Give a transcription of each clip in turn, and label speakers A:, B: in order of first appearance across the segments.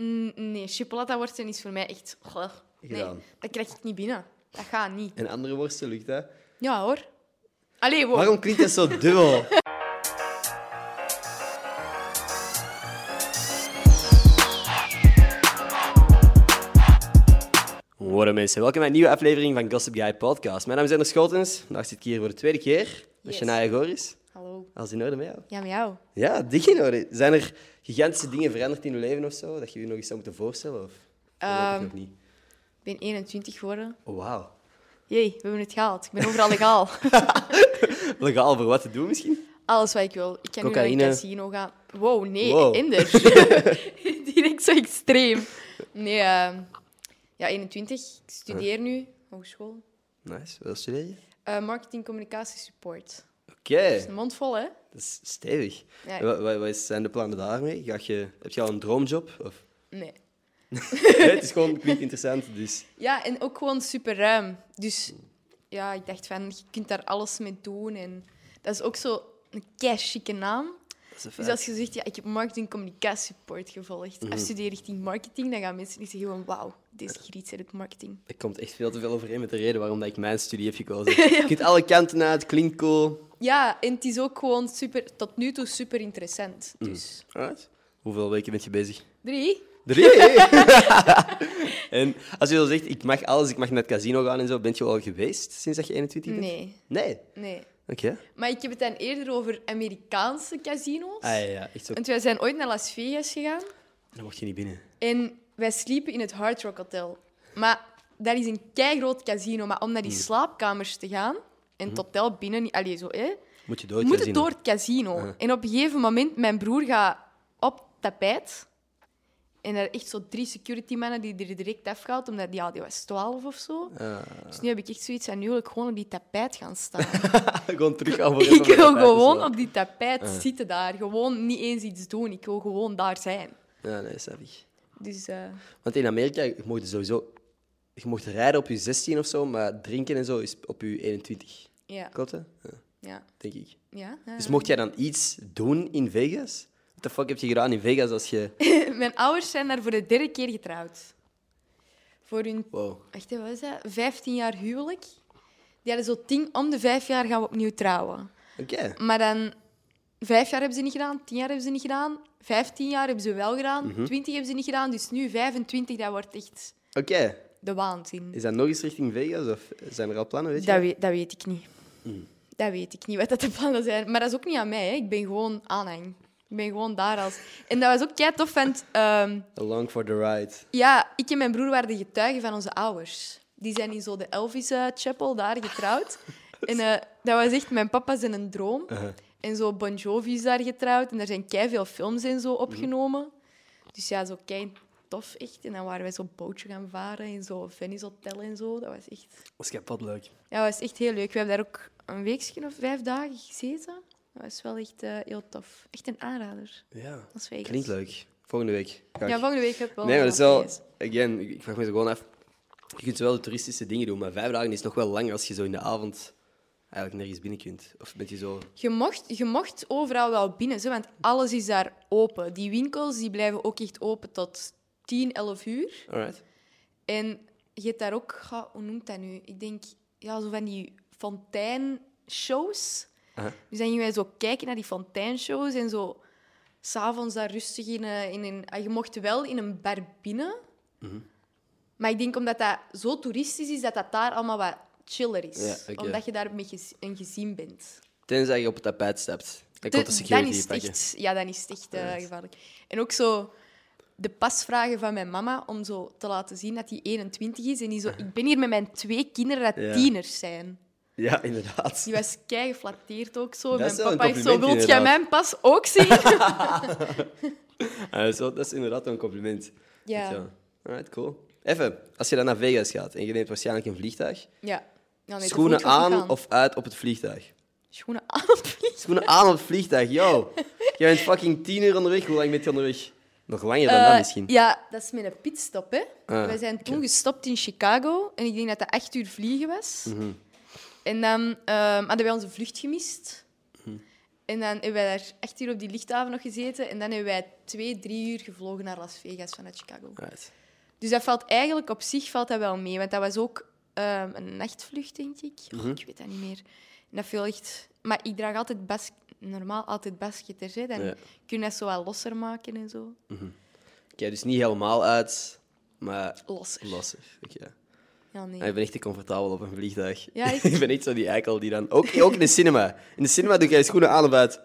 A: Mm, nee, chipolata-worsten is voor mij echt... goh, nee,
B: Gedaan.
A: dat krijg ik niet binnen. Dat gaat niet.
B: En andere worsten lukt dat.
A: Ja, hoor. Allee, wow.
B: Waarom klinkt dat zo dubbel? Worden mensen, welkom bij een nieuwe aflevering van Gossip Guy Podcast. Mijn naam is Ender Schotens. Vandaag zit ik hier voor de tweede keer met
A: Yes.
B: Shania Goris.
A: Hallo.
B: Als in orde met jou?
A: Ja, met jou.
B: Ja, dik in orde. Zijn er gigantische dingen veranderd in je leven of zo? Dat je je nog eens zou moeten voorstellen? Of
A: Ehm.
B: um... nog niet?
A: Ik ben 21 geworden.
B: Oh, wauw.
A: Jee, we hebben het gehaald. Ik ben overal legaal.
B: Legaal voor wat te doen misschien?
A: Alles wat ik wil. Ik kan nu naar
B: Cocaïne.
A: een casino gaan. Wow, nee,
B: Wow.
A: Ender. Direct zo extreem. Nee, ehm, ja, 21. Ik studeer nu, hogeschool.
B: Nice, wel studeer je?
A: Eh, marketing, communicatie, support.
B: Oké.
A: Dat is een mond vol, hè?
B: Dat is stevig.
A: Ja.
B: Wa- wa- Wat zijn de plannen daarmee? Ga je, heb je al een droomjob? Of?
A: Nee.
B: Nee, het is gewoon niet interessant, dus...
A: Ja, en ook gewoon super ruim. Dus ja, ik dacht van, je kunt daar alles mee doen. En dat is ook zo een kei-chique naam.
B: Dat is een
A: Dus als je zegt, ja, ik heb marketing communicatie support gevolgd. Afstudeer richting marketing, dan gaan mensen niet zeggen van, wauw, deze griet zit ook marketing.
B: Er komt echt veel te veel overeen met de reden waarom dat ik mijn studie heb gekozen. Je kunt alle kanten uit, klinkt cool.
A: Ja, en het is ook gewoon super, tot nu toe super interessant. Dus
B: Alright. Hoeveel weken ben je bezig?
A: drie.
B: Drie! en als je zo zegt, ik mag alles, ik mag naar het casino gaan en zo, ben je al geweest sinds dat je 21 bent?
A: Nee,
B: Nee?
A: nee.
B: Oké.
A: Maar ik heb het dan eerder over Amerikaanse casino's.
B: Ah ja, ja, echt zo.
A: Want wij zijn ooit naar Las Vegas gegaan
B: Dan mocht je niet binnen.
A: en wij sliepen in het Hard Rock Hotel. Maar dat is een keigroot casino, maar om naar die
B: Mm.
A: slaapkamers te gaan en het hotel binnen, niet- allee, zo, hè,
B: Moet je door Mm. het
A: moet het
B: casino.
A: door het casino.
B: Ah.
A: En op een gegeven moment, mijn broer gaat op het tapijt. En er echt zo drie security mannen die er direct afgaat, omdat ja, die was 12 of zo.
B: Ah,
A: Dus nu heb ik echt zoiets van, nu wil ik gewoon op die tapijt gaan staan.
B: gewoon terug aan voor
A: ik wil
B: even-
A: gewoon op die tapijt zitten daar. Gewoon niet eens iets doen. Ik wil gewoon daar zijn.
B: Ja, nee, snap ik.
A: Dus eh,
B: Want in Amerika, je mocht sowieso... Je mocht rijden op je 16 of zo, maar drinken en zo is op je 21.
A: ja.
B: Klopt, hè? Ja,
A: ja.
B: denk ik.
A: ja, ja.
B: Dus mocht jij dan iets doen in Vegas? What the fuck heb je gedaan in Vegas als je...
A: Mijn ouders zijn daar voor de derde keer getrouwd. Voor hun
B: Wow.
A: Wacht, hè, wat is dat? 15 jaar huwelijk. Die hadden zo tien, om de vijf jaar gaan we opnieuw trouwen.
B: Oké.
A: Maar dan, vijf jaar hebben ze niet gedaan, tien jaar hebben ze niet gedaan, vijftien jaar hebben ze wel gedaan, twintig hebben ze niet gedaan, dus nu 25, dat wordt echt
B: Oké.
A: de waanzin.
B: Is dat nog eens richting Vegas of zijn er al plannen, weet je?
A: Dat weet, dat weet ik niet. Dat weet ik niet, wat dat de plannen zijn. Maar dat is ook niet aan mij, hè. ik ben gewoon aanhang. Ik ben gewoon daar als... En dat was ook kei tof, want ehm,
B: Along for the ride.
A: Ja, ik en mijn broer waren de getuigen van onze ouders. Die zijn in zo de Elvis eh, Chapel daar getrouwd. En eh, dat was echt mijn papa's in een droom.
B: Uh-huh.
A: En zo Bon Jovi is daar getrouwd. En daar zijn veel films en
B: Mhm.
A: zo opgenomen. Dus ja, zo kei tof echt. En dan waren wij zo'n bootje gaan varen in zo'n Venice Hotel en zo. Dat was echt,
B: Dat is kapot leuk.
A: ja, dat was echt heel leuk. We hebben daar ook een weekje of vijf dagen gezeten. Dat was wel echt eh, heel tof. Echt een aanrader.
B: Ja.
A: Dat is Vegas.
B: Klinkt leuk. Volgende week. ga ik.
A: Ja, volgende week heb ik wel
B: Nee, maar dat is
A: nog
B: wel...
A: Vegas.
B: Again, ik ik vraag me zo gewoon af... Je kunt wel de toeristische dingen doen, maar vijf dagen is nog wel lang als je zo in de avond eigenlijk nergens binnen kunt. Of ben je zo...
A: Je mocht, je mocht overal wel binnen, zo, want alles is daar open. Die winkels die blijven ook echt open tot 10, 11 uur.
B: Alright.
A: En je hebt daar ook, ga, hoe noemt dat nu? Ik denk, ja, zo van die fonteinshows.
B: Aha.
A: Dus dan gingen wij zo kijken naar die fonteinshows en zo s'avonds daar rustig in, eh, in een... ah, Je mocht wel in een bar binnen, maar ik denk omdat dat zo toeristisch is, dat dat daar allemaal wat chiller is.
B: Ja, oké.
A: Omdat je daar met gez- een gezin bent.
B: Tenzij je op het tapijt stapt.
A: De-
B: Dan komt de security
A: dan is het
B: pakken.
A: echt, ja, dan is het echt eh, gevaarlijk. En ook zo de pasvragen van mijn mama om zo te laten zien dat hij 21 is. En die zo, ik ben hier met mijn twee kinderen dat
B: Ja.
A: tieners zijn.
B: Ja, inderdaad.
A: Die was kei geflatteerd ook zo.
B: Dat
A: mijn
B: is wel een
A: papa is zo,
B: compliment,
A: wilt jij
B: inderdaad."
A: mijn pas ook zien?
B: Ah, zo, dat is inderdaad wel een compliment.
A: Ja.
B: Zo. Alright, cool. Even, als je dan naar Vegas gaat en je neemt waarschijnlijk een vliegtuig,
A: ja. Ja, nee, dat moet
B: schoenen
A: je ook niet
B: aan
A: gaan.
B: of uit op het vliegtuig?
A: Schoenen aan of niet?
B: Schoenen aan op het vliegtuig, yo! Jij bent fucking tien uur onderweg, hoe lang ben je onderweg? Nog langer dan dat
A: Eh,
B: misschien.
A: Ja, dat is met een pitstop, hè.
B: Ah,
A: Wij zijn toen gestopt in Chicago. En ik denk dat dat echt
B: Mhm. Mhm.
A: uur vliegen was. En dan ehm, hadden wij onze vlucht gemist. En dan hebben wij daar echt hier op die lichthaven nog gezeten. En dan hebben wij twee, drie uur gevlogen naar Las Vegas vanuit Chicago.
B: Right.
A: Dus dat valt eigenlijk op zich valt dat wel mee. Want dat was ook ehm, een nachtvlucht, denk ik. Oh,
B: Mhm.
A: Ik weet dat niet meer. En dat viel echt... Maar ik draag altijd bas... normaal altijd basketters. Hè. Dan
B: Ja.
A: kun je dat zo wat losser maken en zo.
B: Ik kijk dus niet helemaal uit, maar
A: Losser.
B: lastig. Oké.
A: Ja, nee.
B: Ah, ik ben echt te comfortabel op een vliegtuig.
A: Ja, ik-
B: ik ben echt zo die eikel die dan... Ook, ook in de cinema. In de cinema doe jij je schoenen aan of uit.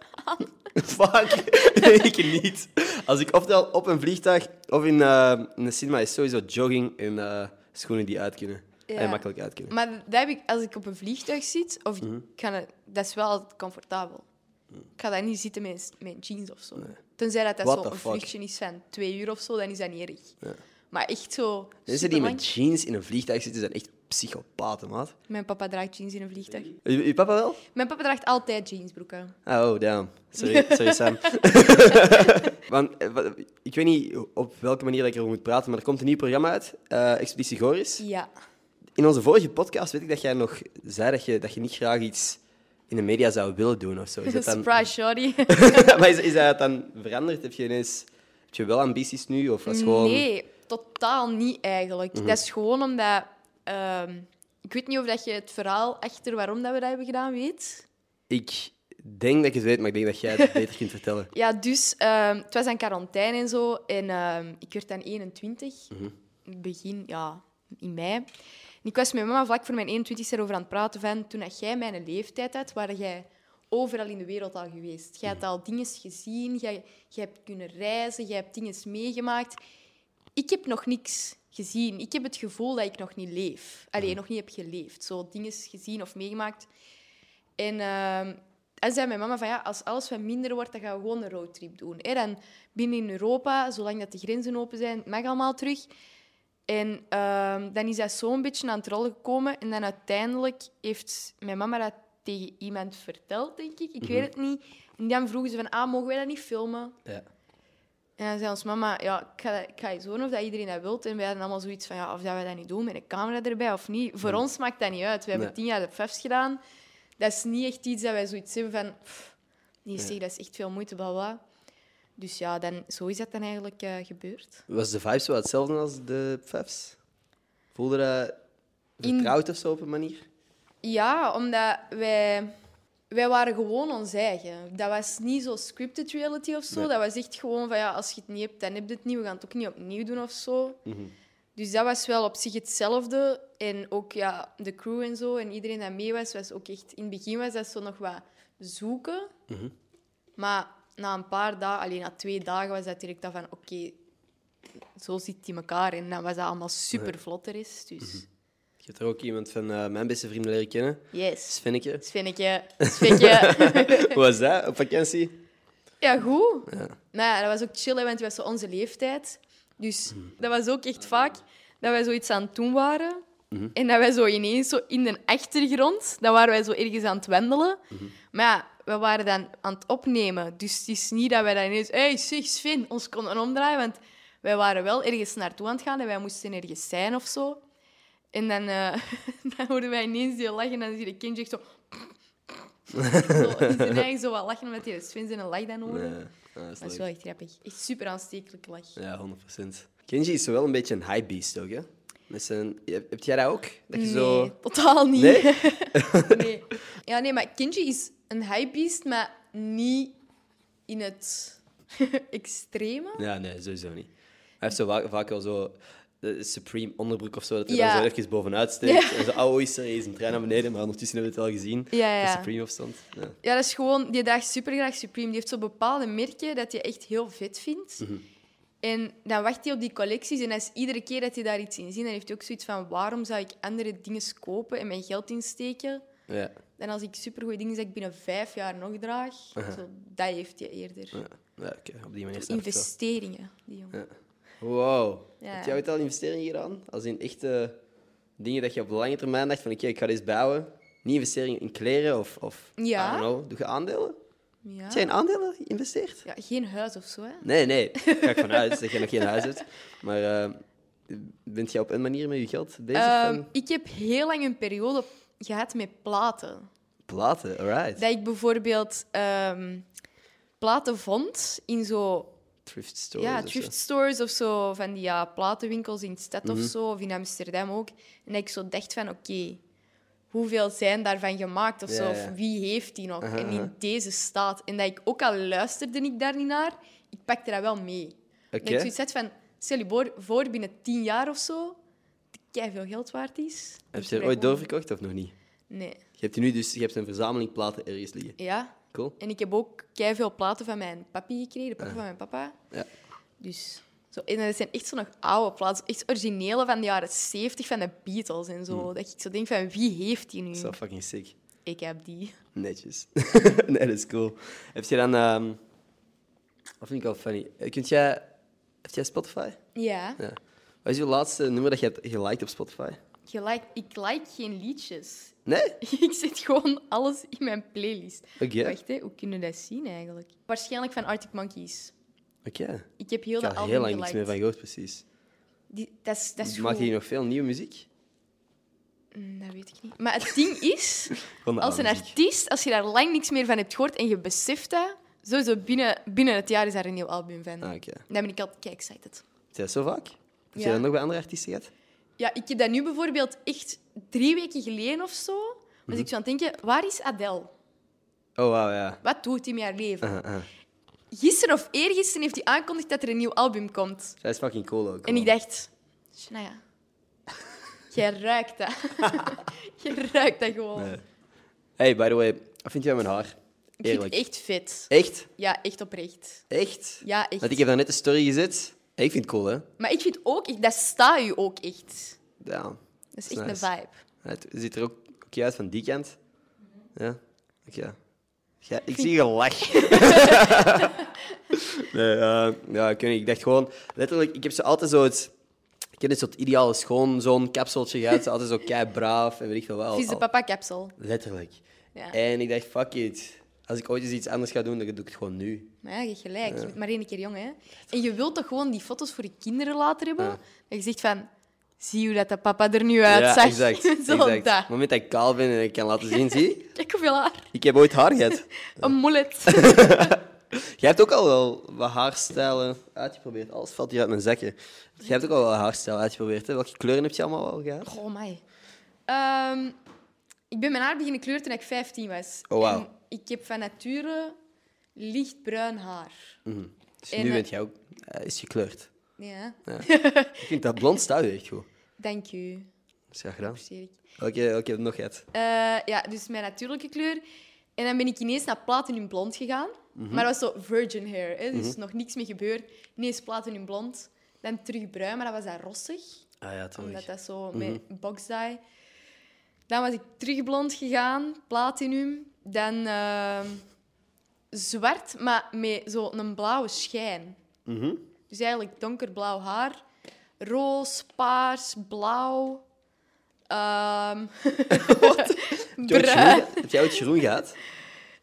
B: Fuck. Nee, ik niet. Als ik ofwel op een vliegtuig of in, eh, in de cinema is sowieso jogging en eh, schoenen die uit kunnen.
A: Ja.
B: En makkelijk uit kunnen.
A: Maar dat heb ik, als ik op een vliegtuig zit, of
B: Mhm.
A: ik ga, naar- dat is wel altijd comfortabel. Ik ga daar niet zitten met, met jeans of zo. Tenzij dat,
B: What
A: dat
B: the
A: zo'n
B: fuck?
A: vluchtje is van twee uur of zo, dan is dat niet erg.
B: Ja.
A: Maar echt zo.
B: Mensen die
A: superlang-
B: met jeans in een vliegtuig zitten zijn echt psychopaten, maat.
A: Mijn papa draagt jeans in een vliegtuig.
B: Je, je papa wel?
A: Mijn papa draagt altijd jeansbroeken.
B: Ah, Oh, damn. Sorry, sorry Sam. Want, eh, wat- ik weet niet op welke manier dat ik erover moet praten, maar er komt een nieuw programma uit, eh, Expeditie Goris.
A: Ja.
B: In onze vorige podcast weet ik dat jij nog zei dat je, dat je niet graag iets in de media zou willen doen of zo. Is dat dan...
A: Surprise, sorry.
B: maar is, is dat dan veranderd? Heb je ineens... Heb je wel ambities nu? Of was gewoon... Mhm.
A: Nee, totaal niet eigenlijk. Dat is gewoon omdat... ehm, ik weet niet of dat je het verhaal achter waarom dat we dat hebben gedaan weet.
B: Ik denk dat ik het weet, maar ik denk dat jij het beter kunt vertellen.
A: Ja, dus ehm, het was een quarantaine en zo. En ehm, ik werd dan 21. Begin, ja, in mei. En ik was met mama vlak voor mijn 21ste erover aan het praten van... Toen dat jij mijn leeftijd had, waar jij overal in de wereld al geweest. Jij had al dingen gezien, jij, jij hebt kunnen reizen, jij hebt dingen meegemaakt. Ik heb nog niks gezien. Ik heb het gevoel dat ik nog niet leef. Alleen nog niet heb geleefd. Zo dingen gezien of meegemaakt. En ehm en zei mijn mama van ja, als alles wat minder wordt, dan gaan we gewoon een roadtrip doen. Hè? Dan binnen in Europa, zolang dat de grenzen open zijn, mag allemaal terug. En ehm, dan is dat zo'n beetje aan het rollen gekomen. En dan uiteindelijk heeft mijn mama dat tegen iemand verteld, denk ik. Ik weet het niet. En dan vroegen ze van, ah, mogen wij dat niet filmen?
B: Ja.
A: En dan zei ons mama, ja, ik ga, ik ga eens horen of dat iedereen dat wil. En wij hadden allemaal zoiets van, ja, of dat wij dat niet doen met een camera erbij of niet. Voor ons maakt dat niet uit. We hebben
B: Nee.
A: tien jaar de PFs gedaan. Dat is niet echt iets dat wij zoiets hebben van... pff, nee,
B: Ja.
A: zeg, dat is echt veel moeite, bla, bla. Dus ja, dan, zo is dat dan eigenlijk eh, gebeurd.
B: Was de vibe zo hetzelfde als de Fefs? Voelde dat
A: In-
B: vertrouwd of zo op een manier?
A: Ja, omdat wij... Wij waren gewoon ons eigen. Dat was niet zo scripted reality of zo.
B: Nee.
A: Dat was echt gewoon van, ja, als je het niet hebt, dan heb je het niet. We gaan het ook niet opnieuw doen of zo. Dus dat was wel op zich hetzelfde. En ook ja, de crew en zo en iedereen dat mee was, was ook echt... In het begin was dat zo nog wat zoeken. Maar na een paar dagen, alleen na twee dagen, was dat direct al van... Oké, zo zit die elkaar. En dan was dat allemaal super vlot er is. Dus
B: Ik heb er ook iemand van eh, mijn beste vrienden leren kennen,
A: yes.
B: Svenneke.
A: Svinneke, Svinneke.
B: Hoe was dat op vakantie?
A: Ja, goed.
B: Ja.
A: Nou ja, dat was ook chill, hè, want het was zo onze leeftijd. Dus dat was ook echt vaak dat wij zoiets aan het doen waren. En dat wij zo ineens zo in de achtergrond, dan waren wij zo ergens aan het wendelen. Maar ja, we waren dan aan het opnemen. Dus het is niet dat wij dan ineens, hey, zeg Sven, ons konden omdraaien. Want wij waren wel ergens naartoe aan het gaan en wij moesten ergens zijn of zo. En dan, eh, dan hoorden wij ineens die lachen en dan zie je kindje echt zo... zo in zijn eigen zo wat lachen, omdat hij Sven zijn lach dan hoorde.
B: Ja, Eh, ah, dat is
A: Dat is
B: leuk.
A: wel echt grappig. Echt super aanstekelijk lach.
B: Ja, 100%. Kenji is wel een beetje een high beast ook, hè? Met zijn... Heb heb jij dat ook? Dat je zo...
A: Nee, totaal niet.
B: Nee?
A: Nee. Ja, nee, maar Kenji is een hypebeest, maar niet in het extreme.
B: Ja, nee, sowieso niet. Hij heeft zo vaak, vaak wel zo de Supreme onderbroek of zo, dat hij
A: Ja.
B: dan zo even bovenuit steekt.
A: Ja.
B: En zo, oh, oei, sorry, is een trein naar beneden, maar ondertussen hebben we het al gezien.
A: Ja, ja.
B: De Supreme opstand. Ja.
A: Ja, dat is gewoon... Die draagt super graag Supreme. Die heeft zo bepaalde merken dat je echt heel vet vindt.
B: Mhm.
A: En dan wacht hij op die collecties en als iedere keer dat hij daar iets in ziet, dan heeft hij ook zoiets van waarom zou ik andere dingen kopen en mijn geld insteken?
B: ja.
A: En als ik supergoeie dingen zeg binnen vijf jaar nog draag, zo, dat heeft hij eerder.
B: Ja, ja oké, op die manier snap ik het wel.
A: Investeringen, die jongen.
B: Wow.
A: Ja.
B: Heb jij ooit al investeringen gedaan? Als in echte dingen dat je op lange termijn dacht van oké, ik ga dit bouwen. Niet investeringen in kleren of, of
A: Ja. Ah.
B: I don't know. Doe je aandelen?
A: Ja.
B: Heb jij in aandelen geïnvesteerd?
A: ja. Geen huis of zo, hè?
B: Nee, nee. Daar ga ik vanuit dat je nog geen huis hebt. Maar eh, bent jij op een manier met je geld bezig?
A: Ehm,
B: van
A: ik heb heel lang een periode gehad met platen.
B: Platen, alright.
A: Dat ik bijvoorbeeld ehm, platen vond in zo
B: Thrift stores.
A: ja,
B: of zo. dus, eh,
A: thrift stores of zo, van die ja, platenwinkels in de stad
B: Mhm.
A: of zo, of in Amsterdam ook. En dat ik zo dacht van, oké, hoeveel zijn daarvan gemaakt of
B: Ja,
A: zo,
B: ja.
A: of wie heeft die nog?
B: Aha,
A: En in
B: aha.
A: deze staat. En dat ik, ook al luisterde ik daar niet naar, ik pakte dat wel mee. Dat
B: Oké.
A: ik zoiets had van, stel je voor, voor binnen tien jaar of zo, dat veel geld waard is.
B: Heb
A: Dus
B: je er
A: dat gewoon-
B: ooit doorverkocht of nog niet?
A: Nee,
B: Je hebt, die nu dus, je hebt een verzameling platen ergens liggen.
A: ja.
B: Cool.
A: En ik heb ook veel platen van mijn papi gekregen, de papa van mijn papa.
B: Ja.
A: Dus, zo, en dat zijn echt zo nog oude platen, echt originele van de jaren 70 van de Beatles en zo.
B: Hmm.
A: Dat ik zo denk van, wie heeft die nu?
B: Zo fucking sick.
A: Ik heb die.
B: Netjes. nee, dat is cool. Heb je dan... ehm dat vind ik wel funny. Eh, Kunt jij... Heb jij Spotify?
A: Ja.
B: Ja. Wat is je laatste nummer dat je hebt geliked op Spotify?
A: Je like, ik like geen liedjes.
B: Nee?
A: Ik zet gewoon alles in mijn playlist.
B: Oké.
A: Wacht, hè, hoe kunnen we dat zien eigenlijk? Waarschijnlijk van Arctic Monkeys.
B: Oké.
A: Ik heb heel dat
B: Ik heb al
A: album
B: heel lang niks
A: geliked.
B: meer van gehoord, precies.
A: Die, dat is, dat is
B: Maak je
A: goed.
B: hier nog veel nieuwe muziek?
A: Mm, Dat weet ik niet. Maar het ding is,
B: Van de
A: als een
B: oude muziek.
A: artiest, als je daar lang niks meer van hebt gehoord en je beseft dat, sowieso binnen, binnen het jaar is daar een nieuw album van.
B: Ah, oké.
A: Dan ben ik altijd kijk excited.
B: Is dat zo vaak? Heb je
A: Ja.
B: dat nog bij andere artiesten gehad?
A: Ja, ik heb dat nu bijvoorbeeld echt drie weken geleden of zo. Was
B: Mhm.
A: ik zo aan het denken, waar is Adele?
B: Oh, wauw, ja.
A: Wat doet hij met haar leven?
B: Ah, ah.
A: Gisteren of eergisteren heeft hij aangekondigd dat er een nieuw album komt.
B: Zij is fucking cool ook.
A: En ik dacht, Shania, jij ruikt dat. jij ruikt dat gewoon.
B: Nee. Hey, by the way, wat vind jij van mijn haar?
A: ik vind
B: Eerlijk.
A: het echt fit.
B: Echt?
A: Ja, echt oprecht.
B: Echt?
A: Ja, echt.
B: Want ik heb daar net een story gezet. Hey, ik vind het cool, hè?
A: Maar ik vind ook, ik, dat staat u ook echt.
B: Ja.
A: Dat is
B: is
A: echt
B: nice.
A: een vibe.
B: Het ziet er ook oké uit van die kant. Ja? Oké. Ja, ik zie je lach. nee, eh, ja, ik, weet niet, ik dacht gewoon... Letterlijk, ik heb ze altijd zo het... Ik heb net zo'n ideale schoon, zo'n kapseltje gehad. Ze altijd zo kei braaf en weet ik veel wel.
A: Vies de papa-capsel.
B: Letterlijk.
A: Ja.
B: En ik dacht, fuck it. Als ik ooit eens iets anders ga doen, dan doe ik het gewoon nu.
A: Maar ja, je hebt gelijk. Je bent maar één keer jong, hè. En je wilt toch gewoon die foto's voor je kinderen laten hebben?
B: Ja.
A: Dat je zegt van... Zie hoe dat de papa er nu uitzag.
B: exact.
A: Zo
B: exact. Op
A: dat.
B: het moment dat ik kaal ben en ik kan laten zien, zie,
A: Kijk hoeveel haar.
B: ik heb ooit haar gehad.
A: Een mullet.
B: Jij hebt ook al wel wat haarstijlen uitgeprobeerd. Alles valt hier uit mijn zakje. Jij hebt ook al wel haarstijlen uitgeprobeerd. Hè? Welke kleuren heb je allemaal al gehad?
A: Goh, mij. Oh, Ehm, ik ben mijn haar beginnen kleuren toen ik 15 was.
B: Oh, wauw.
A: En Ik heb van nature lichtbruin haar.
B: Dus
A: En,
B: nu
A: eh,
B: bent jij ook eh, is gekleurd.
A: Ja,
B: Ik vind dat blond staat je echt goed.
A: dank u.
B: Dat is graag gedaan.
A: Zie ik.
B: Welke, welke heb je nog gehad?
A: Eh, ja, dus mijn natuurlijke kleur. En dan ben ik ineens naar platinum blond gegaan. Maar dat was zo virgin hair, hè, dus nog niks mee gebeurd. Ineens platinum blond, dan terug bruin, maar dat was dan rossig.
B: Ah ja, toch.
A: Omdat dat zo
B: Mhm.
A: met box dye. Dan was ik terug blond gegaan, platinum. Dan ehm, zwart, maar met zo'n blauwe schijn.
B: Mhm.
A: Dus eigenlijk donkerblauw haar. Roos, paars, blauw. ehm, bruin.
B: Heb jij ooit groen gehad?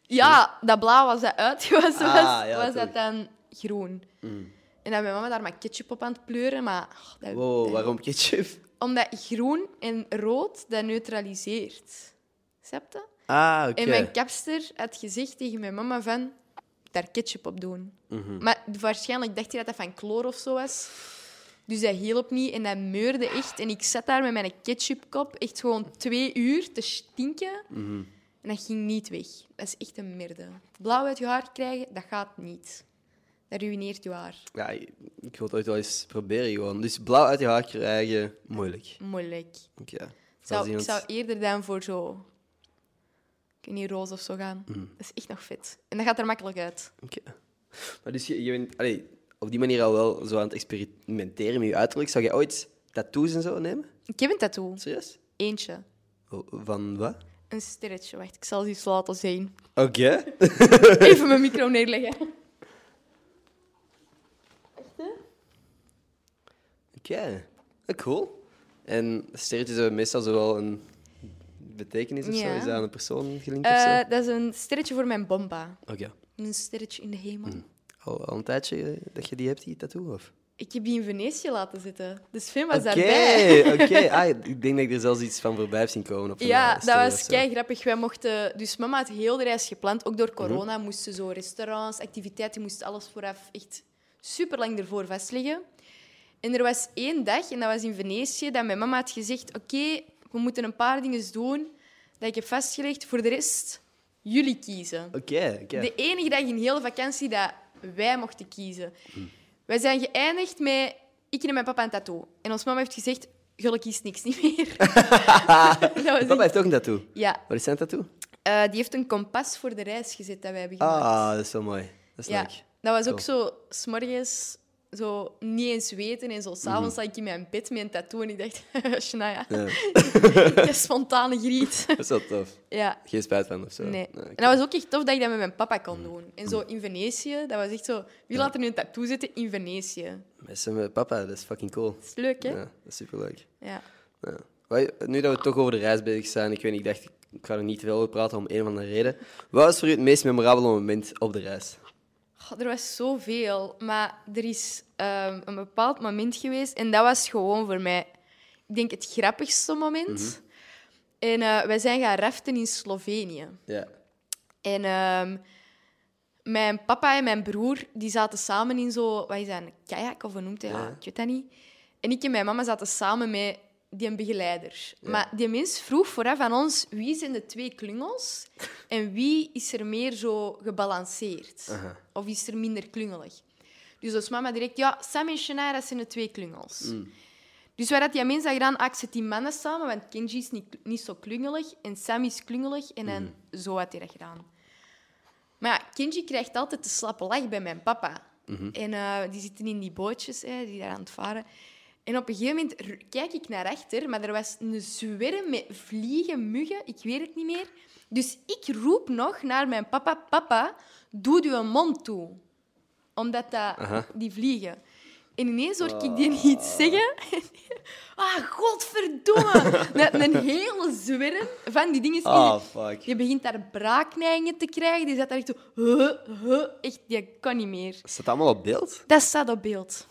A: Ja, dat blauw als dat uitgewassen was,
B: Ah, ja,
A: was dat
B: tuurlijk. Mhm.
A: dan groen. En dan mijn mama daar maar ketchup op aan het pleuren, maar... oh, dat-
B: Wow,
A: dat-
B: waarom ketchup?
A: Omdat groen en rood, dat neutraliseert. Snap je?
B: Ah, oké.
A: En mijn kapster had gezegd tegen mijn mama van... Daar ketchup op doen. Maar waarschijnlijk dacht hij dat dat van chloor of zo was. Dus dat hielp niet en dat meurde echt. En ik zat daar met mijn ketchupkop echt gewoon twee uur te stinken. En dat ging niet weg. Dat is echt een merde. Blauw uit je haar krijgen, dat gaat niet. Dat ruïneert je haar.
B: Ja, ik ik wil het ooit wel eens proberen gewoon. Dus blauw uit je haar krijgen, moeilijk.
A: Moeilijk.
B: Oké.
A: Ik
B: Als
A: zou, ik
B: iemand-
A: zou eerder dan voor zo... Ik weet niet, roze of zo gaan.
B: Mm.
A: Dat is echt nog vet. En dat gaat er makkelijk uit.
B: Oké. Maar dus je, je bent allee, op die manier al wel zo aan het experimenteren met je uiterlijk. Zou jij ooit tattoos en zo nemen?
A: Ik heb een tattoo.
B: Serieus?
A: Eentje.
B: O- Van wat?
A: Een sterretje. Wacht, ik zal ze iets laten zien.
B: Oké.
A: Even mijn micro neerleggen.
B: Oké. Eh, Cool. En sterretjes hebben meestal zo wel een betekenis of zo.
A: Ja.
B: Is dat aan een persoon gelinkt of zo?
A: Eh, dat is een sterretje voor mijn bomba.
B: Oké.
A: Een sterretje in de hemel.
B: Mm. Al, al een tijdje eh, dat je die hebt, die tattoo? Of?
A: Ik heb die in Venetië laten zitten. Dus Finn was
B: Oké,
A: daarbij.
B: oké. Ah, ik denk dat ik er zelfs iets van voorbij heb zien komen. Op een,
A: Ja,
B: eh,
A: dat
B: story of
A: was
B: zo.
A: kei grappig. Wij mochten, dus mama had heel de reis gepland. Ook
B: Mhm.
A: door corona moesten zo restaurants, activiteiten, moesten alles vooraf echt super lang ervoor vastleggen. En er was één dag, en dat was in Venetië, dat mijn mama had gezegd: Oké, we moeten een paar dingen doen dat ik heb vastgelegd. Voor de rest, jullie kiezen.
B: Oké, oké.
A: De enige dag in heel de vakantie dat wij mochten kiezen.
B: Mhm.
A: Wij zijn geëindigd met ik en mijn papa en tattoo. En ons mama heeft gezegd, jullie kiest niks niet meer. dat was
B: Papa
A: echt-
B: heeft ook een tattoo.
A: Ja,
B: Wat is zijn tattoo?
A: eh, die heeft een kompas voor de reis gezet dat wij hebben gemaakt.
B: Ah, dat is wel mooi. Dat is
A: ja,
B: leuk.
A: dat was ook zo s'morgens, zo niet eens weten. En zo s'avonds zat ik in mijn bed met een tattoo en ik dacht, Shania,
B: Ja,
A: je spontane griet.
B: dat is wel tof.
A: ja.
B: Geen spijt van of zo.
A: Nee.
B: oké.
A: En dat was ook Mhm. echt tof dat ik dat met mijn papa kon doen. En zo in Venetië, dat was echt zo... Wie laat er nu een tattoo zitten in Venetië?
B: Met zijn eh, papa, dat is fucking cool.
A: Dat is leuk, hè?
B: Ja,
A: Ja.
B: dat is superleuk.
A: Ja.
B: Ja. Wij- Nu dat we toch over de reis bezig zijn, ik weet niet, ik dacht, ik ga er niet te veel over praten om een of andere reden. Wat was voor u het meest memorabele moment op de reis?
A: Goh, er was zoveel. Maar er is ehm, een bepaald moment geweest. En dat was gewoon voor mij, ik denk, het grappigste moment. En eh, wij zijn gaan raften in Slovenië.
B: Ja.
A: En ehm, mijn papa en mijn broer die zaten samen in zo, wat is dat, een kajak of hoe noemt hij dat?
B: Ja.
A: Ik weet dat niet. En ik en mijn mama zaten samen met die begeleider. Maar die mens vroeg vooraf aan ons wie zijn de twee klungels en wie is er meer zo gebalanceerd
B: Aha.
A: of is er minder klungelig. Dus als mama direct, ja, Sam en Shania, dat zijn de twee klungels.
B: Mm.
A: Dus waar dat die mensen gedaan, ah, ik zet die mannen samen, want Kenji is niet, niet zo klungelig en Sam is klungelig en dan zo had hij dat gedaan. Maar ja, Kenji krijgt altijd de slappe lach bij mijn papa. En eh, die zitten in die bootjes, hè, die daar aan het varen. En op een gegeven moment r- kijk ik naar achter, maar er was een zwerm met vliegen, muggen, ik weet het niet meer. Dus ik roep nog naar mijn papa, papa, doe je mond toe. Omdat dat,
B: Aha.
A: die vliegen. En ineens hoor ik die niet zeggen. ah, godverdomme! Een, een hele zwerm van die dingen. is
B: Ah,
A: in-
B: fuck.
A: je begint daar braakneigingen te krijgen. Die zat daar echt zo... Huh, huh, echt, die kan niet meer.
B: Is dat allemaal op beeld?
A: Dat staat op beeld.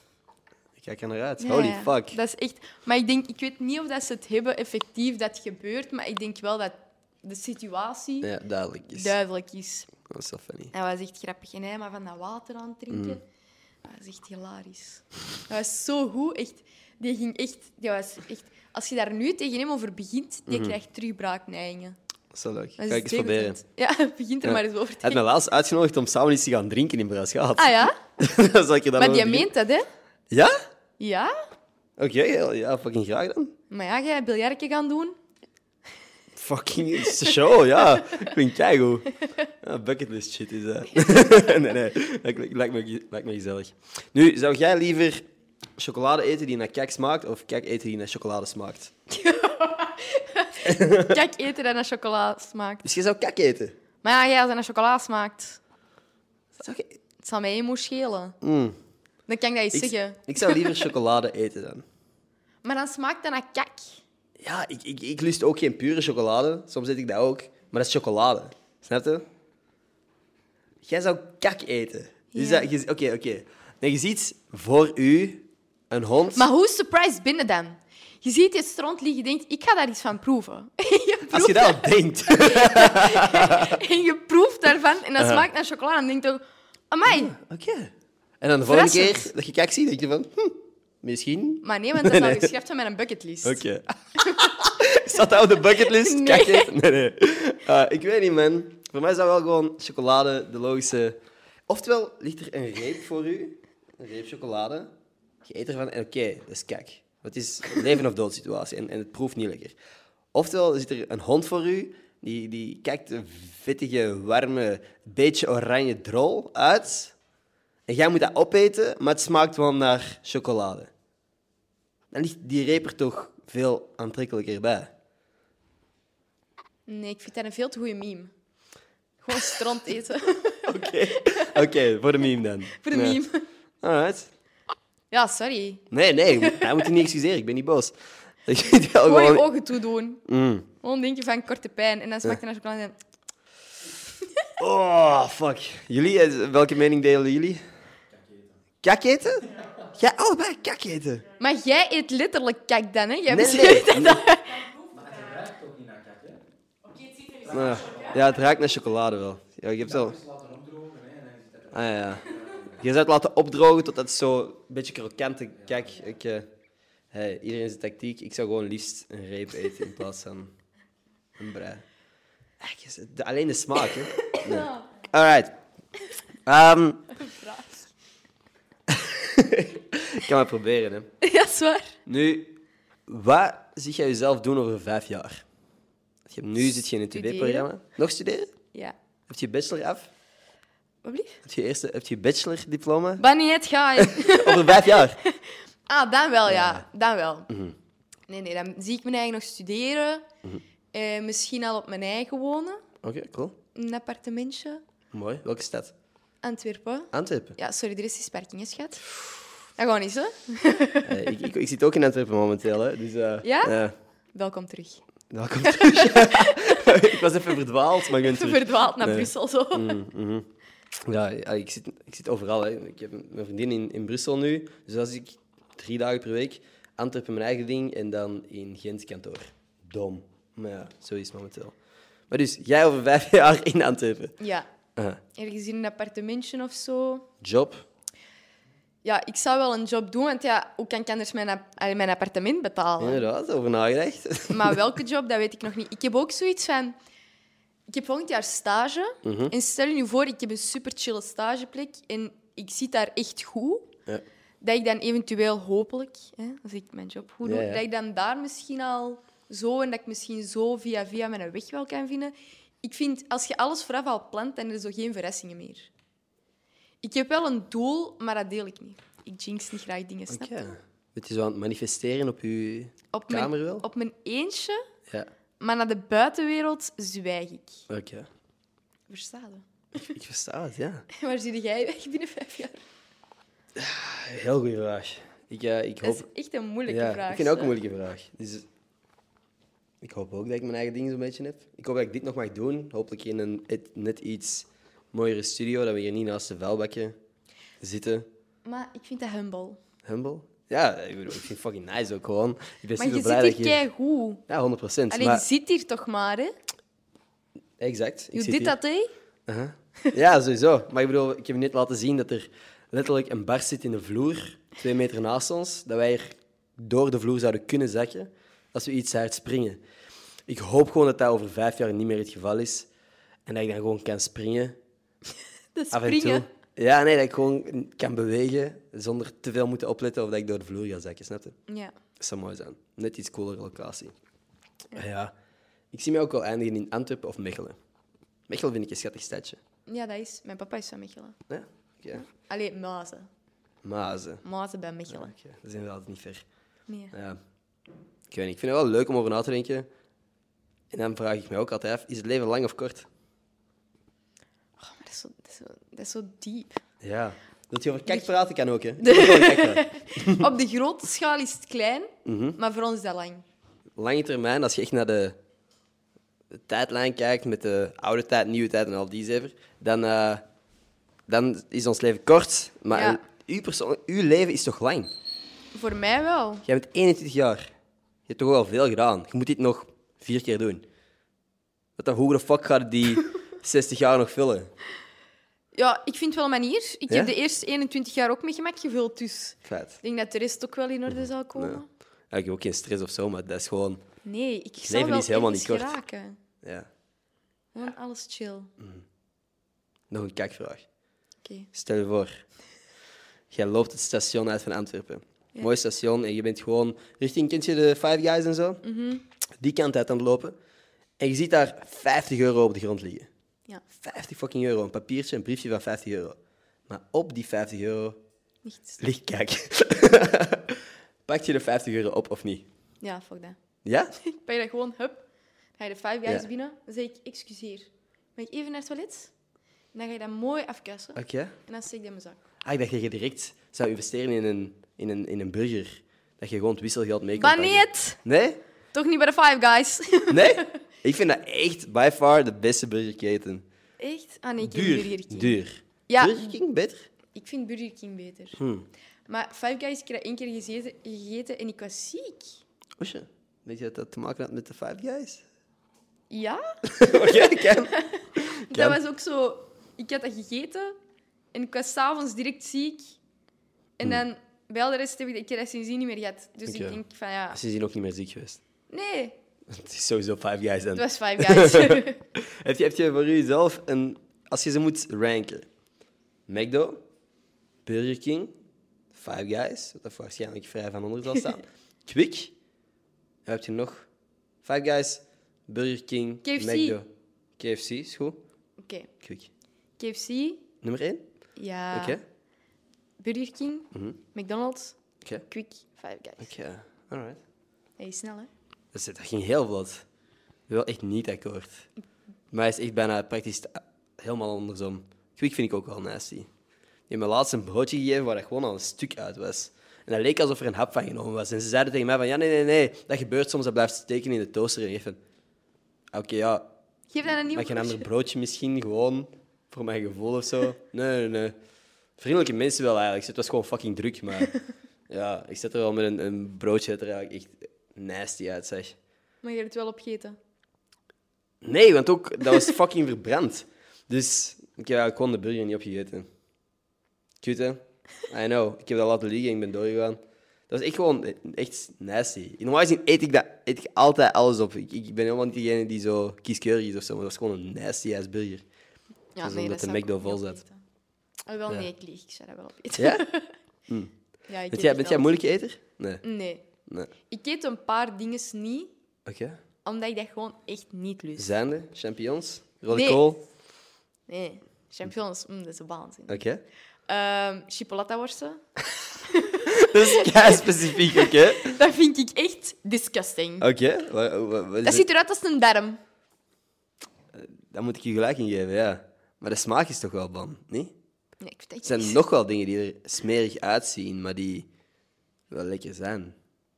B: Ik kijk er naar uit.
A: Ja,
B: Holy
A: ja.
B: fuck.
A: Dat is echt... Maar ik denk... Ik weet niet of dat ze het hebben effectief dat gebeurt, maar ik denk wel dat de situatie
B: Ja, duidelijk is.
A: duidelijk is.
B: Dat is wel funny.
A: Dat was echt grappig. En hij maar van dat water aan het
B: Mm.
A: drinken. Dat was echt hilarisch. Dat was zo goed. Echt, die ging echt, die was echt... Als je daar nu tegen hem over begint, die krijgt terug braakneigingen.
B: Dat is wel leuk. Ga
A: Dat
B: ik
A: is
B: Mhm. eens
A: zeer goed
B: proberen.
A: uit. Ja, begint er
B: Ja.
A: maar eens over
B: Hij
A: te
B: had me laatst uitgenodigd om samen iets te gaan drinken in Braaschaat.
A: Ah ja?
B: Zal ik je dan
A: Maar die
B: over beginnen?
A: meent dat, hè?
B: Ja?
A: Ja?
B: Oké, heel- ja, fucking graag dan.
A: Maar ja, jij biljartje gaan doen.
B: Fucking it's a show, ja. Ik vind keigoed. Ja, bucketlist shit is dat. nee, nee. Lijkt me, lijkt, me, lijkt me gezellig. Nu, zou jij liever chocolade eten die naar kek smaakt of kek eten die naar chocolade smaakt?
A: Kijk, eten dat naar chocola smaakt.
B: Dus je zou kek eten?
A: Maar ja, jij als dat naar chocola smaakt,
B: Zou je-
A: het zal mij één moe schelen.
B: Mm.
A: Dan kan ik dat eens
B: Ik,
A: zeggen.
B: ik zou liever chocolade eten dan.
A: Maar dan smaakt dat naar kak.
B: Ja, ik, ik, ik lust ook geen pure chocolade. Soms eet ik dat ook. Maar dat is chocolade. Snap je? Jij zou kak eten. Dus
A: Ja.
B: dat- je- Oké, oké. Nee, je ziet voor u een hond...
A: Maar hoe surprised binnen dan? Je ziet je stront liggen, je denkt, ik ga daar iets van proeven. je proeft,
B: Als je dat al denkt.
A: En je proeft daarvan en dat smaakt naar chocola. En dan denk je toch, amai.
B: Oké. En dan de volgende
A: Verrassend.
B: keer dat je kijk ziet, denk je van... Hm, misschien...
A: Maar nee, want dat is al geschreven met een bucketlist.
B: Oké. Staat dat op de bucketlist?
A: Nee.
B: Kijk het. Nee, nee. Eh, ik weet niet, man. Voor mij is dat wel gewoon chocolade de logische... Oftewel, ligt er een reep voor u. Een reep chocolade. Je eet ervan en oké, dat is kijk. Het is een leven of dood situatie en, en het proeft niet lekker. Oftewel, er zit er een hond voor u. Die, die kijkt een vettige, warme, beetje oranje drol uit. En jij moet dat opeten, maar het smaakt wel naar chocolade dan ligt die reper toch veel aantrekkelijker bij.
A: Nee, ik vind dat een veel te goede meme. Gewoon stront eten.
B: Oké, oké, voor de meme dan.
A: Voor de
B: Ja.
A: meme.
B: Alright.
A: Ja, sorry.
B: Nee, nee, hij moet je niet excuseren, ik ben niet boos. Ik vind het wel
A: Gewoon je
B: gewoon...
A: ogen toe doen.
B: Mm.
A: Gewoon denk je van korte pijn. En dan smaakt het naar chocolade. en-
B: Oh, fuck. Jullie, eh, welke mening delen jullie? Kak eten? Jij allebei kak eten.
A: Maar jij eet letterlijk kak dan, hè? Jij
B: Nee,
A: beslist
B: nee.
A: dat.
B: Nou, ja, het ruikt naar chocolade wel. Ja, je hebt wel... Ah ja, ja. Je zou het laten opdrogen totdat het zo een beetje krokante kijk. Ik, eh, hey, iedereen zijn tactiek. Ik zou gewoon liefst een reep eten in plaats van een brei. Echt, je zet- de- alleen de smaak, hè? Nee. Alright. Ehm, ik kan maar proberen, hè.
A: Ja, is waar.
B: Nu, wat zie jij jezelf doen over vijf jaar? Want Je hebt, nu zit je in een
A: Studeren.
B: TB-programma. Nog studeren?
A: Ja.
B: Heb je bachelor af?
A: Wat blieft?
B: Heb je, eerste, heb je bachelor-diploma?
A: Wanneer het gaat.
B: Over vijf jaar.
A: Ah, dan wel, ja. Dan wel.
B: Mhm.
A: Nee, nee, dan zie ik mijn eigen nog studeren. Eh, misschien al op mijn eigen wonen.
B: Oké, cool.
A: In een appartementje.
B: Mooi. Welke stad?
A: Antwerpen.
B: Antwerpen.
A: Ja, sorry, er is die parking, hè, schat. Dat gaat niet zo.
B: Eh, ik, ik, ik zit ook in Antwerpen momenteel, hè. Dus, eh,
A: Ja?
B: eh,
A: Welkom terug.
B: welkom terug. ik was even verdwaald, maar ik ben terug.
A: Verdwaald naar
B: Nee.
A: Brussel, zo.
B: Mm, mhm. Ja, ja, ik zit, ik zit overal. Hè. Ik heb mijn vriendin in, in Brussel nu. Dus als ik drie dagen per week Antwerpen mijn eigen ding en dan in Gent kantoor. Dom. Maar ja, zo is het momenteel. Maar dus, jij over vijf jaar in Antwerpen.
A: Ja.
B: Ah,
A: Ergens in een appartementje of zo.
B: job.
A: Ja, ik zou wel een job doen, want ja, hoe kan ik anders mijn, ap- allee, mijn appartement betalen?
B: Inderdaad, over nagedacht.
A: Maar welke job, dat weet ik nog niet. Ik heb ook zoiets van... Ik heb volgend jaar stage.
B: Mhm.
A: En stel je nu voor, ik heb een super chille stageplek en ik zit daar echt goed.
B: Ja.
A: Dat ik dan eventueel, hopelijk, hè, als ik mijn job goed doe,
B: Ja, ja.
A: dat ik dan daar misschien al zo en dat ik misschien zo via via mijn weg wel kan vinden. Ik vind, als je alles vooraf al plant, dan is er zo geen verrassingen meer. Ik heb wel een doel, maar dat deel ik niet. Ik jinx niet graag dingen, snap
B: Oké.
A: je?
B: Weet je zo aan het manifesteren op je
A: Op mijn,
B: kamer wel?
A: op mijn eentje
B: Ja,
A: maar naar de buitenwereld zwijg ik.
B: oké.
A: Versta je?
B: Ik versta het, ja.
A: Waar zie jij weg binnen vijf jaar?
B: Heel goede vraag. Ik, eh, ik hoop...
A: Dat is echt een moeilijke
B: ja,
A: vraag.
B: Ik vind het ook
A: zo.
B: een moeilijke vraag. Dus ik hoop ook dat ik mijn eigen ding zo'n beetje heb. Ik hoop dat ik dit nog mag doen. Hopelijk in een et- net iets mooiere studio, dat we hier niet naast de vuilbakken zitten.
A: Maar ik vind dat humble.
B: Humble. Ja, ik bedoel, ik vind het fucking nice ook gewoon. Ik ben
A: Maar
B: super
A: je
B: blij
A: zit
B: dat
A: hier
B: je... hier-
A: keigoed.
B: Ja, 100 procent.
A: Alleen je zit hier toch maar, hè?
B: Exact. Ik
A: Je
B: zit
A: dit
B: hier.
A: dat, hè?
B: Uh-huh. Ja, sowieso. Maar ik bedoel, ik heb net laten zien dat er letterlijk een bar zit in de vloer, twee meter naast ons, dat wij er door de vloer zouden kunnen zakken als we iets hard springen. Ik hoop gewoon dat dat over vijf jaar niet meer het geval is en dat ik dan gewoon kan springen.
A: Dat
B: Af en toe.
A: springen.
B: Ja, nee, dat ik gewoon kan bewegen zonder te veel moeten opletten of dat ik door de vloer ga zakken, snap je?
A: Ja.
B: Dat zou mooi zijn. Net iets coolere locatie. Ja. Ik zie mij ook wel eindigen in Antwerpen of Mechelen. Mechelen vind ik een schattig stadje.
A: ja, dat is. Mijn papa is van Mechelen.
B: Ja? Oké.
A: Allee, Mazen.
B: Mazen.
A: Mazen bij Mechelen.
B: Oké, dat is inderdaad niet ver.
A: Nee.
B: Ja. Ik weet niet, ik vind het wel leuk om over na te denken. En dan vraag ik me ook altijd af, is het leven lang of kort?
A: Oh, maar dat is zo, dat is zo, dat is zo diep.
B: Ja. Dat je over kak praten kan ook, hè? Je kan over kak praten.
A: Op de grote schaal is het klein,
B: Mhm.
A: maar voor ons is dat lang.
B: Lange termijn, als je echt naar de, de tijdlijn kijkt met de oude tijd, nieuwe tijd en al die zever, dan, eh, dan is ons leven kort. Maar
A: Ja.
B: een- uw, persoon, uw leven is toch lang?
A: Voor mij wel.
B: Jij bent 21 jaar. Je hebt toch al veel gedaan. Je moet dit nog vier keer doen. Wat dan, hoe de fuck gaat die 60 jaar nog vullen?
A: Ja, ik vind wel een manier. Ik
B: Ja?
A: heb de eerste 21 jaar ook met gemak gevuld, dus...
B: Feit.
A: Ik denk dat de rest ook wel in orde
B: Mhm.
A: zal komen.
B: Ja, ik heb ook geen stress of zo, maar dat is gewoon.
A: Nee, ik zal
B: Leven
A: wel
B: is helemaal
A: ergens
B: niet kort.
A: geraken.
B: Ja.
A: Gewoon alles chill. Oké.
B: Nog een kakvraag. Stel je voor, jij loopt het station uit van Antwerpen. Mooi station en je bent gewoon richting, kent je de Five Guys en zo? Die kant uit aan het lopen. En je ziet daar 50 euro op de grond liggen.
A: Ja,
B: 50 fucking euro, een papiertje, een briefje van 50 euro. Maar op die 50 euro
A: niets.
B: Licht kijk. Pak je de 50 euro op of niet?
A: Ja, fuck dat.
B: Ja?
A: Ik pak dat gewoon, hup. Ga je de Five Guys
B: Ja.
A: binnen, dan zeg ik, excuseer. Mag ik even naar het toilet? En dan ga je dat mooi afkussen.
B: Oké.
A: En dan steek ik dat in mijn zak.
B: Ah, ik dacht dat je direct zou investeren in een, in een, in een burger. Dat je gewoon het wisselgeld mee kan
A: Wanneer het?
B: Nee?
A: Toch niet bij de Five Guys.
B: Nee? ik vind dat echt by far de beste burgerketen.
A: Echt? Ah nee, ik heb
B: Duur.
A: Burger King.
B: Duur.
A: Ja.
B: Burger King beter? Hm.
A: Ik vind Burger King beter. Maar Five Guys, ik heb dat één keer gezeten, gegeten en ik was ziek.
B: Oesje, weet je dat dat te maken had met de Five Guys?
A: Ja?
B: Oké, ken.
A: Dat was ook zo... Ik had dat gegeten en ik was s'avonds direct ziek. En dan, bij al de rest heb ik, dat- ik heb dat sindsdien niet meer gehad. Dus
B: Hmm. Oké.
A: ik denk van ja...
B: Sindsdien ook niet meer ziek geweest.
A: Nee,
B: Het is sowieso Five Guys dan.
A: het was Five Guys.
B: Heb je, heb je voor jezelf een... Als je ze moet ranken. McDo, Burger King, Five Guys, wat er waarschijnlijk vrij van onder zal staan. Quick. Dan heb je nog Five Guys, Burger King,
A: KFC.
B: McDo. KFC is goed.
A: Oké.
B: Quick.
A: KFC,
B: Nummer 1?
A: ja.
B: Oké.
A: Burger King, McDonald's,
B: Oké.
A: Quick, Five Guys.
B: Oké, alright.
A: Hey, snel, hè?
B: Dus dat ging heel vlot. Wel echt niet akkoord. Maar hij is echt bijna praktisch te- helemaal andersom. Quick vind ik ook wel nasty. Die heeft me laatst een broodje gegeven waar dat gewoon al een stuk uit was. En dat leek alsof er een hap van genomen was. En ze zeiden tegen mij van, ja, nee, nee, nee, dat gebeurt soms, dat blijft steken in de toaster. En ik dacht van, oké, ja,
A: Geef dan een nieuw
B: mag je een ander
A: broodje.
B: broodje misschien, gewoon, voor mijn gevoel of zo. Nee, nee, nee. Vriendelijke mensen wel eigenlijk. Het was gewoon fucking druk, maar ja, ik zat er wel met een, een broodje dat er eigenlijk echt nasty uitzag.
A: Maar je hebt het wel opgegeten.
B: Nee, want ook, dat was fucking verbrand. Dus ik heb eigenlijk gewoon de burger niet opgegeten. Cute, hè? I know. Ik heb dat laten liggen en ik ben doorgegaan. Dat was echt gewoon echt nasty. Normaal gezien eet ik, dat, eet ik altijd alles op. Ik, ik ben helemaal niet degene die zo kieskeurig is of zo, maar dat was gewoon een nasty-ass burger.
A: Ja,
B: is omdat de
A: zou ik
B: McDo
A: ook niet
B: vol zat.
A: opeten. Ah, wel,
B: Ja.
A: nee, ik lieg. Ik zou dat wel opeten.
B: Ja?
A: Ja, ik
B: Bent
A: eet
B: jij,
A: echt
B: bent jij een
A: alles.
B: moeilijke eter? Nee.
A: Nee.
B: nee.
A: Ik eet een paar dingen niet,
B: Oké.
A: omdat ik dat gewoon echt niet lust.
B: Zijn er champignons? Rode
A: Nee.
B: kool? Oké.
A: Nee. Champignons, mm, dat is waanzin.
B: Eh.
A: Ehm Chipolata-worsten,
B: Dat is kei specifiek, oké?
A: dat vind ik echt
B: Eh,
A: disgusting.
B: Oké. wa- wa- wat
A: Dat
B: is het?
A: ziet eruit als een darm.
B: Daar moet ik je gelijk in geven, ja. Maar de smaak is toch wel van, niet?
A: Nee, ik vind dat
B: Er zijn nog wel dingen die er smerig uitzien, maar die wel lekker zijn.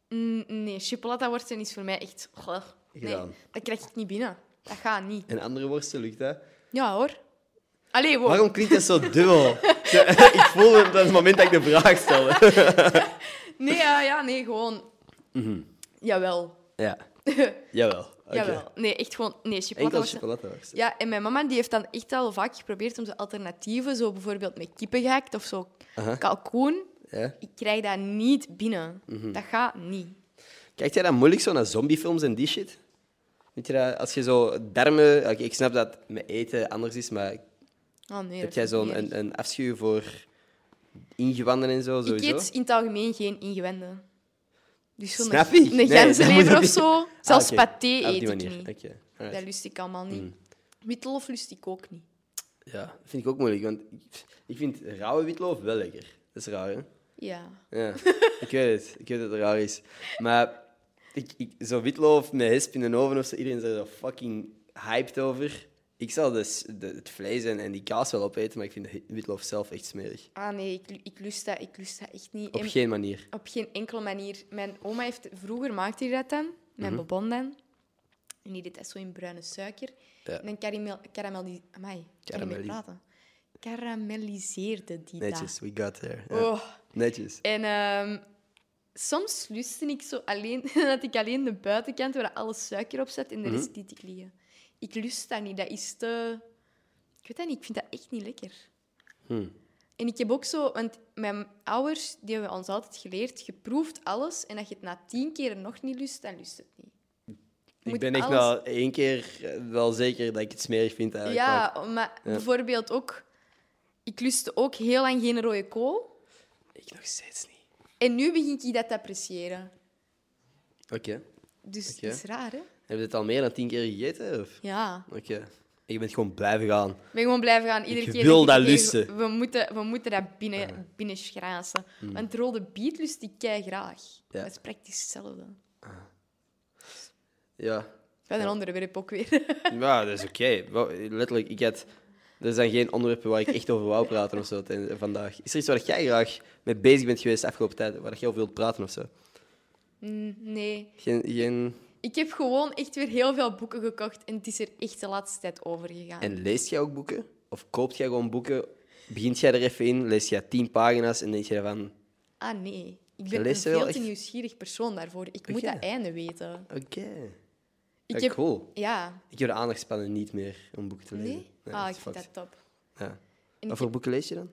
A: Mm, Nee, chipolata-worsten is voor mij echt... Goh, nee,
B: Gedaan.
A: dat krijg ik niet binnen. Dat gaat niet.
B: En andere worsten lukt dat.
A: Ja, hoor. Allee, wow.
B: Waarom klinkt dat zo dubbel? ik voel het op het moment dat ik de vraag stel.
A: Nee, ja, ja, nee, gewoon...
B: Mhm.
A: Jawel.
B: ja. Jawel. oké.
A: Jawel. Nee, echt gewoon... Nee,
B: Enkel
A: chipolata-worsten...
B: chocoladeworsten.
A: Ja, en mijn mama die heeft dan echt al vaak geprobeerd om zo alternatieven, zo bijvoorbeeld met kippen gehakt of zo
B: Aha.
A: kalkoen.
B: Ja.
A: Ik krijg dat niet binnen.
B: Mhm.
A: Dat gaat niet.
B: Kijkt jij dan moeilijk zo naar zombiefilms en die shit? Weet je dat, als je zo darmen... oké, ik snap dat het met eten anders is, maar
A: Oh nee, dat vind
B: heb jij
A: ik niet
B: zo'n
A: erg.
B: een, een afschuw voor ingewanden en zo?
A: Ik
B: Sowieso?
A: eet in het algemeen geen ingewenden. Dus zo'n
B: Snap ik? Nee,
A: een
B: dat moet
A: ganzenlever
B: je
A: of
B: niet.
A: zo. Zelfs
B: Ah, oké.
A: paté
B: Ah, op
A: eet
B: die
A: ik
B: manier.
A: niet.
B: Oké, Mm. alright.
A: Dat lust ik allemaal niet. Witlof lust ik ook niet.
B: Ja, dat vind ik ook moeilijk, want ik- ik vind rauwe witloof wel lekker. Dat is raar, hè?
A: Ja.
B: Ja, ik weet het. Ik weet dat het raar is. Maar ik, ik, zo witloof met hesp in de oven of zo, iedereen is er zo fucking hyped over. Ik zal dus de, het vlees en, en die kaas wel opeten, maar ik vind de witloof zelf echt smerig.
A: Ah nee, ik, ik, lust, dat, ik lust dat echt niet.
B: Op
A: En-
B: geen manier.
A: op geen enkele manier. Mijn oma heeft vroeger maakte hij dat dan, mijn
B: Mhm.
A: bobon dan. En die deed dat zo in bruine suiker.
B: Ja.
A: En dan karamel, karameli, amai, kan niet meer
B: Karamelli-
A: praten. Karamelliseerde die
B: Netjes, we got there.
A: dat.
B: Ja.
A: Oh.
B: Netjes.
A: En ehm, soms lustte ik zo alleen, dat ik alleen de buitenkant waar alles suiker op zat en de
B: Mhm.
A: rest liet ik liggen. Ik lust dat niet, dat is te... Ik weet dat niet, ik vind dat echt niet lekker.
B: Hmm.
A: En ik heb ook zo, want mijn ouders die hebben ons altijd geleerd: je proeft alles en als je het na tien keer nog niet lust, dan lust het niet. Je
B: Ik
A: moet
B: ben echt
A: alles-
B: wel één keer eh, wel zeker dat ik het smerig vind eigenlijk.
A: Ja, maar bijvoorbeeld ook, ik lustte ook heel lang geen rode kool
B: wel. Ik nog steeds niet.
A: en nu begin ik dat te appreciëren.
B: Oké.
A: Dus
B: Oké.
A: het is raar, hè?
B: Heb je het al meer dan tien keer gegeten? Of?
A: Ja.
B: Oké. Je bent gewoon blijven gaan.
A: Ik ben gewoon blijven gaan. Iedere
B: Ik
A: keer
B: wil
A: denk
B: dat Ah,
A: "Oké,
B: lusten."
A: We moeten, we moeten dat binnen, binnen schrazen. Want rode biet lust ik kei graag.
B: Hmm. Ja.
A: Dat is praktisch hetzelfde.
B: Ja.
A: Bij een
B: Ja.
A: andere werp ook weer.
B: Ja, dat is oké. Wel, Letterlijk, ik had... Er zijn geen onderwerpen waar ik echt over wou praten of zo ten- vandaag. Is er iets waar jij graag mee bezig bent geweest de afgelopen tijd? Waar jij over wilt praten of zo?
A: Mm, nee.
B: Geen... geen...
A: Ik heb gewoon echt weer heel veel boeken gekocht en het is er echt de laatste tijd over gegaan.
B: En leest jij ook boeken? Of koopt jij gewoon boeken? Begint jij er even in? Lees jij tien pagina's en denk je van...
A: Ah, nee. Ik
B: Je
A: ben een
B: leest er wel
A: veel te
B: echt-
A: nieuwsgierig persoon daarvoor. Ik moet
B: Oké.
A: dat einde weten.
B: Oké.
A: Ik
B: Ja,
A: heb...
B: Cool.
A: Ja.
B: Ik heb de aandachtspannen niet meer om boeken te lezen.
A: Nee? Ah, ik vind
B: fucked.
A: dat top.
B: Ja.
A: En
B: Wat voor boeken lees je dan?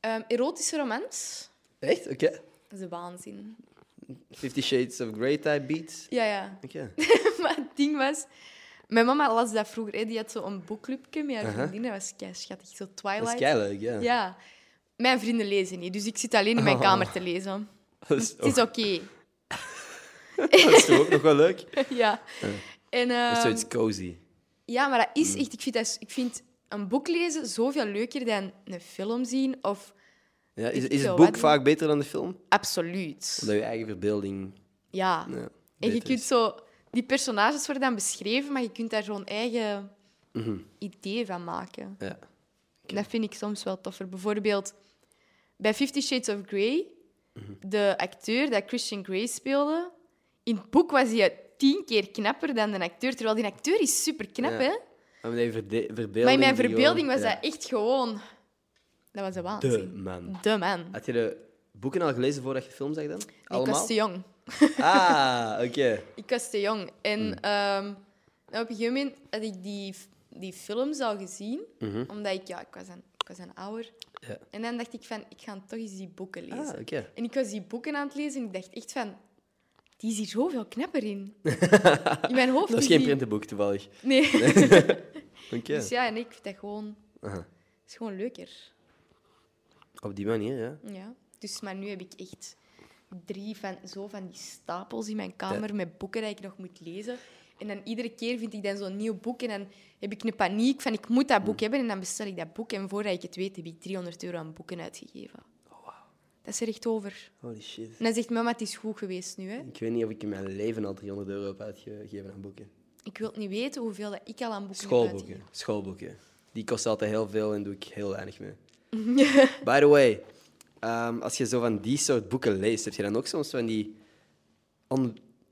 A: Ehm, erotische romans?
B: Echt? Oké.
A: Dat is de waanzin.
B: Fifty Shades of Grey type beats.
A: Ja, ja.
B: Oké.
A: maar het ding was... Mijn mama las dat vroeger. hè. Die had zo'n boekclubje met haar
B: Aha.
A: vriendinnen. Dat was kei schattig. Zo
B: Dat is
A: Twilight.
B: keileuk, ja.
A: Ja. Mijn vrienden lezen niet, dus ik zit alleen in mijn
B: Oh.
A: kamer te lezen.
B: Dat is,
A: Het is
B: ook,
A: oké.
B: dat is toch ook nog wel leuk?
A: ja. En,
B: Dat
A: ehm,
B: is zoiets Mm. cozy.
A: ja, maar dat is echt... Ik vind, dat, ik vind een boek lezen zoveel leuker dan een film zien. Of
B: Ja, is,
A: ik
B: is het
A: veel
B: boek
A: wat-
B: vaak beter dan de film?
A: absoluut.
B: Omdat je eigen verbeelding...
A: Ja.
B: Ja,
A: en je
B: beter
A: kunt
B: is.
A: zo... Die personages worden dan beschreven, maar je kunt daar zo'n eigen
B: Mhm.
A: idee van maken.
B: Ja.
A: Dat vind ik soms wel toffer. Bijvoorbeeld bij Fifty Shades of Grey,
B: Mhm.
A: de acteur dat Christian Grey speelde, in het boek was hij tien keer knapper dan de acteur. Terwijl die acteur is super knap,
B: Ja.
A: hè?
B: Maar in je verde- verbeelding...
A: Maar in mijn
B: die gewoon-
A: verbeelding was
B: ja.
A: dat echt gewoon. Dat was de
B: De
A: waanzin.
B: man.
A: De man. Nee,
B: Had je de boeken al gelezen voordat je film zag dan?
A: ik was
B: Allemaal?
A: te jong.
B: Ah, oké.
A: Ik was te jong. En
B: Mm.
A: ehm, dan op een gegeven moment had ik die, die films al gezien, omdat ik, ja, ik was een, ik was een ouder.
B: Mhm. Ja.
A: En dan dacht ik van, ik ga toch eens die boeken lezen.
B: Ah, oké.
A: En ik was die boeken aan het lezen en ik dacht echt van... Die is hier zoveel knapper in. In mijn hoofd
B: Dat is
A: is
B: geen
A: die-
B: printenboek toevallig.
A: Nee.
B: Oké.
A: Dus ja, en ik vind dat gewoon...
B: Aha.
A: is gewoon leuker.
B: Op die manier, ja.
A: Ja. Dus, maar nu heb ik echt drie van, zo van die stapels in mijn kamer met boeken die ik nog moet lezen. En dan iedere keer vind ik dan zo'n nieuw boek en dan heb ik een paniek van ik moet dat boek hebben en dan bestel ik dat boek. En voordat ik het weet heb ik 300 euro aan boeken uitgegeven. Dat is er echt over.
B: Holy shit.
A: En dan zegt mama, het is goed geweest nu, hè.
B: Ik weet niet of ik in mijn leven al 300 euro heb uitgegeven aan boeken.
A: Ik wil niet weten hoeveel dat ik al aan boeken heb
B: Schoolboeken. Schoolboeken. Die kosten altijd heel veel en doe ik heel weinig mee. By the way, ehm, als je zo van die soort boeken leest, heb je dan ook soms van die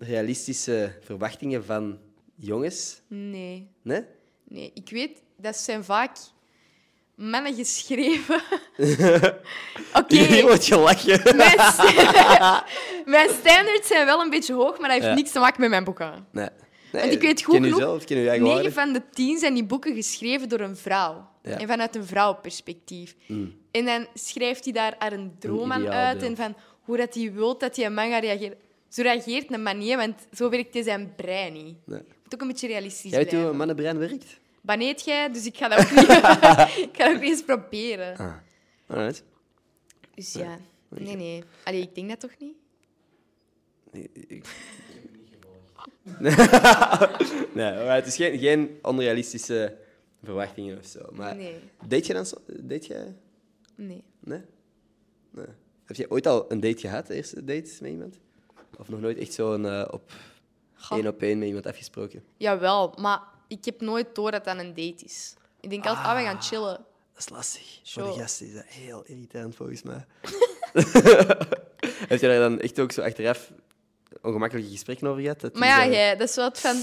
B: onrealistische verwachtingen van jongens?
A: Nee,
B: Nee?
A: nee. Ik weet, dat zijn vaak mannen geschreven. Oké,
B: Hier wordt gelachen.
A: mijn, sta- mijn standards zijn wel een beetje hoog, maar dat heeft
B: Ja.
A: niks te maken met mijn boeken.
B: Nee.
A: Want ik weet goed
B: Ken
A: genoeg,
B: jezelf, ken je eigen
A: 9
B: waarde.
A: van de 10 zijn die boeken geschreven door een vrouw.
B: Ja. Mm.
A: En vanuit een vrouwperspectief. En dan schrijft hij daar haar een droom aan uit
B: ideaalbeeld.
A: en van hoe dat hij wil dat hij een man gaat reageren. Zo reageert een man niet, want zo werkt hij zijn brein niet.
B: Nee.
A: Je moet ook een beetje realistisch
B: Jij weet hoe
A: blijven.
B: een mannenbrein werkt?
A: baneet jij, dus ik ga dat ook niet, ik ga dat ook niet eens proberen.
B: Ah. Alright.
A: Dus ja, nee, nee. Allee, ik denk dat toch niet?
B: Ik- ik- nee, alright, het is geen, geen onrealistische verwachtingen of zo. Maar
A: Nee.
B: deed je dan zo? Deed je?
A: Nee.
B: Nee? nee? Heb je ooit al een date gehad, de eerste date met iemand? Of nog nooit echt zo'n eh, op
A: Goh.
B: één op één met iemand afgesproken?
A: Jawel, maar ik heb nooit door dat dat een date is. Ik denk altijd, ah, we gaan chillen.
B: Dat is lastig. Voor
A: Zo.
B: de gasten is dat heel irritant, volgens mij. Heb je daar dan echt ook zo achteraf ongemakkelijke gesprekken over gehad? Dat die
A: Maar ja,
B: zo-
A: jij, dat is wel het van...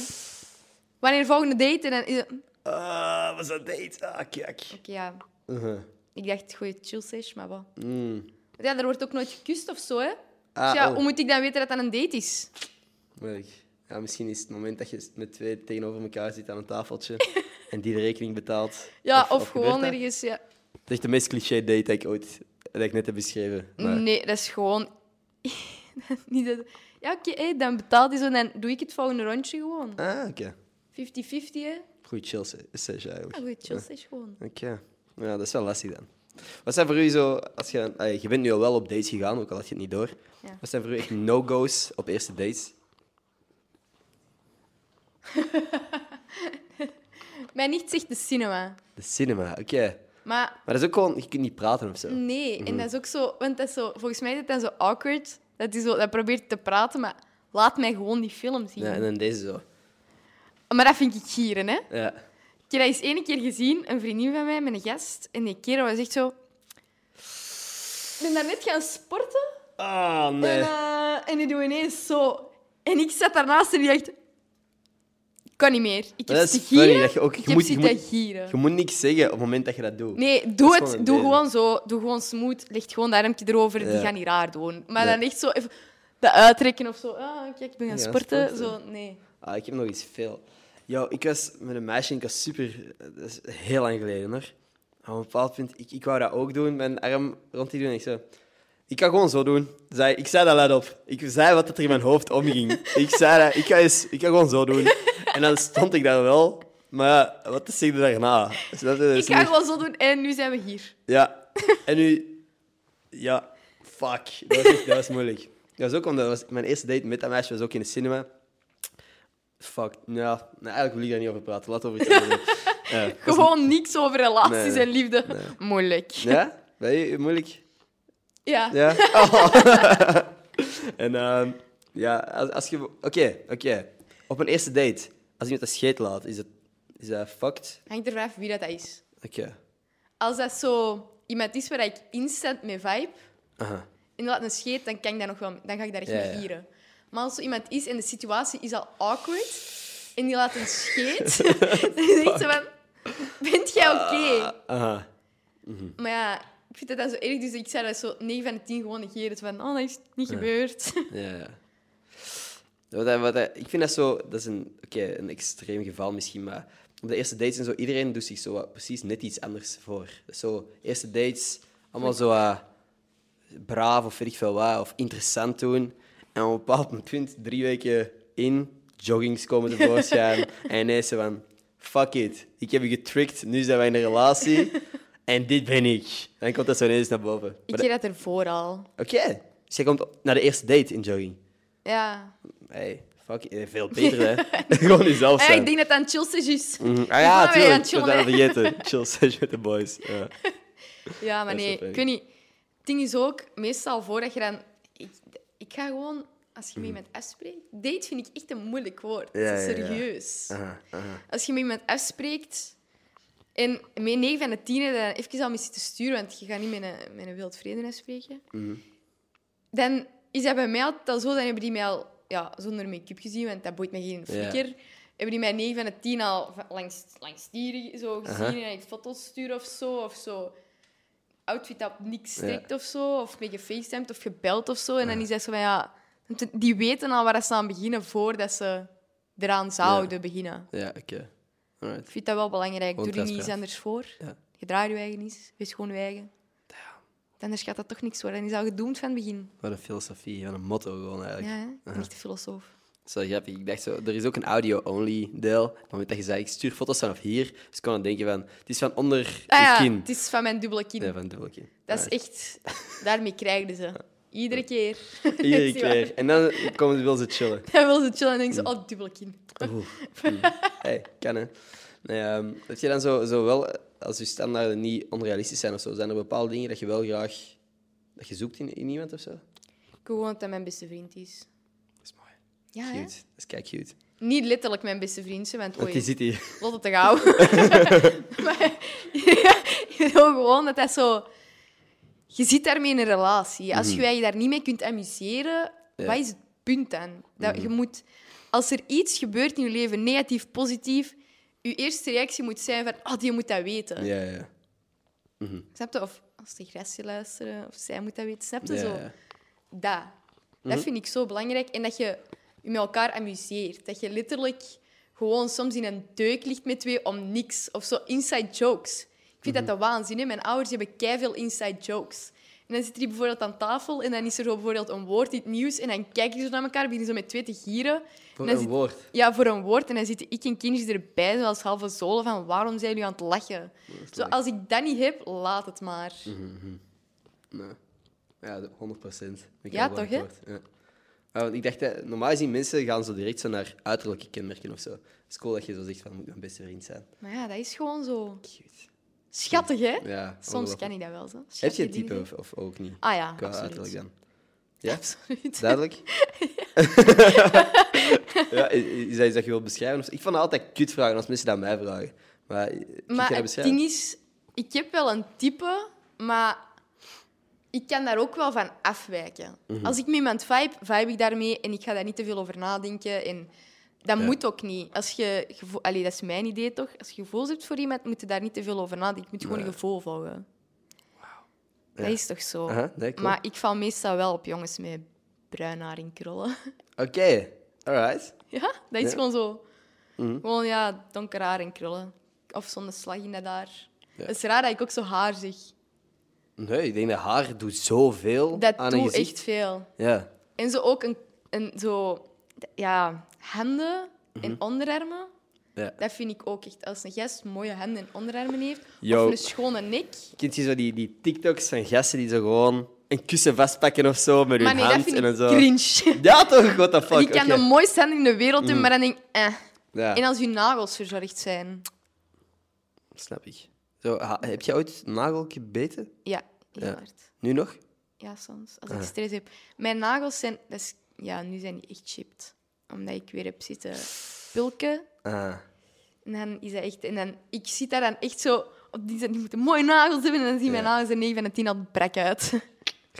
A: Wanneer volgende date? En dan is het- Oké,
B: Ah, was dat date? Ah, kijk.
A: ja.
B: Uh-huh.
A: Ik dacht, goeie chill session, maar wat.
B: Mm.
A: Want Ja, er wordt ook nooit gekust of zo, hè.
B: Ah,
A: dus ja,
B: oh.
A: hoe moet ik dan weten dat dat een date is?
B: Moeilijk. Ja, misschien is het moment dat je met twee tegenover elkaar zit aan een tafeltje en die de rekening betaalt.
A: Ja, of,
B: gebeurt
A: gewoon
B: dat?
A: ergens... Ja.
B: Het is echt de meest cliché date dat ik ooit dat ik net heb beschreven. Maar
A: Nee, dat is gewoon... niet dat... Ja, oké, hé, dan betaalt hij zo en dan doe ik het volgende rondje gewoon. 50-50,
B: Ah, oké.
A: hè.
B: Goed chill se- session eigenlijk.
A: Ja, goed, chill session gewoon.
B: Oké. Ja, dat is wel lastig dan. Wat zijn voor u zo, als je, ah, je bent nu al wel op dates gegaan, ook al had je het niet door.
A: Ja.
B: Wat zijn voor u echt no-go's op eerste dates?
A: Mijn nicht zegt de cinema.
B: De cinema, oké.
A: Maar
B: Maar dat is ook gewoon, je kunt niet praten of zo.
A: nee, en dat is ook zo... Want dat is zo, volgens mij is het dan zo awkward. Dat hij zo dat probeert te praten, maar laat mij gewoon die film zien.
B: Ja, en dan deze zo.
A: Maar dat vind ik gieren, hè.
B: Ja.
A: Ik heb dat eens één keer gezien, een vriendin van mij met een gast. En die kerel was echt zo... Ik ben daarnet gaan sporten
B: Ah,
A: en,
B: nee.
A: eh, en die doet ineens zo. En ik zat daarnaast en die dacht... kan niet meer. Ik
B: Maar
A: heb
B: dat
A: zitten
B: is funny.
A: gieren.
B: Dat je, ook, je,
A: Ik heb
B: moet, je,
A: zitten
B: moet,
A: gieren.
B: je moet niks zeggen op het moment dat je dat doet.
A: Nee,
B: Dat
A: doe
B: is
A: het.
B: gewoon een
A: doe
B: deel.
A: gewoon zo. Doe gewoon smooth. Leg gewoon dat armpje erover. Die
B: Ja.
A: gaan niet raar doen. Maar
B: Ja.
A: dan echt zo even dat uittrekken of zo. Ah, kijk, ik ben gaan
B: Ja,
A: sporten.
B: sporten.
A: Zo, nee.
B: Ah, ik heb nog iets veel. Yo, ik was met een meisje, ik was super... Dat is heel lang geleden, hoor. Op een bepaald punt, ik, ik wou dat ook doen, mijn arm rond die doen. En ik zei, ik kan gewoon zo doen. Zei, ik zei dat luid op. Ik zei wat er in mijn hoofd omging. ik zei dat, ik kan, eens, ik kan gewoon zo doen. En dan stond ik daar wel. Maar ja, wat zeg je daarna? Snap je? Dat is
A: Ik ga
B: niet-
A: gewoon zo doen en nu zijn we hier.
B: Ja. En nu... Ja, fuck. Dat was, echt- dat was moeilijk. Dat was ook omdat dat was, mijn eerste date met dat meisje was ook in de cinema. Fuck. Nou, nou eigenlijk wil ik daar niet over praten. Laat over iets anders doen. Ja. dat was-
A: Gewoon niks over relaties
B: Nee, nee,
A: en liefde. Moeilijk.
B: Ja? Ben je moeilijk?
A: Ja.
B: Ja. Oh. en ehm, ja, als, als je... Oké, oké. Op een eerste date, als iemand een scheet laat, is dat, is dat fucked?
A: Hangt er vanaf wie dat dat is.
B: Oké.
A: Als dat zo iemand is waar ik instant mee vibe,
B: Aha.
A: inderdaad een scheet, dan, kan ik dat nog wel, dan ga ik daar echt
B: Ja,
A: mee
B: ja.
A: gieren. Maar als zo iemand is en de situatie is al awkward en die laat een scheet, dan denk ik zo van... Vind jij
B: Ah.
A: oké?
B: Aha.
A: Maar ja, ik vind dat dan zo erg, dus ik zei dat zo 9 van de 10 gewoon negeren. Zo van, oh, dat is niet gebeurd.
B: Ja, ja. Wat hij- wat hij- ik vind dat zo... Dat is een, oké, een extreem geval misschien, maar op de eerste dates en zo, iedereen doet zich zo wat- precies net iets anders voor. Dus zo, eerste dates, allemaal zo eh, braaf of weet ik veel wat, of interessant doen. En op een bepaald punt, drie weken in, joggings komen tevoorschijn. en ineens zo van, fuck it, ik heb je getricked, nu zijn wij in een relatie. en dit ben ik. Dan komt dat zo ineens naar boven.
A: Ik
B: Maar
A: deed dat ervoor al.
B: dat- Oké, dus jij komt naar de eerste date in jogging.
A: Ja.
B: Hey, fuck, eh, veel beter, hè? Gewoon jezelf
A: Eh,
B: zijn.
A: ik denk dat dat een chill sessie is.
B: Mm, ah
A: ben
B: ja,
A: weer aan
B: tuurlijk.
A: het
B: Ik heb dat vergeten. Chill session met de boys. Ja.
A: Ja, maar
B: Dat is
A: nee,
B: wel
A: ik
B: fijn.
A: weet niet. Het ding is ook, meestal voordat je dan... Ik, ik ga gewoon, als je met iemand afspreekt... Date vind ik echt een moeilijk woord.
B: Mhm. Ja,
A: Het is
B: ja, ja. Ah.
A: serieus.
B: Aha, aha.
A: Als je met iemand afspreekt... En met 9 van de 10 dan even al mee zitten sturen, want je gaat niet met een, met een wild vrede afspreken.
B: Mhm.
A: Dan is dat bij mij altijd al zo, dan hebben die mij al ja, zonder make-up gezien, want dat boeit mij geen
B: Ja.
A: flikker. Hebben die mij 9 van de 10 al va- langs, langs dieren zo gezien
B: Aha.
A: en ik foto's sturen of zo, of zo outfit dat op niks
B: Ja.
A: trekt of zo, of mee gefacetimed of gebeld of zo. En dan is dat zo van ja, want die weten al waar ze aan beginnen voordat ze eraan zouden beginnen.
B: Ja, oké. Alright.
A: Ik vind dat wel belangrijk.
B: Gewoon
A: Doe er niet iets
B: transparant.
A: anders voor.
B: Ja.
A: Je draait je eigen niet, wees gewoon je eigen. Anders gaat dat toch niks worden. Dan is al gedoemd van het begin.
B: Wat een filosofie, wat een motto gewoon eigenlijk.
A: Ja, hè? Ik ben echt een filosoof.
B: Zo grappig. Ik dacht zo, er is ook een audio-only deel. Op het moment dat je zei, ik stuur foto's vanaf hier. Dus ik kon dan denken van, het is van onder
A: Ah
B: je
A: ja,
B: kin.
A: het is van mijn dubbele kin.
B: Nee, van dubbel kin.
A: Dat is echt... Daarmee krijgen ze. Iedere keer.
B: Iedere
A: Is niet waar.
B: keer. Mm. En dan komen ze wel ze chillen.
A: Dan wil ze chillen en denken ze, oh, dubbele kin.
B: Oeh. Hm. Hey, kan hè. Nee, ehm, dat je dan zo, zo wel, eh, als je standaarden niet onrealistisch zijn of zo, zijn er bepaalde dingen dat je wel graag dat je zoekt in, in iemand of zo? Dat
A: Ik wil gewoon dat dat mijn beste vriend is.
B: is mooi.
A: Ah, Ja,
B: Cute.
A: hè?
B: Dat is kijk cute.
A: Niet letterlijk mijn beste vriendje, want
B: Want die
A: oei,
B: zit hier.
A: Lotte te gauw. maar je wil gewoon dat dat zo... Je zit daarmee in een relatie. Als je je daar niet mee kunt amuseren,
B: Mhm. Ja. Mhm.
A: wat is het punt dan? Dat je moet, als er iets gebeurt in je leven, negatief, positief, je eerste reactie moet zijn van, oh, die moet dat weten.
B: Ja, ja, ja.
A: Snap je? Of als de grasje luisteren, of zij moet dat weten. Snap je
B: Ja,
A: zo?
B: ja.
A: Dat.
B: Mhm.
A: Dat vind ik zo belangrijk. En dat je je met elkaar amuseert. Dat je letterlijk gewoon soms in een deuk ligt met twee om niks. Of zo inside jokes. Ik vind
B: Mhm.
A: dat dat waanzin. Hè? Mijn ouders hebben keiveel inside jokes. En dan zit hij bijvoorbeeld aan tafel en dan is er zo bijvoorbeeld een woord in het nieuws. En dan kijken ze naar elkaar, beginnen zo met twee te gieren.
B: Voor
A: En dan
B: een
A: zit-
B: woord.
A: Ja, voor een woord. En dan zitten ik en kindjes erbij, zoals halve zolen, van waarom zijn jullie aan het lachen? Zo, als ik dat niet heb, laat het maar.
B: Mhm. Nee. Ja, 100 procent.
A: Ja, toch, hè?
B: Ja. Ja, want ik dacht, dat- normaal gezien mensen gaan zo direct zo naar uiterlijke kenmerken of zo. Het is cool dat je zo zegt van, moet mijn beste vriend zijn.
A: Maar ja, dat is gewoon zo.
B: Cute.
A: Schattig, hè?
B: Ja,
A: Soms
B: ik
A: kan ik dat wel, zo.
B: Heb je
A: Schattige
B: een type
A: dingen.
B: of, of ook niet?
A: Ah ja,
B: Qua
A: absoluut.
B: uiterlijk dan? Ja?
A: Absoluut.
B: Duidelijk? ja, is, is dat iets dat je wilt beschrijven? of zo? Ik vond het altijd kut vragen als mensen dat aan mij vragen. Maar, eh, kun je
A: Maar
B: dat
A: het
B: beschrijven?
A: ding is, ik heb wel een type, maar ik kan daar ook wel van
B: Mhm.
A: afwijken. Als ik met iemand vibe, vibe ik daarmee en ik ga daar niet te veel over nadenken. En Dat
B: Ja.
A: moet ook niet. Als je gevo- Allee, dat is mijn idee toch? Als je gevoelens hebt voor iemand, moet je daar niet te veel over nadenken. Je moet gewoon
B: Nee.
A: je gevoel volgen. Dat
B: Ja.
A: is toch zo?
B: Aha, nee, klopt.
A: maar ik val meestal wel op jongens met bruin haar in krullen.
B: Oké, alright.
A: ja, dat is
B: Ja. Mhm.
A: gewoon zo. Gewoon ja, donker haar en krullen. Of zo'n slag in dat haar.
B: Ja.
A: Het is raar dat ik ook zo haar zeg.
B: Nee, ik denk dat haar doet zoveel
A: Dat
B: aan een
A: doet
B: gezicht.
A: echt veel.
B: Ja.
A: En zo ook een, een zo, ja, handen
B: Mhm.
A: en onderarmen.
B: ja.
A: Dat vind ik ook echt. Als een gast mooie handen en onderarmen heeft,
B: Yo.
A: of een schone nek.
B: Kent je zo die, die TikToks van gasten die zo gewoon een kussen vastpakken of zo met
A: Maar
B: hun
A: nee, dat
B: hand
A: vind
B: en dan
A: ik
B: zo.
A: cringe.
B: Ja, toch? What the fuck?
A: Die kan
B: Oké. Mhm.
A: de mooiste hand in de wereld doen, maar dan denk ik, eh.
B: Ja,
A: En als je nagels verzorgd zijn.
B: snap ik. Zo, ha- heb je ooit een nagel gebeten?
A: Ja, heel
B: Ja.
A: hard.
B: Nu nog?
A: Ja, soms. Als ik
B: Ah.
A: stress heb. Mijn nagels zijn... Dat is, ja, nu zijn die echt chipped. Omdat ik weer heb zitten pulken.
B: Ah.
A: En dan is dat echt... En dan, ik zit daar dan echt zo... Op die, die moeten mooie nagels hebben. En dan zien mijn
B: Ja.
A: nagels er 9 van de 10 al brak uit.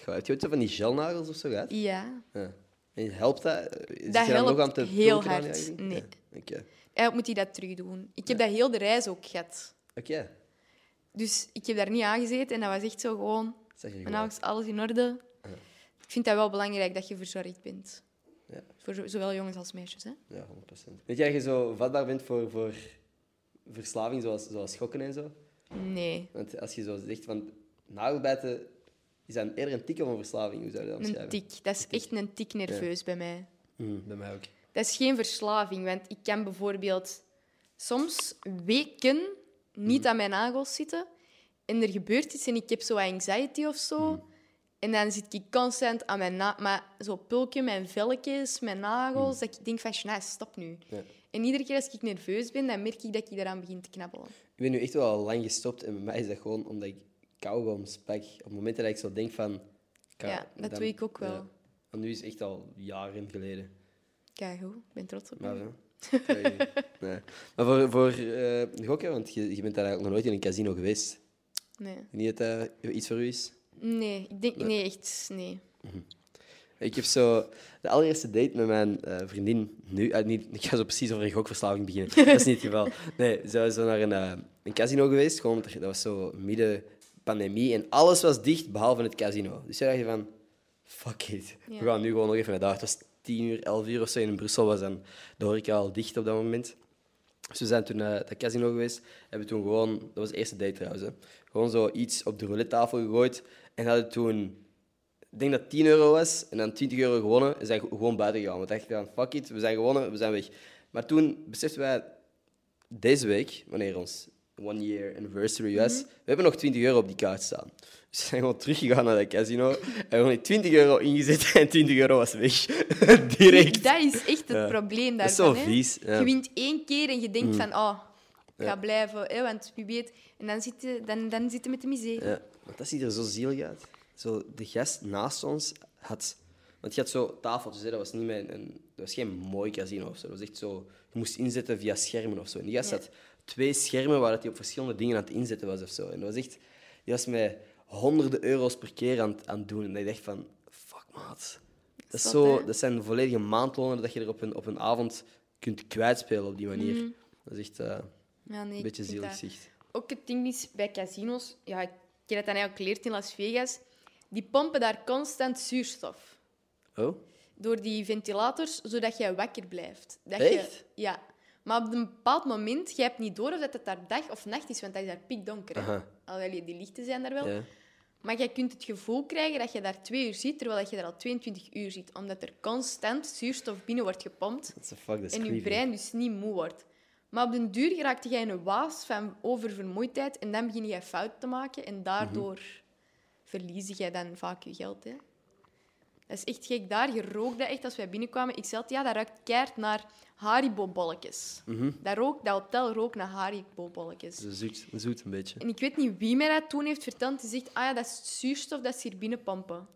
B: Goh, heb je ooit zo van die gelnagels of zo gehad?
A: ja.
B: Ja. En helpt dat? Is
A: Dat helpt heel hard. Nee.
B: Oké.
A: Eigenlijk moet hij dat terug doen. Ik heb dat heel de reis ook gehad.
B: Oké.
A: Dus ik heb daar niet aan gezeten. En dat was echt zo gewoon...
B: Zeg
A: Mijn
B: je gewoon.
A: nagels, alles in orde. Ik vind dat wel belangrijk dat je verzorgd bent.
B: Ja.
A: Voor zo- zowel jongens als meisjes, hè.
B: Ja, 100%. Weet jij dat je zo vatbaar bent voor, voor verslaving, zoals, zoals schokken en zo?
A: Nee.
B: Want als je zo zegt van nagelbijten, is dat eerder een tik of een verslaving? Hoe zou je dat
A: Een
B: omschrijven?
A: tik. Dat is echt een tik nerveus bij mij.
B: Mm, bij mij ook.
A: Dat is geen verslaving, want ik kan bijvoorbeeld soms weken niet aan mijn nagels zitten en er gebeurt iets en ik heb zo wat anxiety of zo. En dan zit ik constant aan mijn na maar zo pulken, mijn velletjes, mijn nagels, dat ik denk van, "Shania, stop nu.
B: Ja.
A: En iedere keer als ik nerveus ben, dan merk ik dat ik eraan begin te knabbelen.
B: Ik ben nu echt wel al lang gestopt en bij mij is dat gewoon omdat ik kauwgoms pak. Op momenten dat ik zo denk van... ka-
A: Ja, dat doe ik ook wel.
B: Ja. En nu is het echt al jaren geleden.
A: Kijk, goed, ik ben trots op
B: Maar,
A: je.
B: hè. Nee. Nee. maar voor, voor eh, gokken, want je, je bent daar eigenlijk nog nooit in een casino geweest.
A: Nee.
B: Niet dat dat iets voor u is?
A: Nee, ik denk, nee, echt, nee.
B: Ik heb zo de allereerste date met mijn eh, vriendin nu. eh, niet, ik ga zo precies over een gokverslaving beginnen. Dat is niet het geval. Nee, ze was zo naar een, eh, een casino geweest. Gewoon, omdat er- dat was zo midden pandemie en alles was dicht behalve het casino. Dus toen dacht je van, fuck it.
A: Ja.
B: We gaan nu gewoon nog even naar daar. Het was 10 uur, 11 uur of zo. En in Brussel was dan de horeca al dicht op dat moment. Dus we zijn toen naar dat casino geweest. Hebben toen gewoon, dat was de eerste date trouwens, hè. gewoon zo iets op de roulette tafel gegooid. En hadden toen ik denk dat het 10 euro was en dan 20 euro gewonnen en zijn we gewoon buiten gegaan. We dachten van fuck it, we zijn gewonnen, we zijn weg. Maar toen beseften wij deze week, wanneer ons one year anniversary was, we hebben nog 20 euro op die kaart staan. Dus we zijn gewoon teruggegaan naar dat casino en gewoon die 20 euro ingezet en 20 euro was weg. Direct.
A: Dat is echt het
B: Ja.
A: probleem
B: Dat is
A: daarvan.
B: zo
A: hè.
B: vies, ja. Mm.
A: Je wint één keer en je denkt van, oh, ik ga blijven, hè, want wie weet. En dan zit je, dan, dan zit je met de miserie.
B: Ja, Eh, want dat ziet er zo zielig uit. Zo, de gast naast ons had... Want je had zo tafeltjes, hè, dat was, niet mijn, een, dat was geen mooi casino of zo. Dat was echt zo... Je moest inzetten via schermen of zo. En die gast
A: Ja.
B: had twee schermen waar dat hij op verschillende dingen aan het inzetten was of zo. En dat was echt... Die was met honderden euro's per keer aan, het- aan het doen. En ik dacht van... Fuck, maat. Dat, is
A: Zot,
B: zo,
A: hè?
B: dat zijn volledige maandlonen dat je er op een, op een avond kunt kwijtspelen op die manier. Dat is echt eh,
A: Ja, nee,
B: een
A: Mm. ik
B: beetje
A: vind
B: zielig
A: dat-
B: zicht.
A: Ook het ding is, bij casinos, ja, ik heb dat dan eigenlijk geleerd in Las Vegas, die pompen daar constant zuurstof.
B: Oh?
A: door die ventilators, zodat jij wakker blijft. Dat
B: Echt?
A: Je, ja. Maar op een bepaald moment, jij hebt niet door of dat het daar dag of nacht is, want dat is daar pikdonker. hè.
B: Aha.
A: Alhoewel, die lichten zijn daar wel.
B: Ja.
A: Maar jij kunt het gevoel krijgen dat je daar twee uur zit, terwijl dat je daar al 22 uur zit. Omdat er constant zuurstof binnen wordt gepompt
B: What the fuck, dat is
A: en je
B: creepy.
A: brein dus niet moe wordt. Maar op den duur raakte jij in een waas van oververmoeidheid en dan begin jij fout te maken en daardoor
B: Mhm.
A: verlies jij dan vaak je geld. Hè? Dat is echt gek. Daar, je rook dat echt als wij binnenkwamen. Ik zei altijd, ja, dat ruikt keihard naar Haribo-bolletjes.
B: Mhm.
A: dat, rook, dat hotel rook naar Haribo-bolletjes.
B: Zo zoet, zoet een beetje.
A: En ik weet niet wie mij dat toen heeft verteld. Die zegt, ah ja, dat is zuurstof dat ze hier binnenpompen.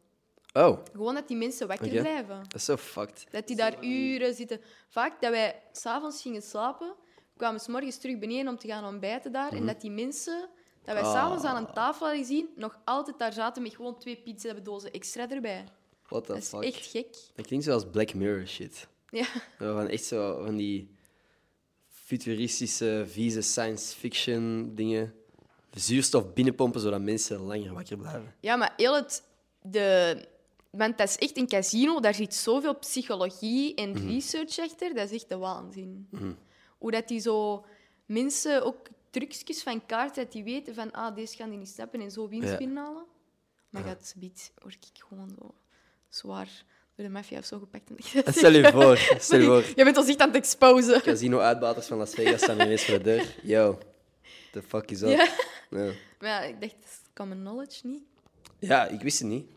B: Oh,
A: Gewoon dat die mensen wakker
B: Oké.
A: blijven.
B: dat is zo fucked.
A: Dat die daar uren zitten. Vaak dat wij s'avonds gingen slapen, kwamen s morgens terug beneden om te gaan ontbijten daar.
B: Mhm.
A: En dat die mensen, dat
B: Ah.
A: wij s'avonds aan een tafel hadden gezien, nog altijd daar zaten met gewoon twee pizzadozen extra erbij.
B: What the
A: Dat is
B: fuck.
A: echt gek.
B: Dat klinkt zoals Black Mirror shit.
A: Ja.
B: Zo Van echt zo van die futuristische, vieze science fiction dingen. Zuurstof binnenpompen zodat mensen langer wakker blijven.
A: ja, maar heel het... De, want dat is echt een casino, daar zit zoveel psychologie en
B: Mhm.
A: research achter. Dat is echt de waanzin. Hoe dat die zo... Mensen ook trucjes van kaarten, dat die weten van... Ah, deze gaan die niet snappen en zo winst
B: Ja.
A: binnenhalen. Maar gaat biedt, word ik gewoon zo zwaar door de maffia of zo gepakt. En
B: Stel je voor, stel je voor.
A: Je bent ons echt aan het exposen.
B: Casino-uitbaters van Las Vegas staan ineens voor de deur. Yo, the fuck is up?
A: Ja.
B: Ja.
A: Maar ja, ik dacht, dat is common knowledge niet.
B: Ja, ik wist het niet.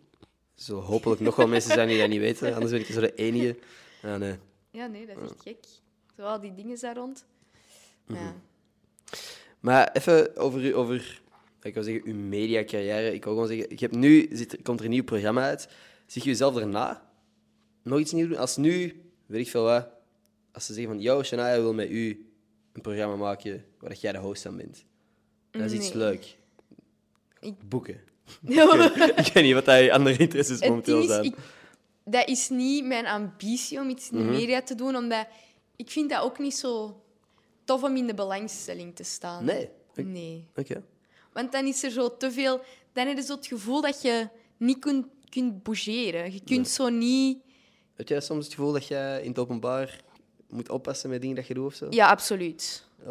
B: Zo hopelijk nog wel mensen zijn die dat niet weten, anders ben ik zo de enige. Ah, nee.
A: Ja, nee, dat is echt gek. Zo al die dingen daar rond. Maar ja.
B: Mhm. Maar even over, uw- over ik wil zeggen, uw mediacarrière. Ik wil gewoon zeggen, je hebt nu zit, komt er een nieuw programma uit. Zie je jezelf daarna nog iets nieuws doen? Als nu, weet ik veel wat, als ze zeggen van, yo, Shania wil met u een programma maken waar dat jij de host aan bent. Dat is iets
A: Nee.
B: leuk.
A: Ik-
B: Boeken. ik weet niet wat hij andere interesses
A: Het
B: momenteel
A: ding is,
B: zijn.
A: ik, dat is niet mijn ambitie om iets in
B: Mhm.
A: de media te doen, omdat ik vind dat ook niet zo tof om in de belangstelling te staan.
B: Nee. Oké.
A: Nee. Want dan is er zo te veel... Dan heb je zo het gevoel dat je niet kunt, kunt bougeren. Je kunt zo niet...
B: Heb jij soms het gevoel dat je in het openbaar moet oppassen met dingen dat je doet of zo?
A: Ja, absoluut.
B: Oh,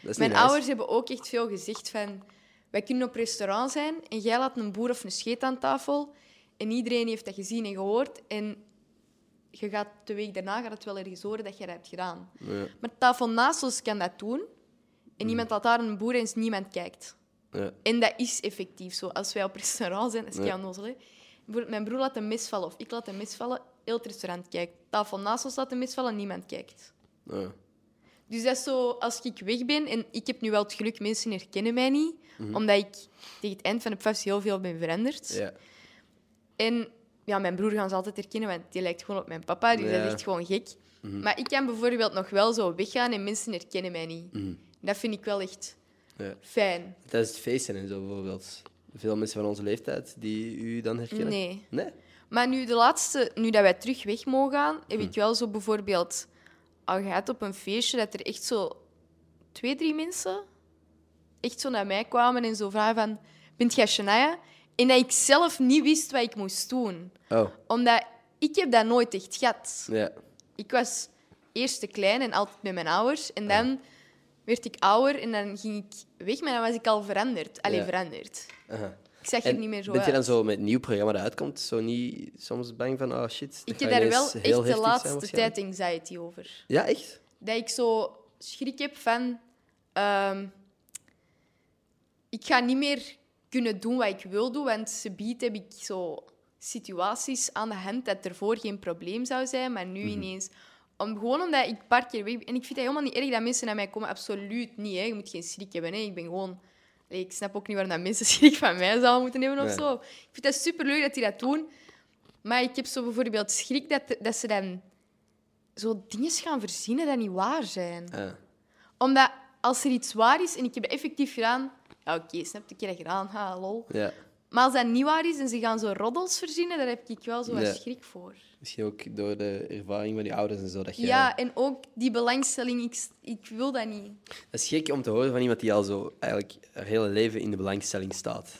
B: dat is
A: Mijn
B: niet nice.
A: ouders hebben ook echt veel gezegd van... Wij kunnen op restaurant zijn en jij laat een boer of een scheet aan tafel. En iedereen heeft dat gezien en gehoord. En je gaat de week daarna gaat het wel ergens horen dat jij dat hebt gedaan.
B: Ja,
A: Maar tafel naast ons kan dat doen. En iemand laat daar een boer en niemand kijkt.
B: ja.
A: En dat is effectief zo. Als wij op restaurant zijn, dat is
B: Ja.
A: ja. onnozel, hè. Bijvoorbeeld, Mijn broer laat een mis vallen of ik laat een mis vallen. Heel het restaurant kijkt. Tafel naast ons laat een mis vallen, niemand kijkt.
B: ja.
A: Dus dat is zo, als ik weg ben, en ik heb nu wel het geluk, mensen herkennen mij niet, omdat ik tegen het eind van de pas heel veel ben veranderd.
B: Ja.
A: En ja, mijn broer gaan ze altijd herkennen, want die lijkt gewoon op mijn papa, dus dat
B: Ja.
A: is echt gewoon gek. Maar ik kan bijvoorbeeld nog wel zo weggaan en mensen herkennen mij niet. Dat vind ik wel echt
B: Ja.
A: fijn.
B: Tijdens het feesten en zo bijvoorbeeld. Veel mensen van onze leeftijd die u dan herkennen?
A: Nee.
B: Nee?
A: Maar nu, de laatste, nu dat wij terug weg mogen gaan, heb ik wel zo bijvoorbeeld al gehad op een feestje dat er echt zo twee, drie mensen echt zo naar mij kwamen en zo vragen van, bent jij Shania? En dat ik zelf niet wist wat ik moest doen.
B: Oh,
A: Omdat ik heb dat nooit echt gehad.
B: ja.
A: Ik was eerst te klein en altijd met mijn ouders. En dan werd ik ouder en dan ging ik weg, maar dan was ik al veranderd. Allee,
B: Ja.
A: veranderd.
B: Aha.
A: Ik zag er
B: En
A: niet meer zo
B: ben je
A: uit.
B: dan zo met een nieuw programma dat uitkomt, zo niet soms bang van, oh shit, dat
A: Ik heb
B: gaat
A: daar wel
B: ineens
A: echt
B: heel
A: de
B: heftig zijn
A: laatste
B: waarschijnlijk?
A: tijd anxiety over.
B: Ja, echt?
A: Dat ik zo schrik heb van... ehm, ik ga niet meer kunnen doen wat ik wil doen, want ze biedt heb ik zo situaties aan de hand dat ervoor geen probleem zou zijn, maar nu ineens... Om, gewoon omdat ik een paar keer weg ben. En ik vind dat helemaal niet erg dat mensen naar mij komen. Absoluut niet. Hè. Je moet geen schrik hebben. Hè. Ik ben gewoon... Allee, ik snap ook niet waarom dat mensen schrik van mij zouden moeten hebben of
B: Nee.
A: zo. Ik vind dat superleuk dat die dat doen. Maar ik heb zo bijvoorbeeld schrik dat, dat ze dan zo dingen gaan verzinnen dat niet waar zijn.
B: Ah.
A: Omdat als er iets waar is en ik heb het effectief gedaan... Ja, oké, snap ik, ik heb dat gedaan. Ha, lol.
B: Ja.
A: Maar als dat niet waar is en ze gaan zo roddels verzinnen, daar heb ik wel zo wat
B: Ja.
A: schrik voor.
B: Misschien ook door de ervaring van die ouders en zo. Dat je...
A: Ja. en ook die belangstelling, ik, ik wil dat niet.
B: Dat is gek om te horen van iemand die al zo eigenlijk haar hele leven in de belangstelling staat.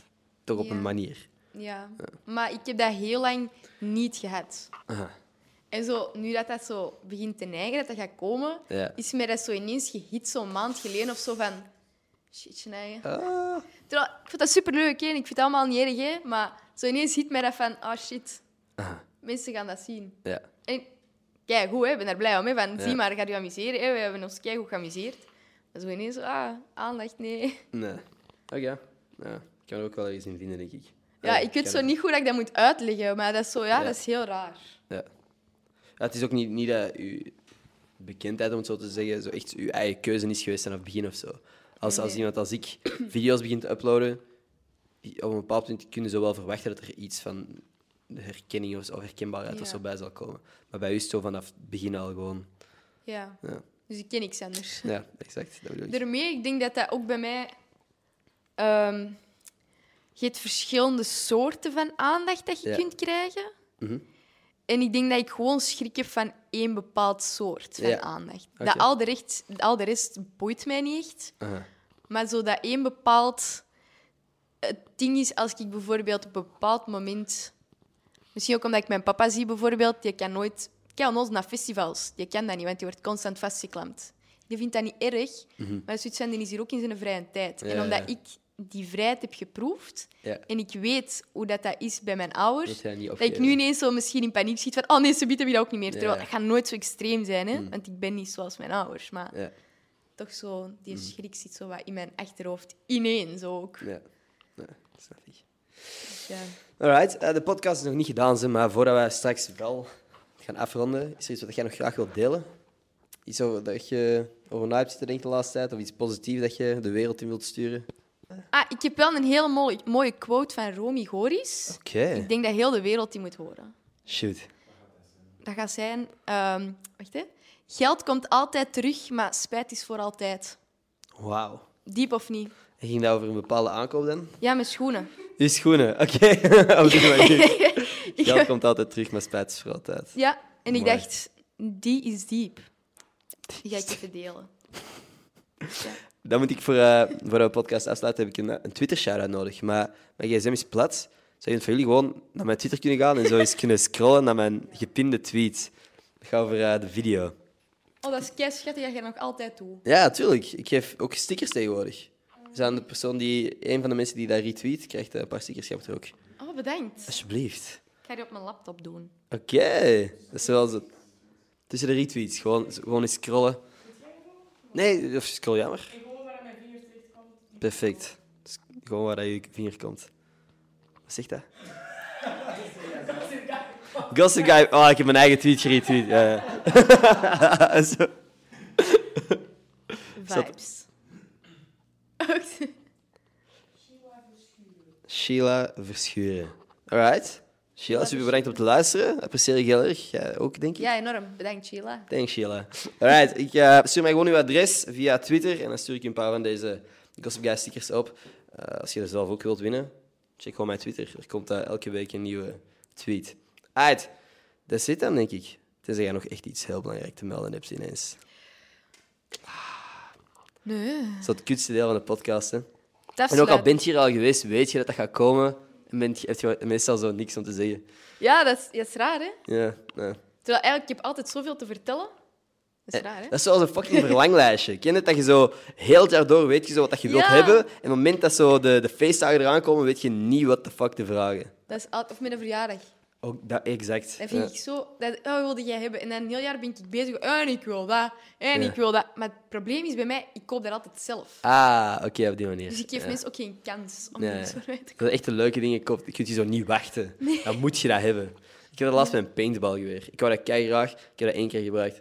B: Toch op
A: Ja.
B: een manier.
A: Ja. Maar ik heb dat heel lang niet gehad.
B: Aha.
A: En zo, nu dat dat zo begint te neigen, dat dat gaat komen,
B: Ja.
A: is mij dat zo ineens gehit, zo'n maand geleden of zo, van... Shit, nee.
B: Ah.
A: Terwijl, ik vind dat superleuk, hè. en Ik vind het allemaal niet erg, hè. Maar zo ineens hit mij dat van... Ah, shit.
B: Aha.
A: Mensen gaan dat zien.
B: Ja.
A: En kijk, goed, hè, ik ben daar blij om. Hè, van,
B: Ja.
A: Zie maar, gaat u amuseren. Hè, we hebben ons kei goed geamuseerd. Maar zo ineens, ah, aandacht, nee.
B: Nee. Oké. Ja. Ik kan er ook wel ergens in vinden, denk ik.
A: Ja, ik
B: kan
A: weet zo
B: er-
A: niet goed dat ik dat moet uitleggen, maar dat is zo, ja,
B: Ja.
A: dat is heel raar.
B: Ja. Ja, het is ook niet, niet dat uw bekendheid, om het zo te zeggen, zo echt uw eigen keuze is geweest vanaf het begin of zo. Als, als
A: Nee.
B: iemand als ik video's begint te uploaden, op een bepaald punt kunnen ze wel verwachten dat er iets van de herkenning of, of herkenbaarheid of
A: Ja.
B: zo bij zal komen. Maar bij u is het zo vanaf het begin al gewoon.
A: Ja.
B: Ja,
A: Dus ik ken niks anders.
B: ja exact. Dat bedoel ik.
A: Daarmee, ik denk dat dat ook bij mij... ehm je hebt verschillende soorten van aandacht dat je
B: Ja.
A: kunt krijgen.
B: Mhm.
A: En ik denk dat ik gewoon schrik heb van één bepaald soort van
B: Ja.
A: aandacht.
B: Oké.
A: Dat al de, recht, al de rest boeit mij niet echt.
B: Aha.
A: Maar zo dat één bepaald... Het ding is, als ik bijvoorbeeld op een bepaald moment... Misschien ook omdat ik mijn papa zie bijvoorbeeld, die kan nooit... Kijk, ons naar festivals. Die kan dat niet, want die wordt constant vastgeklampt. Die vindt dat niet erg, maar zoiets van, die is hier ook in zijn vrije tijd.
B: Mhm. Ja,
A: en omdat
B: ja.
A: ik die vrijheid heb geproefd,
B: Ja.
A: en ik weet hoe dat, dat is bij mijn ouders,
B: Dat jij niet
A: dat ik
B: opgeeft.
A: nu ineens zo misschien in paniek schiet van oh nee, ze bieden dat ook niet meer. Terwijl
B: Ja. Mhm.
A: dat gaat nooit zo extreem zijn, hè? want ik ben niet zoals mijn ouders. Maar
B: Ja,
A: toch zo, die schrik zit zo wat in mijn achterhoofd. Ineens ook.
B: Mhm. ja. ja, snap ik.
A: Ja.
B: Alright, eh, de podcast is nog niet gedaan, ze, maar voordat wij straks wel gaan afronden, is er iets wat jij nog graag wilt delen? Iets over, dat je over na hebt zitten denken de laatste tijd, of iets positiefs dat je de wereld in wilt sturen?
A: Ah, ik heb wel een hele mooie, mooie quote van Romy Goris.
B: Oké,
A: Ik denk dat heel de wereld die moet horen.
B: shoot.
A: Dat gaat zijn... ehm, wacht, hè. Geld komt altijd terug, maar spijt is voor altijd.
B: Wauw.
A: Diep of niet?
B: En ging dat over een bepaalde aankoop dan?
A: Ja, mijn schoenen.
B: Je schoenen, oké. Op die manier. Geld komt altijd terug, maar spijt is voor altijd.
A: Ja, en ik
B: Mooi.
A: dacht, die is diep. Die ga ik even delen.
B: Dan moet ik voor, eh voor een podcast afsluiten, heb ik een, een Twitter-shout-out nodig. Maar mijn gsm is plat. Zou je voor jullie gewoon naar mijn Twitter kunnen gaan en zo eens kunnen scrollen naar mijn gepinde tweet? Dat gaat over eh, de video.
A: Oh, dat is kei schattig dat je nog altijd toe.
B: Ja, tuurlijk. Ik geef ook stickers tegenwoordig. Dus aan de persoon die, een van de mensen die dat retweet, krijgt eh, een paar stickers. Jij hebt er ook.
A: Oh, bedankt.
B: Alsjeblieft.
A: Ik ga die op mijn laptop doen.
B: Oké. Dat is wel zo. Tussen de retweets, gewoon, gewoon eens scrollen. Nee, of scroll jammer. Perfect. Dus gewoon waar dat je vinger komt. Wat zegt dat? Gossip Guy. Oh, ik heb mijn eigen tweet geretweet. Ja, ja. Zo. dat-
A: Vibes. Oké.
B: Sheila Verschuren. Alright. Sheila, super bedankt om te luisteren. Apprecieer ik heel erg. Jij ook, denk ik.
A: ja, enorm. Bedankt, Sheila.
B: Thanks, Sheila. Alright, ik eh, stuur mij gewoon uw adres via Twitter en dan stuur ik je een paar van deze Gossip Guy stickers op. Eh, als je er zelf ook wilt winnen, check gewoon mijn Twitter. Er komt daar elke week een nieuwe tweet. Alright, dat zit dan, denk ik. Tenzij jij nog echt iets heel belangrijk te melden hebt ineens.
A: Nee.
B: Dat is het kutste deel van de podcast, hè.
A: Dat
B: En ook al bent je hier al geweest, weet je dat dat gaat komen. En bent, je- heb je meestal zo niks om te zeggen.
A: Ja, dat is, dat is raar, hè?
B: Ja, ja.
A: Terwijl eigenlijk, ik heb altijd zoveel te vertellen. Dat is raar, hè?
B: Eh, Dat is zoals een fucking verlanglijstje. Ken je het? Dat je zo heel het jaar door weet je zo wat dat je wilt
A: Ja.
B: hebben. En op het moment dat zo de, de feestdagen eraan komen, weet je niet wat de fuck te vragen.
A: Dat is altijd, of met een verjaardag.
B: Ook dat, exact.
A: Dat vind
B: Ja.
A: ik zo... Dat, oh, wat wilde jij hebben? En dan een heel jaar ben ik bezig. Oh, En ik wil dat. Oh, En
B: Ja.
A: ik wil dat. Maar het probleem is bij mij, ik koop dat altijd zelf.
B: Ah, oké, op die manier.
A: Dus ik geef
B: Ja.
A: mensen ook geen kans om
B: Ja,
A: iets
B: ja.
A: voor mij te kopen.
B: Dat is echt de leuke dingen koopt. Je kunt je zo niet wachten. Dan moet je dat hebben. Ik heb dat laatst met een paintballgeweer. Ik wou dat kei graag. Ik heb dat één keer gebruikt.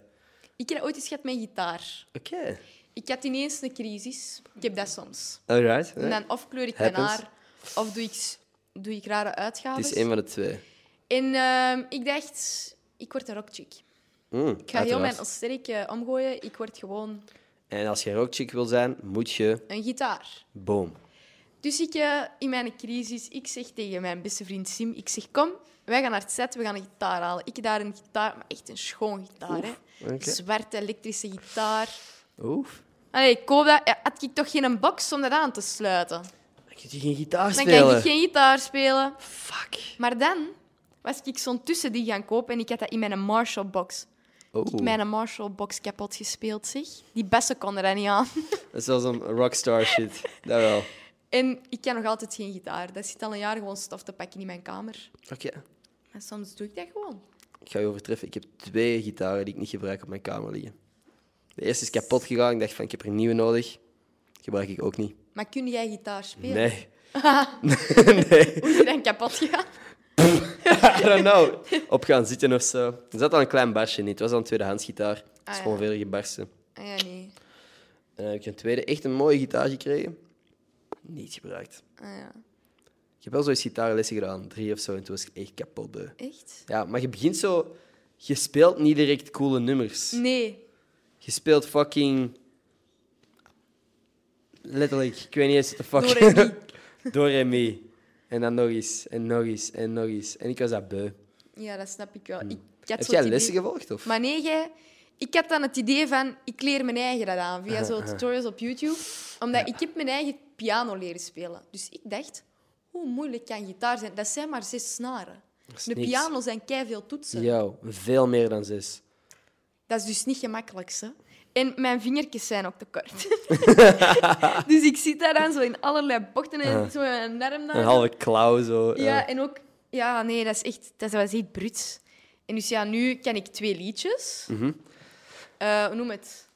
A: Ik heb dat ooit eens gehad met gitaar.
B: Oké.
A: Ik had ineens een crisis. Ik heb dat soms.
B: Alright.
A: En
B: Ja.
A: dan of kleur ik mijn
B: Happens.
A: haar, of doe ik, doe ik rare
B: Het
A: uitgaves.
B: is één van de twee.
A: En ehm, ik dacht, ik word een rockchick.
B: Mm,
A: Ik ga heel
B: uiteraard.
A: mijn sterk eh, omgooien. Ik word gewoon
B: En als je rockchick wil zijn, moet je...
A: een gitaar.
B: Boom.
A: Dus ik, eh, in mijn crisis, ik zeg tegen mijn beste vriend Sim, ik zeg, kom, wij gaan naar het set, we gaan een gitaar halen. Ik daar een gitaar, maar echt een schoon gitaar. Hè.
B: oké.
A: Zwarte elektrische gitaar.
B: Oef.
A: Allee, ik koop dat. Ja, Had ik toch geen box om dat aan te sluiten?
B: Dan kun je geen gitaar
A: Dan
B: spelen.
A: kan ik geen gitaar spelen.
B: Fuck.
A: Maar dan was ik zo'n tussending gaan kopen en ik had dat in mijn Marshall box.
B: Oh.
A: Ik mijn Marshall box kapot gespeeld, zeg. Die bessen konden er niet aan.
B: Dat is wel zo'n rockstar shit. Dat wel.
A: En ik kan nog altijd geen gitaar. Dat zit al een jaar gewoon stof te pakken in mijn kamer.
B: Oké.
A: Maar soms doe ik dat gewoon.
B: Ik ga je overtreffen. Ik heb twee gitaren die ik niet gebruik op mijn kamer liggen. De eerste is kapot gegaan. Ik dacht van, ik heb er een nieuwe nodig. Die gebruik ik ook niet.
A: Maar kun jij gitaar spelen?
B: Nee.
A: Hoe is die dan kapot gegaan?
B: I don't know. Op gaan zitten of zo. Er zat al een klein basje in. Het was al een tweedehands gitaar. Het
A: Ah,
B: is
A: ja.
B: gewoon verder gebarsten.
A: Ah, ja, nee.
B: En dan heb ik een tweede, echt een mooie gitaar gekregen. Niet gebruikt.
A: Ah, ja.
B: Ik heb wel zoiets gitaarlessen gedaan. Drie of zo. En toen was ik echt kapot beu.
A: Echt?
B: Ja, maar je begint zo... Je speelt niet direct coole
A: Mm.
B: nummers.
A: Nee.
B: Je speelt fucking. Letterlijk, ik weet niet eens wat de fuck.
A: Doremi.
B: Doremi. En dan nog eens, en nog eens, en nog eens. En ik was dat beu.
A: Ja, dat snap ik wel. Ik, ik had
B: Heb
A: zo
B: jij
A: het idee-
B: lessen gevolgd? Of?
A: Maar nee, jij... Ik had dan het idee van, ik leer mijn eigen dat aan via zo tutorials op YouTube. Omdat ik heb mijn eigen piano leren spelen. Dus ik dacht, hoe moeilijk kan gitaar zijn? Dat zijn maar zes snaren.
B: is
A: De
B: niks.
A: piano zijn veel toetsen.
B: Yo, veel meer dan zes.
A: Dat is dus niet gemakkelijk, hè. En mijn vingertjes zijn ook te kort. dus ik zit daar dan zo in allerlei bochten en zo met mijn arm dan.
B: Ah. Een halve klauw zo. eh.
A: Ja, en ook... Ja, nee, dat is echt... Dat was echt bruts. En dus ja, nu ken ik twee liedjes.
B: Mhm.
A: Eh, hoe noem het?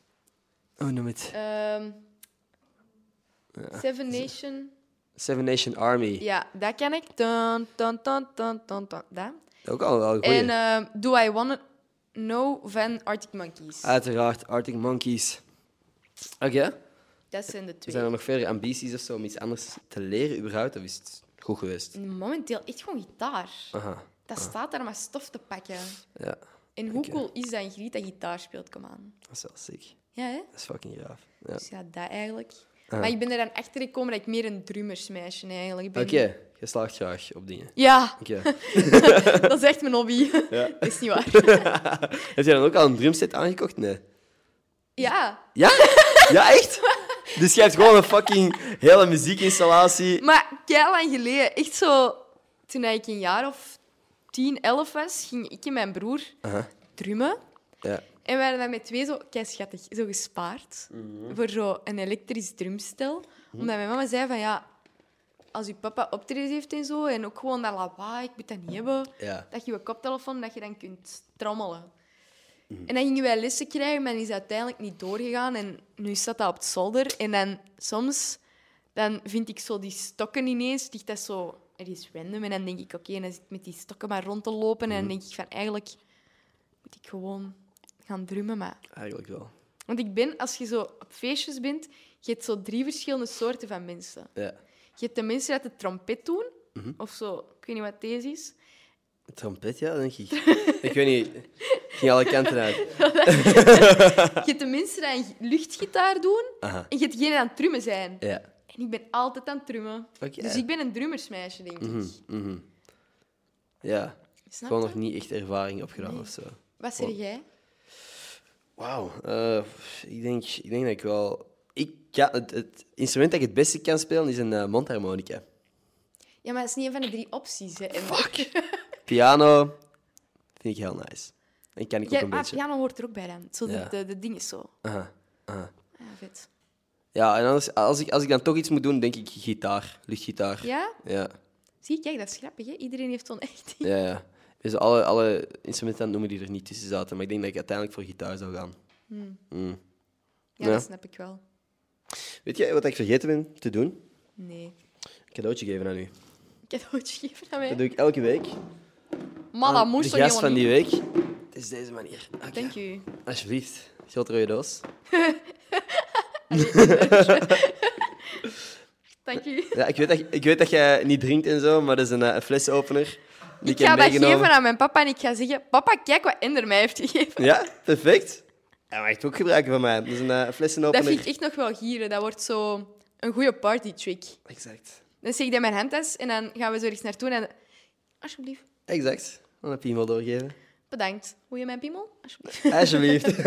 B: Hoe noem het?
A: Ehm, Seven Nation.
B: Seven Nation Army.
A: Ja, dat ken ik. Dun, dun, dun, dun, dun, dun, dat.
B: Ook al wel een goeie.
A: En ehm, Do I Wanna Know van Arctic Monkeys.
B: Ah. Uiteraard Arctic Monkeys. Oké.
A: Dat zijn de twee.
B: Zijn er nog verdere ambities of zo om iets anders te leren überhaupt? Of is het goed
A: Mm.
B: geweest?
A: Momenteel echt gewoon gitaar.
B: Aha.
A: Dat staat daar maar stof te pakken.
B: Ja,
A: En hoe
B: Oké.
A: cool is dat Griet dat gitaar speelt, kom aan.
B: dat is wel sick.
A: Ja, hè?
B: Dat is fucking gaaf. Ja.
A: Dus ja, dat eigenlijk.
B: Ah.
A: Maar ik ben er dan achter gekomen dat ik meer een drummersmeisje eigenlijk ben.
B: Oké, je slaagt graag op dingen.
A: Ja,
B: Oké.
A: dat is echt mijn hobby. Dat is niet waar.
B: Heb jij dan ook al een drumset aangekocht? Nee.
A: Ja,
B: Ja? Ja, echt? Dus jij hebt gewoon een fucking hele muziekinstallatie.
A: maar kei lang geleden, echt zo toen ik een jaar of 10, 11 was, ging ik en mijn broer drummen.
B: Ja.
A: En we hadden dan met twee zo, kei schattig, zo gespaard voor zo een elektrisch drumstel. Omdat mijn mama zei van ja, als je papa optredens heeft en zo, en ook gewoon dat lawaai, ik moet dat niet hebben,
B: Ja.
A: dat je je koptelefoon, dat je dan kunt trommelen. En dan gingen wij lessen krijgen, maar dan is dat uiteindelijk niet doorgegaan. En nu staat dat op het zolder. En dan soms dan vind ik zo die stokken ineens, ligt dat zo ergens random. En dan denk ik, oké, en dan zit ik met die stokken maar rond te lopen. En dan denk ik van, eigenlijk moet ik gewoon gaan drummen. Maar...
B: Eigenlijk wel.
A: Want ik ben, als je zo op feestjes bent, je hebt zo drie verschillende soorten van mensen.
B: Ja.
A: Je hebt de mensen die de trompet doen,
B: Mhm.
A: of zo, ik weet niet wat deze is.
B: Trompet, ja, denk ik. ik weet niet. Ik ging alle kanten uit.
A: Je hebt de mensen die een luchtgitaar doen,
B: Aha.
A: en je hebt degenen die aan het drummen zijn.
B: Ja.
A: En ik ben altijd aan het drummen.
B: Oké.
A: Dus ik ben een drummersmeisje, denk ik.
B: Ja.
A: Snap
B: Mhm. gewoon
A: je?
B: nog niet echt ervaring opgedaan of zo.
A: Wat zeg jij?
B: Wauw. eh, ik, denk, ik denk dat ik wel... Ik kan, het, het instrument dat ik het beste kan spelen is een eh, mondharmonica.
A: Ja, maar dat is niet een van de drie opties. Hè. En-
B: Piano vind ik heel nice. En kan ik
A: Ja,
B: ook een
A: ah,
B: beetje.
A: piano hoort er ook bij dan. Zo de,
B: Ja.
A: de, de dingen zo.
B: Aha, aha.
A: Ja, vet.
B: Ja, en anders, als, ik, als ik dan toch iets moet doen, denk ik gitaar. Luchtgitaar.
A: Ja?
B: Ja,
A: Zie, kijk, dat is grappig. Hè? Iedereen heeft zo'n echt ding.
B: ja. ja. Dus alle, alle instrumenten noemen die er niet tussen zaten. Maar ik denk dat ik uiteindelijk voor gitaar zou gaan.
A: Ja,
B: Ja.
A: dat snap ik wel.
B: Weet jij wat ik vergeten ben te doen?
A: Nee.
B: Een cadeautje geven aan u.
A: Cadeautje geven aan
B: Dat
A: mij.
B: doe ik elke week.
A: Maar Ah, dat moest
B: de
A: toch
B: gast
A: helemaal
B: van
A: niet?
B: die week. Het is deze manier. Oké.
A: Dank u.
B: Alsjeblieft. Grote rode doos.
A: Dank u.
B: Ja, ik weet, dat, ik weet dat jij niet drinkt en zo, maar dat is een, eh, een flesopener. Die
A: Ik ga dat
B: meegenomen.
A: geven aan mijn papa en ik ga zeggen... Papa, kijk wat Ender mij heeft gegeven.
B: Ja, perfect. Hij mag het ook gebruiken van mij. Dat is een eh, flessenopener.
A: Dat vind ik echt nog wel gieren. Dat wordt zo een goede party trick.
B: Exact.
A: Dan steek ik dat in mijn handtas en dan gaan we zo ergens naartoe. En dan... Alsjeblieft,
B: Exact. Dan heb je hem wel doorgegeven.
A: bedankt. Hoe je mijn piemel? Alsjeblieft.
B: Alsjeblieft.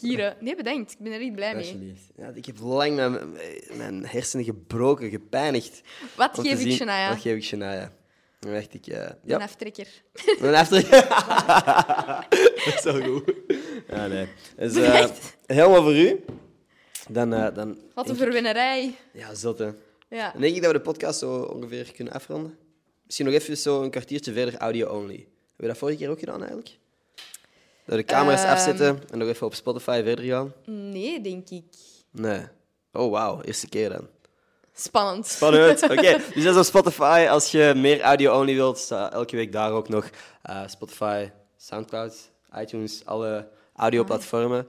A: Gieren. Nee, bedankt. Ik ben er niet blij mee.
B: Alsjeblieft. Ja, ik heb lang mijn, mijn hersenen gebroken, gepijnigd.
A: Wat
B: om te
A: geef ik
B: zien-
A: Shania?
B: Wat geef ik Shania? Dan dacht ik... eh,
A: Een
B: ja,
A: aftrekker.
B: een after... dat is wel goed. Ja, nee. Dus, eh,
A: Echt?
B: helemaal voor u. Dan... eh, dan
A: Wat een verwinnerij.
B: ja, zotte.
A: Ja.
B: Dan denk ik dat we de podcast zo ongeveer kunnen afronden. Misschien nog even zo een kwartiertje verder audio only. Hebben we dat vorige keer ook gedaan eigenlijk? Dat we de camera's
A: Ehm.
B: afzetten en nog even op Spotify verder gaan?
A: Nee, denk ik.
B: Nee. Oh wauw, eerste keer dan.
A: Spannend.
B: Spannend. Oké, dus dat is op Spotify. Als je meer audio only wilt, staat elke week daar ook nog eh, Spotify, Soundcloud, iTunes, alle audioplatformen.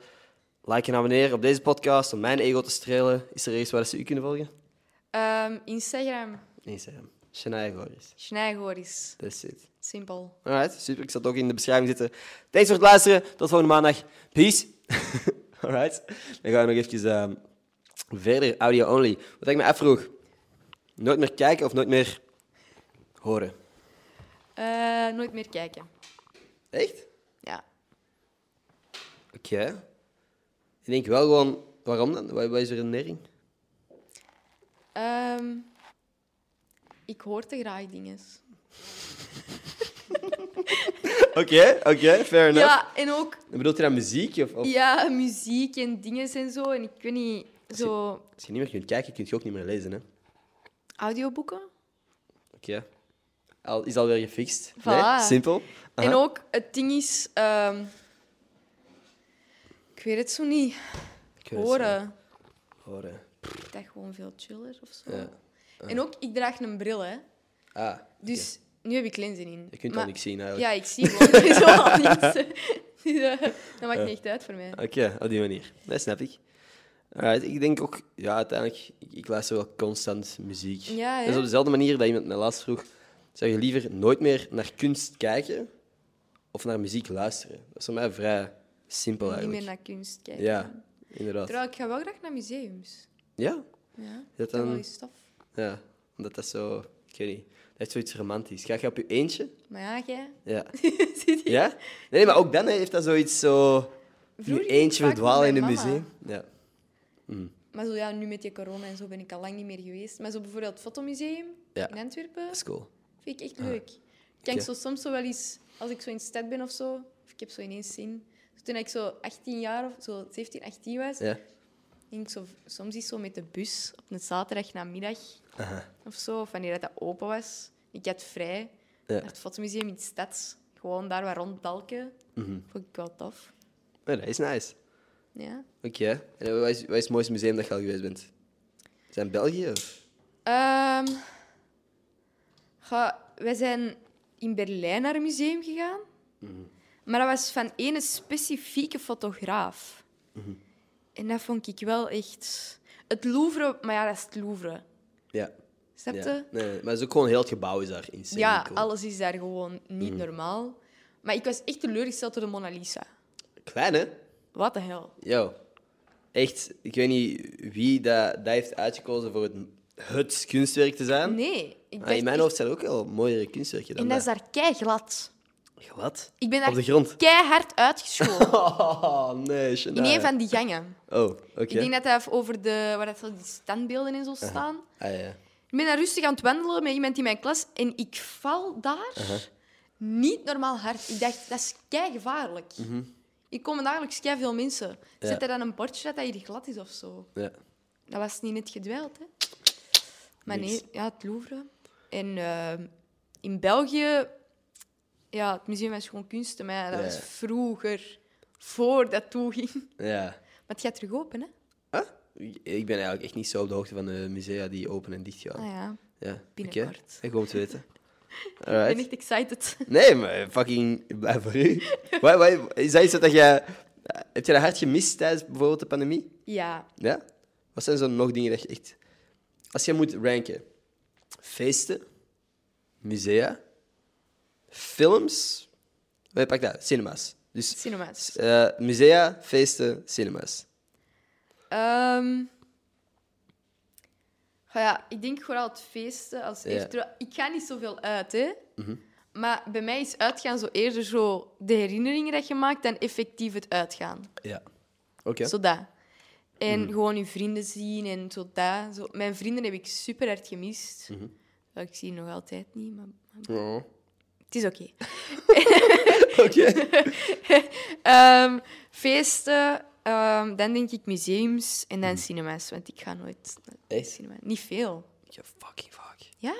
B: Like en abonneer op deze podcast om mijn ego te strelen. Is er ergens waar ze u kunnen volgen?
A: Ehm, Instagram.
B: Instagram. Shania Goris.
A: Shania Goris.
B: That's it.
A: Simpel.
B: Alright, super. Ik zal het ook in de beschrijving zitten. Thanks voor het luisteren. Tot volgende maandag. Peace. Alright. Dan gaan we nog eventjes ehm, verder. Audio only. Wat ik me afvroeg. Nooit meer kijken of nooit meer horen.
A: Eh, nooit meer kijken.
B: Echt?
A: Ja.
B: Oké. Ik denk wel gewoon... Waarom dan? Wat, wat is er een nering?
A: Ehm, ik hoor te graag dingen.
B: Oké, oké. fair enough.
A: Ja, en ook
B: Bedoelt je dan muziek? Of, of...
A: ja, muziek en dingen en zo. En ik weet niet, zo
B: Als je niet meer kunt kijken, kun je ook niet meer lezen, hè?
A: audioboeken.
B: Oké. Al, is alweer gefixt.
A: Voilà.
B: Nee? Simpel. Aha.
A: En ook het ding is, ehm, ik weet het zo niet,
B: Ik wil het zeggen.
A: horen.
B: Horen.
A: Ik dacht gewoon veel chiller of zo.
B: Ja.
A: En ook, ik draag een bril, hè.
B: Ah,
A: Dus nu heb ik lenzen in.
B: je kunt
A: Maar-
B: al niks zien eigenlijk.
A: Ja, ik zie gewoon zo al niets. Dus, eh, dat maakt niet echt uit voor mij.
B: Oké, op die manier. Dat snap ik. Alright, ik denk ook, ja, uiteindelijk, ik, ik luister wel constant muziek.
A: Ja, hè?
B: dat is op dezelfde manier dat iemand mij laatst vroeg: zou je liever nooit meer naar kunst kijken of naar muziek luisteren? Dat is voor mij vrij simpel
A: Niet
B: eigenlijk.
A: meer naar kunst kijken.
B: Ja, inderdaad.
A: Terwijl ik ga wel graag naar museums.
B: Ja,
A: Ja,
B: dat
A: dat is wel
B: dan,
A: eens tof.
B: ja, omdat dat zo, ik weet niet, dat heeft zoiets romantisch. Ga je op je eentje?
A: Maar ja, jij...
B: Ja.
A: Zit hier-
B: ja? Nee, maar ook dan hè, heeft dat zoiets zo.
A: Vroeger
B: Je
A: ging ik
B: eentje
A: vaak
B: verdwalen in
A: met
B: een
A: mijn mama.
B: museum. Ja.
A: Maar zo, ja, nu met die corona en zo ben ik al lang niet meer geweest. Maar zo bijvoorbeeld het fotomuseum
B: Ja.
A: in Antwerpen
B: Dat is cool.
A: vind ik echt leuk. Ik kijk
B: Oké.
A: zo soms zo wel eens, als ik zo in de stad ben of zo, of ik heb zo ineens zin. Zo Toen ik zo 18 jaar of zo 17, 18 was,
B: Ja.
A: ging ik zo, soms eens zo met de bus op een zaterdag namiddag of zo, of wanneer dat open was. Ik had vrij
B: Ja.
A: naar het fotomuseum in de stad. Gewoon daar wat rondbalken.
B: Mhm.
A: Vond ik wel tof.
B: Ja, Oh, dat is nice.
A: Ja.
B: Oké. En wat is, wat is het mooiste museum dat je al geweest bent? Is dat in België? Of?
A: Ehm, ga- wij zijn in Berlijn naar een museum gegaan.
B: Mhm.
A: Maar dat was van ene specifieke fotograaf.
B: Mhm.
A: En dat vond ik wel echt... Het Louvre... Maar ja, dat is het Louvre.
B: Ja.
A: Snap
B: ja.
A: je?
B: Nee, nee, nee. Maar het is ook gewoon heel het gebouw is daar insane
A: Ja,
B: cool.
A: alles is daar gewoon niet
B: Mhm.
A: normaal. Maar ik was echt teleurgesteld door de Mona Lisa.
B: Klein, hè?
A: Wat de hel.
B: Yo. Echt, ik weet niet wie dat, dat heeft uitgekozen voor het, het kunstwerk te zijn.
A: Nee. Ik
B: Maar Ah, in mijn
A: dacht
B: hoofd zijn er ook wel mooiere kunstwerken
A: echt-
B: dan
A: En dat is
B: dat.
A: daar keiglad.
B: Wat?
A: Ik ben daar
B: Op de grond?
A: keihard uitgeschoten.
B: Oh, nee,
A: in
B: Shania.
A: een van die gangen.
B: Oh, oké.
A: Ik denk dat dat over de, waar dat zo die standbeelden en zo staan.
B: Ah, ja.
A: Ik ben daar rustig aan het wandelen met iemand in mijn klas en ik val daar niet normaal hard. Ik dacht, dat is kei gevaarlijk. Hier komen dagelijks kei veel mensen.
B: Mhm. Ja.
A: Zet er dan een bordje dat dat hier glad is of zo?
B: ja.
A: Dat was niet net gedweild, hè? Maar
B: Niks.
A: nee, ja, het Louvre. En eh, in België, ja, het museum was gewoon kunsten, maar ja, dat
B: Ja,
A: was
B: ja.
A: vroeger, voordat toeging.
B: Ja.
A: Maar het gaat terug open, hè?
B: Huh? Ik- Ik ben eigenlijk echt niet zo op de hoogte van de musea die open en dicht gaan.
A: Ah ja,
B: Ja,
A: binnenkort.
B: oké. Ik hoop het te weten.
A: ik
B: Alright.
A: ben echt excited.
B: Nee, maar fucking ik blijf voor u. Wat- wat- Is dat iets wat dat jij... Heb je dat hard gemist tijdens bijvoorbeeld de pandemie?
A: Ja,
B: Ja? Wat zijn zo nog dingen dat je echt... Als je moet ranken. Feesten. Musea. Films. Wat pak dat? Cinema's. Dus
A: cinema's.
B: eh, musea, feesten, cinema's.
A: Ehm, ja, ja, ik denk vooral het feesten als
B: Ja. Mhm.
A: eerste. Terwijl Ik ga niet zoveel uit, hè. Maar bij mij is uitgaan zo eerder zo de herinneringen dat je maakt dan effectief het uitgaan.
B: Ja. Oké. Mm.
A: Zo dat. En gewoon je vrienden zien en zo dat. Zo. Mijn vrienden heb ik super hard gemist.
B: Mhm.
A: Wel, Ik zie je nog altijd niet, maar
B: Oh.
A: het is oké.
B: Oké.
A: Ehm, feesten, ehm, dan denk ik museums en dan cinema's. Want ik ga nooit naar
B: Mhm. Echt?
A: cinema. Niet veel.
B: Ja, fucking vaak.
A: Ja?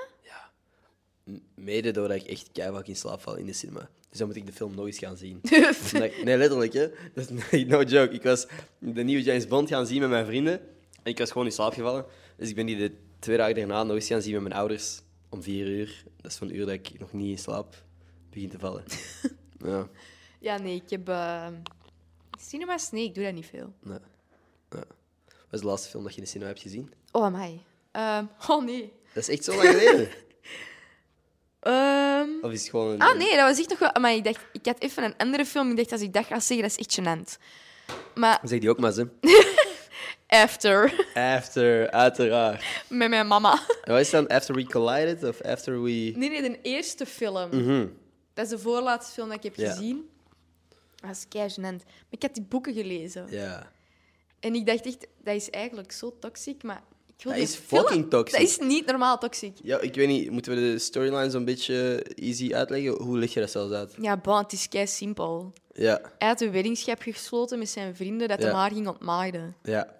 B: M- Mede doordat ik echt keihard in slaap val in de cinema. Dus dan moet ik de film nog eens gaan zien. Omdat ik- nee, letterlijk, hè. Dat is nee, no joke. Ik was de nieuwe James Bond gaan zien met mijn vrienden. En ik was gewoon in slaap gevallen. Dus ik ben die de twee dagen daarna nog eens gaan zien met mijn ouders. Om vier uur. Dat is van een uur dat ik nog niet in slaap begin te vallen. ja,
A: Ja, nee, ik heb. eh, Cinema's? Nee, ik doe dat niet veel.
B: nee. Ja. Wat is de laatste film dat je in de cinema hebt gezien?
A: Oh, mij. oh, nee.
B: Dat is echt zo lang geleden.
A: Ehm,
B: Of is het gewoon een...
A: ah, nee, dat was echt nog wel. Maar ik dacht, ik had even een andere film. Ik dacht, als ik dat ga zeggen, dat is echt gênant. Maar
B: Zeg die ook maar, ze.
A: After.
B: After, uiteraard.
A: Met mijn mama.
B: En wat Oh, is dan After We Collided of After We...
A: Nee, nee, de eerste film.
B: Mhm.
A: Dat is de voorlaatste film dat ik heb
B: Ja.
A: gezien. Dat is kei gênant. Maar ik had die boeken gelezen.
B: Ja.
A: En ik dacht echt, dat is eigenlijk zo toxic, maar ik wil die
B: Dat is
A: film-
B: fucking toxic.
A: Dat is niet normaal toxic.
B: Ja, ik weet niet, moeten we de storyline zo'n beetje easy uitleggen? Hoe leg je dat zelfs uit?
A: Ja, bon, het is kei simpel.
B: Ja,
A: Hij had een weddingschap gesloten met zijn vrienden dat
B: Ja.
A: hem haar ging ontmaagden.
B: ja.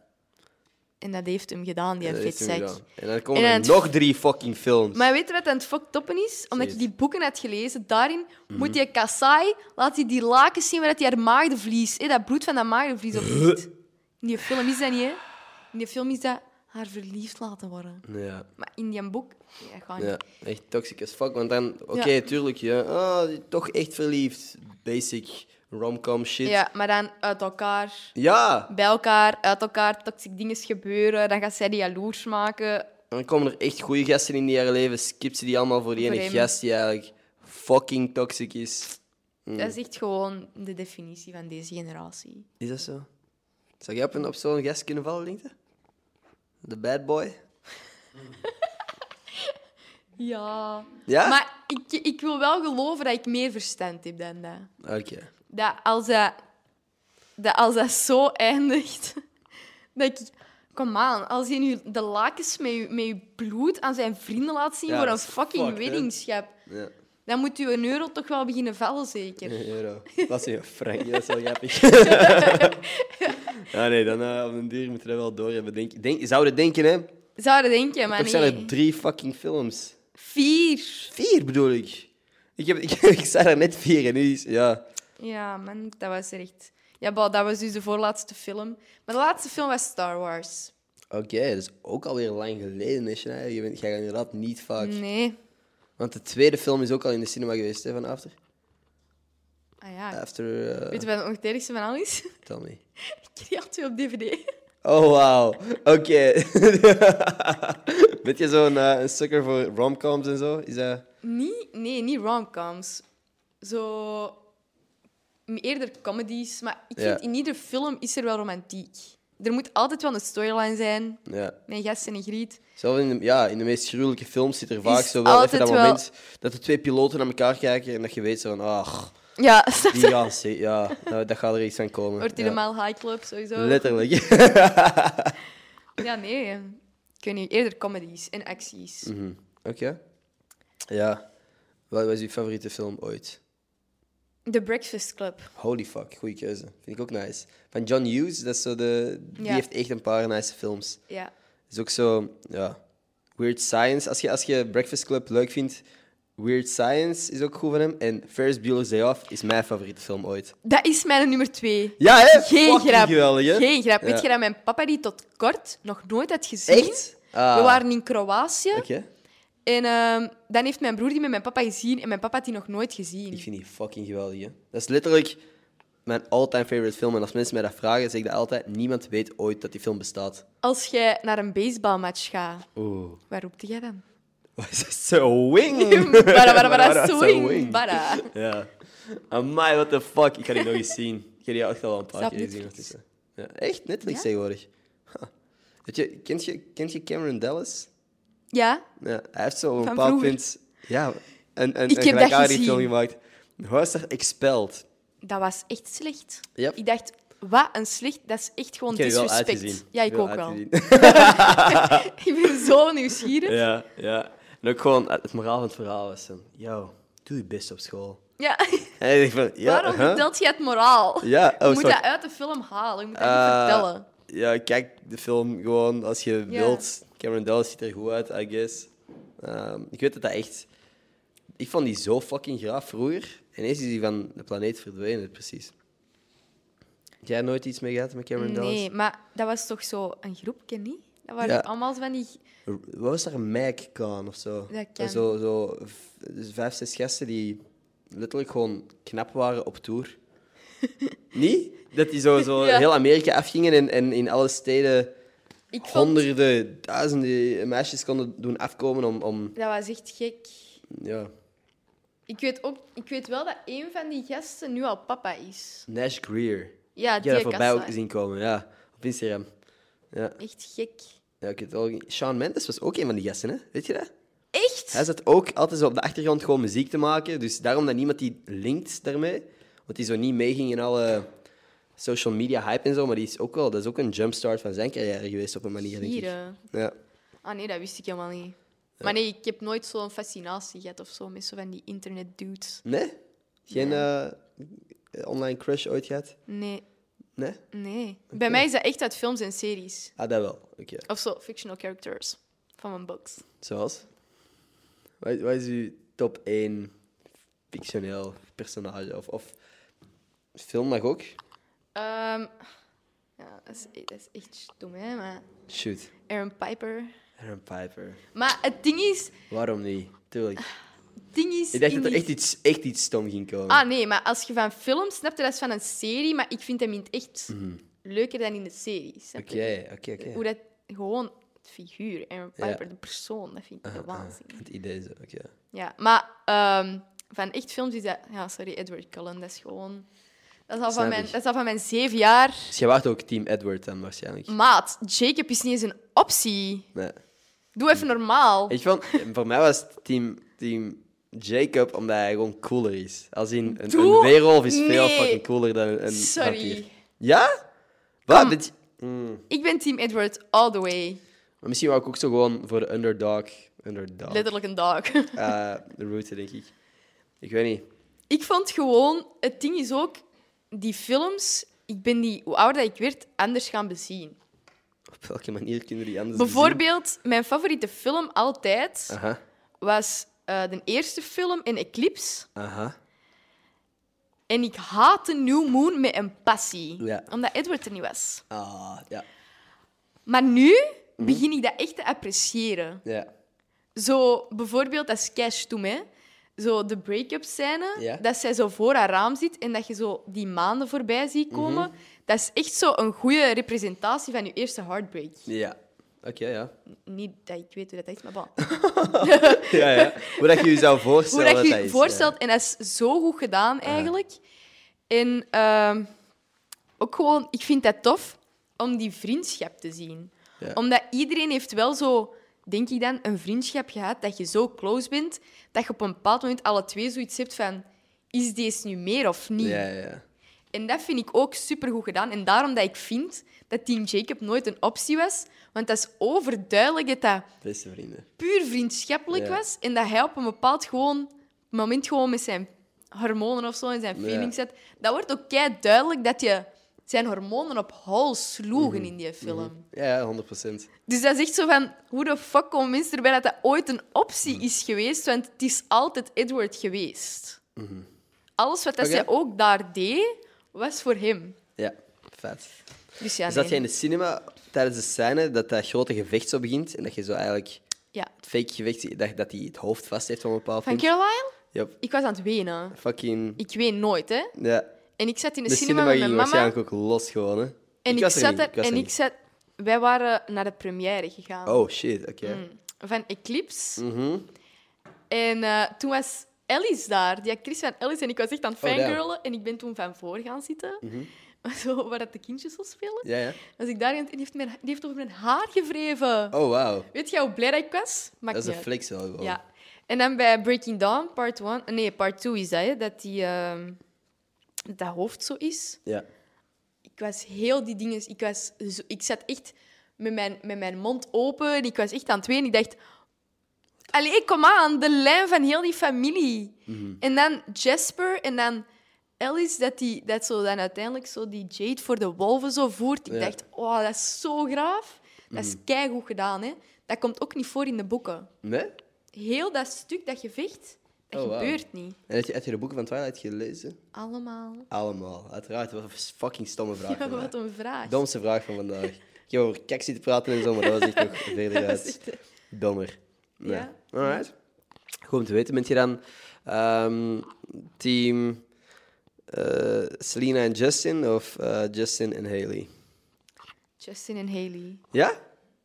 A: En dat heeft hem gedaan, die
B: dat heeft hij
A: vetzak.
B: gedaan. En dan komen
A: En
B: er
A: het-
B: nog drie fucking films.
A: Maar weet je wat aan het fucked toppen is? Omdat
B: Zeg
A: je
B: het.
A: die boeken hebt gelezen, daarin
B: Mhm.
A: moet je Kasai, laat hij die laken zien waar dat die haar maagdenvlies, hè, dat bloed van dat maagdenvlies op ligt. In die film is dat niet, hè? In die film is dat haar verliefd laten worden.
B: Ja.
A: Maar in die boek, ja, gewoon
B: Ja, echt toxic as fuck. Want dan, oké,
A: Ja.
B: tuurlijk, ja, ah, toch echt verliefd. Basic romcom shit.
A: Ja, maar dan uit elkaar,
B: Ja,
A: bij elkaar, uit elkaar, toxic dingen gebeuren. Dan gaat zij die jaloers maken.
B: dan komen er echt goede gasten in die haar leven. Skip ze die allemaal voor die
A: Voor
B: ene
A: hem.
B: gast die eigenlijk fucking toxic is. Mhm.
A: Dat is echt gewoon de definitie van deze generatie.
B: Is dat zo? Zou jij op, een- op zo'n gast kunnen vallen, denk je? De bad boy?
A: Ja.
B: Ja?
A: Maar ik, ik wil wel geloven dat ik meer verstand heb dan dat.
B: Oké.
A: Dat als dat, dat, als dat zo eindigt, dat ik... Kom aan, als je nu de lakens met je, met je bloed aan zijn vrienden laat zien
B: Ja,
A: voor
B: dat
A: een
B: is
A: fucking
B: fucked, hè?
A: weddingschap,
B: Ja.
A: dan moet je een euro toch wel beginnen vallen, zeker.
B: Een euro. Dat is een frank, dat is wel grappig. ja, nee, dan eh, op een duur moet je dat wel door hebben. Denk, denk, zouden denken, hè?
A: Zouden denken, maar
B: Toch
A: nee.
B: zijn er drie fucking films.
A: Vier.
B: Vier bedoel ik. Ik, heb, ik, ik zei er net vier en nu is. Ja.
A: Ja, man, dat was er echt... Ja, bah, dat was dus de voorlaatste film. Maar de laatste film was Star Wars.
B: Oké, dat is ook alweer lang geleden, hè, Shania? Je bent, jij gaat inderdaad niet vaak.
A: Nee.
B: Want de tweede film is ook al in de cinema geweest, hè, van After.
A: Ah ja.
B: After. eh,
A: Weet je wat nog het ergste van al is?
B: tell me.
A: Ik kreeg al twee op dvd.
B: Oh, wauw. Oké. ben je zo'n eh, een sucker voor romcoms en zo? Is dat...
A: Niet, nee, niet romcoms. Zo... Eerder comedies. Maar ik
B: Ja.
A: vind, in ieder film is er wel romantiek. Er moet altijd wel een storyline zijn.
B: Ja.
A: Mijn gast en een griet.
B: Zelf in de, ja, in de meest gruwelijke films zit er vaak
A: Is
B: zo wel even
A: altijd
B: dat
A: wel-
B: moment dat de twee piloten naar elkaar kijken en dat je weet zo van, ah,
A: Ja,
B: die gaan, ze- ja, nou, dat gaat er iets aan komen.
A: wordt
B: Ja.
A: helemaal high club, sowieso.
B: Letterlijk.
A: Ja, nee. Ik weet niet. Eerder comedies en acties.
B: Mhm. Oké. Ja. Wat was je favoriete film ooit?
A: The Breakfast Club.
B: Holy fuck, goede keuze. Vind ik ook nice. Van John Hughes, dat is zo de, die
A: Ja.
B: heeft echt een paar nice films.
A: Ja.
B: Is ook zo, ja. Weird Science. Als je, als je Breakfast Club leuk vindt, Weird Science is ook goed van hem. En Ferris Bueller's Day Off is mijn favoriete film ooit.
A: Dat is mijn nummer twee.
B: Ja, hè?
A: Geen
B: Fucking
A: grap.
B: geweldig, hè?
A: Geen grap.
B: Ja.
A: Weet je dat mijn papa die tot kort nog nooit had gezien?
B: Echt? Ah,
A: We waren in Kroatië.
B: Oké.
A: En ehm, dan heeft mijn broer die met mijn papa gezien en mijn papa had die nog nooit gezien.
B: Ik vind die fucking geweldig, hè. Dat is letterlijk mijn all-time favorite film. En als mensen mij dat vragen, zeg ik dat altijd. Niemand weet ooit dat die film bestaat.
A: Als jij naar een baseballmatch gaat,
B: Oeh.
A: waar roept jij dan?
B: Wat is dat? Zo wing!
A: bara, bara,
B: Bara,
A: bara,
B: swing.
A: swing, bara.
B: ja. Amai, what the fuck. Ik ga die nog eens zien. Ik heb die echt al een paar
A: Snap
B: keer gezien.
A: Netflix.
B: ondertussen. Ja, echt? Netflix
A: Ja.
B: tegenwoordig. Huh. Weet je, kent, je, kent je Cameron Dallas?
A: Ja?
B: Ja, hij heeft zo op een
A: Van
B: bepaald
A: vroeger.
B: punt... Ja, een, een,
A: Ik
B: een
A: heb dat
B: gelijkaardige film
A: gezien.
B: gemaakt. Hoe is dat? Expelled.
A: Dat was echt slecht.
B: Yep.
A: Ik dacht, wat een slecht... Dat is echt gewoon
B: Ik heb die wel
A: disrespect.
B: uitgezien.
A: ja, ik ook
B: uitgezien.
A: wel. ik ben zo nieuwsgierig. Ja.
B: ja, ja. En ook gewoon, het moraal van het verhaal was dan... Yo, doe je best op school. En ik dacht van... Ja,
A: Waarom
B: huh?
A: vertelt je het moraal?
B: Ja, oh,
A: je moet
B: sorry.
A: dat uit de film halen. Je moet dat
B: Eh,
A: niet vertellen.
B: Ja, kijk de film gewoon als je
A: Ja.
B: wilt. Cameron Dallas ziet er goed uit, I guess. Ehm, ik weet dat dat echt... Ik vond die zo fucking graaf vroeger. En ineens is die van de planeet verdwenen, precies. Heb jij nooit iets mee gehad met Cameron Dallas?
A: Nee, maar dat was toch zo een groepje, niet? Dat waren
B: Ja.
A: allemaal van die...
B: R- Wat was daar een MagCon of zo?
A: Dat kan.
B: Zo, zo v- dus vijf, zes gasten die letterlijk gewoon knap waren op tour. Niet? Dat die zo, zo
A: Ja.
B: heel Amerika afgingen en, en in alle steden...
A: Ik vond...
B: honderden, duizenden meisjes konden doen afkomen om... om
A: Dat was echt gek.
B: ja.
A: Ik weet, ook, ik weet wel dat een van die gasten nu al papa is.
B: Nash Greer.
A: Ja,
B: Ik heb dat
A: die
B: voorbij ook
A: kassa.
B: zien komen, ja. Op Instagram. Ja.
A: Echt gek.
B: Ja, ik weet wel. Sean Mendes was ook een van die gasten, hè? Weet je dat?
A: Echt?
B: Hij zat ook altijd zo op de achtergrond gewoon muziek te maken. Dus daarom dat niemand die linkt daarmee. Want die zo niet meeging in alle social media hype en zo. Maar die is ook wel, dat is ook een jumpstart van zijn carrière geweest op een manier, denk ik. Eh.
A: Gieren.
B: Ja.
A: eh. Ah nee, dat wist ik helemaal niet. Maar nee, ik heb nooit zo'n fascinatie gehad of zo met zo van die internet dudes.
B: Nee? Geen eh, online crush ooit gehad?
A: Nee,
B: Nee?
A: nee. Bij mij is dat echt uit films en series.
B: Ah, dat wel. Oké.
A: Of zo, fictional characters van mijn books.
B: Zoals? Wat, wat is uw top 1 fictioneel personage? Of, of film mag ook?
A: Ehm, ja, dat is, dat is echt dom, hè? Maar
B: Shoot.
A: Aaron Piper.
B: Aaron Piper.
A: Maar het ding is...
B: Waarom niet? Tuurlijk.
A: Ah, het Ding is
B: Ik dacht
A: in
B: dat er
A: die-
B: echt iets, echt iets stom ging komen.
A: Ah nee, maar als je van film snapt, dat is van een serie. Maar ik vind hem in het echt leuker dan in de serie. snap je?
B: Mhm. Oké, oké, oké.
A: Hoe dat gewoon het figuur en
B: Ja.
A: Piper, de persoon, dat vind ik
B: Ah,
A: de
B: ah,
A: waanzin.
B: Het idee zo, oké.
A: Ja, maar ehm, van echt films is dat. Ja, sorry, Edward Cullen, dat is gewoon. Dat is al,
B: Snap
A: van mijn,
B: ik.
A: dat is al van mijn zeven jaar.
B: Dus jij waart ook team Edward dan
A: Mm.
B: waarschijnlijk?
A: Maat, Jacob is niet eens een optie.
B: Nee.
A: Doe even normaal.
B: Hm. Ik vond, voor mij was het team, team Jacob omdat hij gewoon cooler is. Als in een, een
A: Doe-
B: weerwolf is veel
A: Nee.
B: fucking cooler dan een vampier.
A: Sorry.
B: Ja? Wat?
A: Kom.
B: Dit- Mm.
A: Ik ben Team Edward all the way.
B: Maar misschien wou ik ook zo gewoon voor de underdog, underdog
A: Letterlijk een dag.
B: eh, route, denk ik. Ik weet niet.
A: ik vond gewoon. Het ding is ook. Die films. Ik ben die, hoe ouder dat ik werd, anders gaan bezien.
B: Op welke manier kunnen die anders
A: Bijvoorbeeld, mijn favoriete film altijd
B: bezien? Aha,
A: was eh, de eerste film in Eclipse.
B: aha.
A: En ik haatte New Moon met een passie.
B: Ja.
A: Omdat Edward er niet was.
B: Ah, ja.
A: Maar nu begin ik dat echt te appreciëren.
B: Ja.
A: Zo bijvoorbeeld, dat is Cash toen, hè. Zo de break-up scène.
B: Ja.
A: Dat zij zo voor haar raam zit en dat je zo die maanden voorbij ziet komen. Dat is echt zo een goede representatie van je eerste heartbreak.
B: Ja. Oké, ja.
A: Niet dat ik weet hoe dat is, maar bon.
B: ja, ja. Hoe dat je je zou
A: hoe
B: voorstellen
A: dat je
B: dat
A: je
B: is,
A: voorstelt. En dat is zo goed gedaan, eigenlijk. En ehm, ook gewoon, ik vind dat tof om die vriendschap te zien.
B: Ja.
A: Omdat iedereen heeft wel zo, denk ik dan, een vriendschap gehad dat je zo close bent, dat je op een bepaald moment alle twee zoiets hebt van... Is deze nu meer of niet?
B: Ja, ja, ja.
A: En dat vind ik ook supergoed gedaan. En daarom dat ik vind dat Team Jacob nooit een optie was. Want dat is overduidelijk dat dat
B: Beste vrienden.
A: puur vriendschappelijk
B: Ja.
A: was. En dat hij op een bepaald gewoon, moment gewoon met zijn hormonen of zo en zijn
B: Ja.
A: feelings zat. Dat wordt ook kei duidelijk dat je zijn hormonen op hol sloegen
B: Mhm.
A: in die film.
B: Ja, ja, 100 procent.
A: Dus dat is echt zo van, hoe de fuck komen mensen erbij dat dat ooit een optie
B: Mhm.
A: is geweest? Want het is altijd Edward geweest. Alles wat dat
B: Mhm. Oké.
A: zij ook daar deed, was voor hem.
B: Ja, vet.
A: Dus ja,
B: Dus dat
A: nee.
B: je in de cinema tijdens de scène dat dat grote gevecht zo begint en dat je zo eigenlijk
A: ja.
B: het fake gevecht ziet, dat, dat hij het hoofd vast heeft van een bepaald
A: Van
B: punt.
A: Caroline?
B: Yep.
A: Ik was aan het wenen.
B: Fucking.
A: Ik ween nooit, hè.
B: Ja.
A: En ik zat in de,
B: De
A: cinema,
B: cinema
A: met
B: ging
A: mijn mama.
B: waarschijnlijk ook los gewoon. Hè?
A: En ik,
B: was er
A: zat
B: niet,
A: er,
B: was
A: en
B: er
A: ik
B: niet.
A: zat, wij waren naar de première gegaan Mm.
B: Oh shit, oké. Mm. Mhm,
A: van Eclipse. En eh, toen was Alice daar, die actrice van Alice. En ik was echt aan het
B: Oh, Mhm. damn.
A: fangirlen. en ik ben toen van voor gaan zitten. Zo, waar dat de kindjes zo spelen.
B: Ja, ja.
A: Was ik daar en die heeft, mijn, die heeft over mijn haar gewreven.
B: Oh wauw.
A: Weet je hoe blij dat ik was? Maakt
B: Dat is
A: niet
B: een
A: uit.
B: flex wel gewoon.
A: Ja. En dan bij Breaking Dawn, part 1... Nee, part 2 is dat, hè. Dat die... ehm, dat dat hoofd zo is.
B: Ja.
A: ik was heel die dingen. Ik, was zo- ik zat echt met mijn, met mijn mond open. en Ik was echt aan het wenen. Ik dacht. Allee, kom aan, de lijn van heel die familie.
B: Mhm.
A: En dan Jasper en dan Alice, dat, die, dat zo dan uiteindelijk zo die Jade voor de wolven zo voert. Ik
B: Ja. Mhm.
A: dacht, oh, dat is zo graaf. Dat is keigoed gedaan, hè. Dat komt ook niet voor in de boeken.
B: Nee?
A: Heel dat stuk, dat gevecht, dat
B: Oh, wauw.
A: gebeurt niet.
B: En heb je, heb je de boeken van Twilight gelezen?
A: Allemaal.
B: Allemaal, uiteraard. Wat een fucking stomme vraag.
A: Ja,
B: van mij.
A: wat een vraag.
B: Domste vraag van vandaag. Ik heb over keks zitten praten en zo, maar dat was echt nog verder
A: Dat was
B: uit.
A: echt, eh,
B: Dommer. Nee.
A: Ja.
B: Alright. Goed om te weten, bent je dan ehm, team eh, Selena en Justin of eh, Justin en Haley?
A: Justin en Haley.
B: Ja?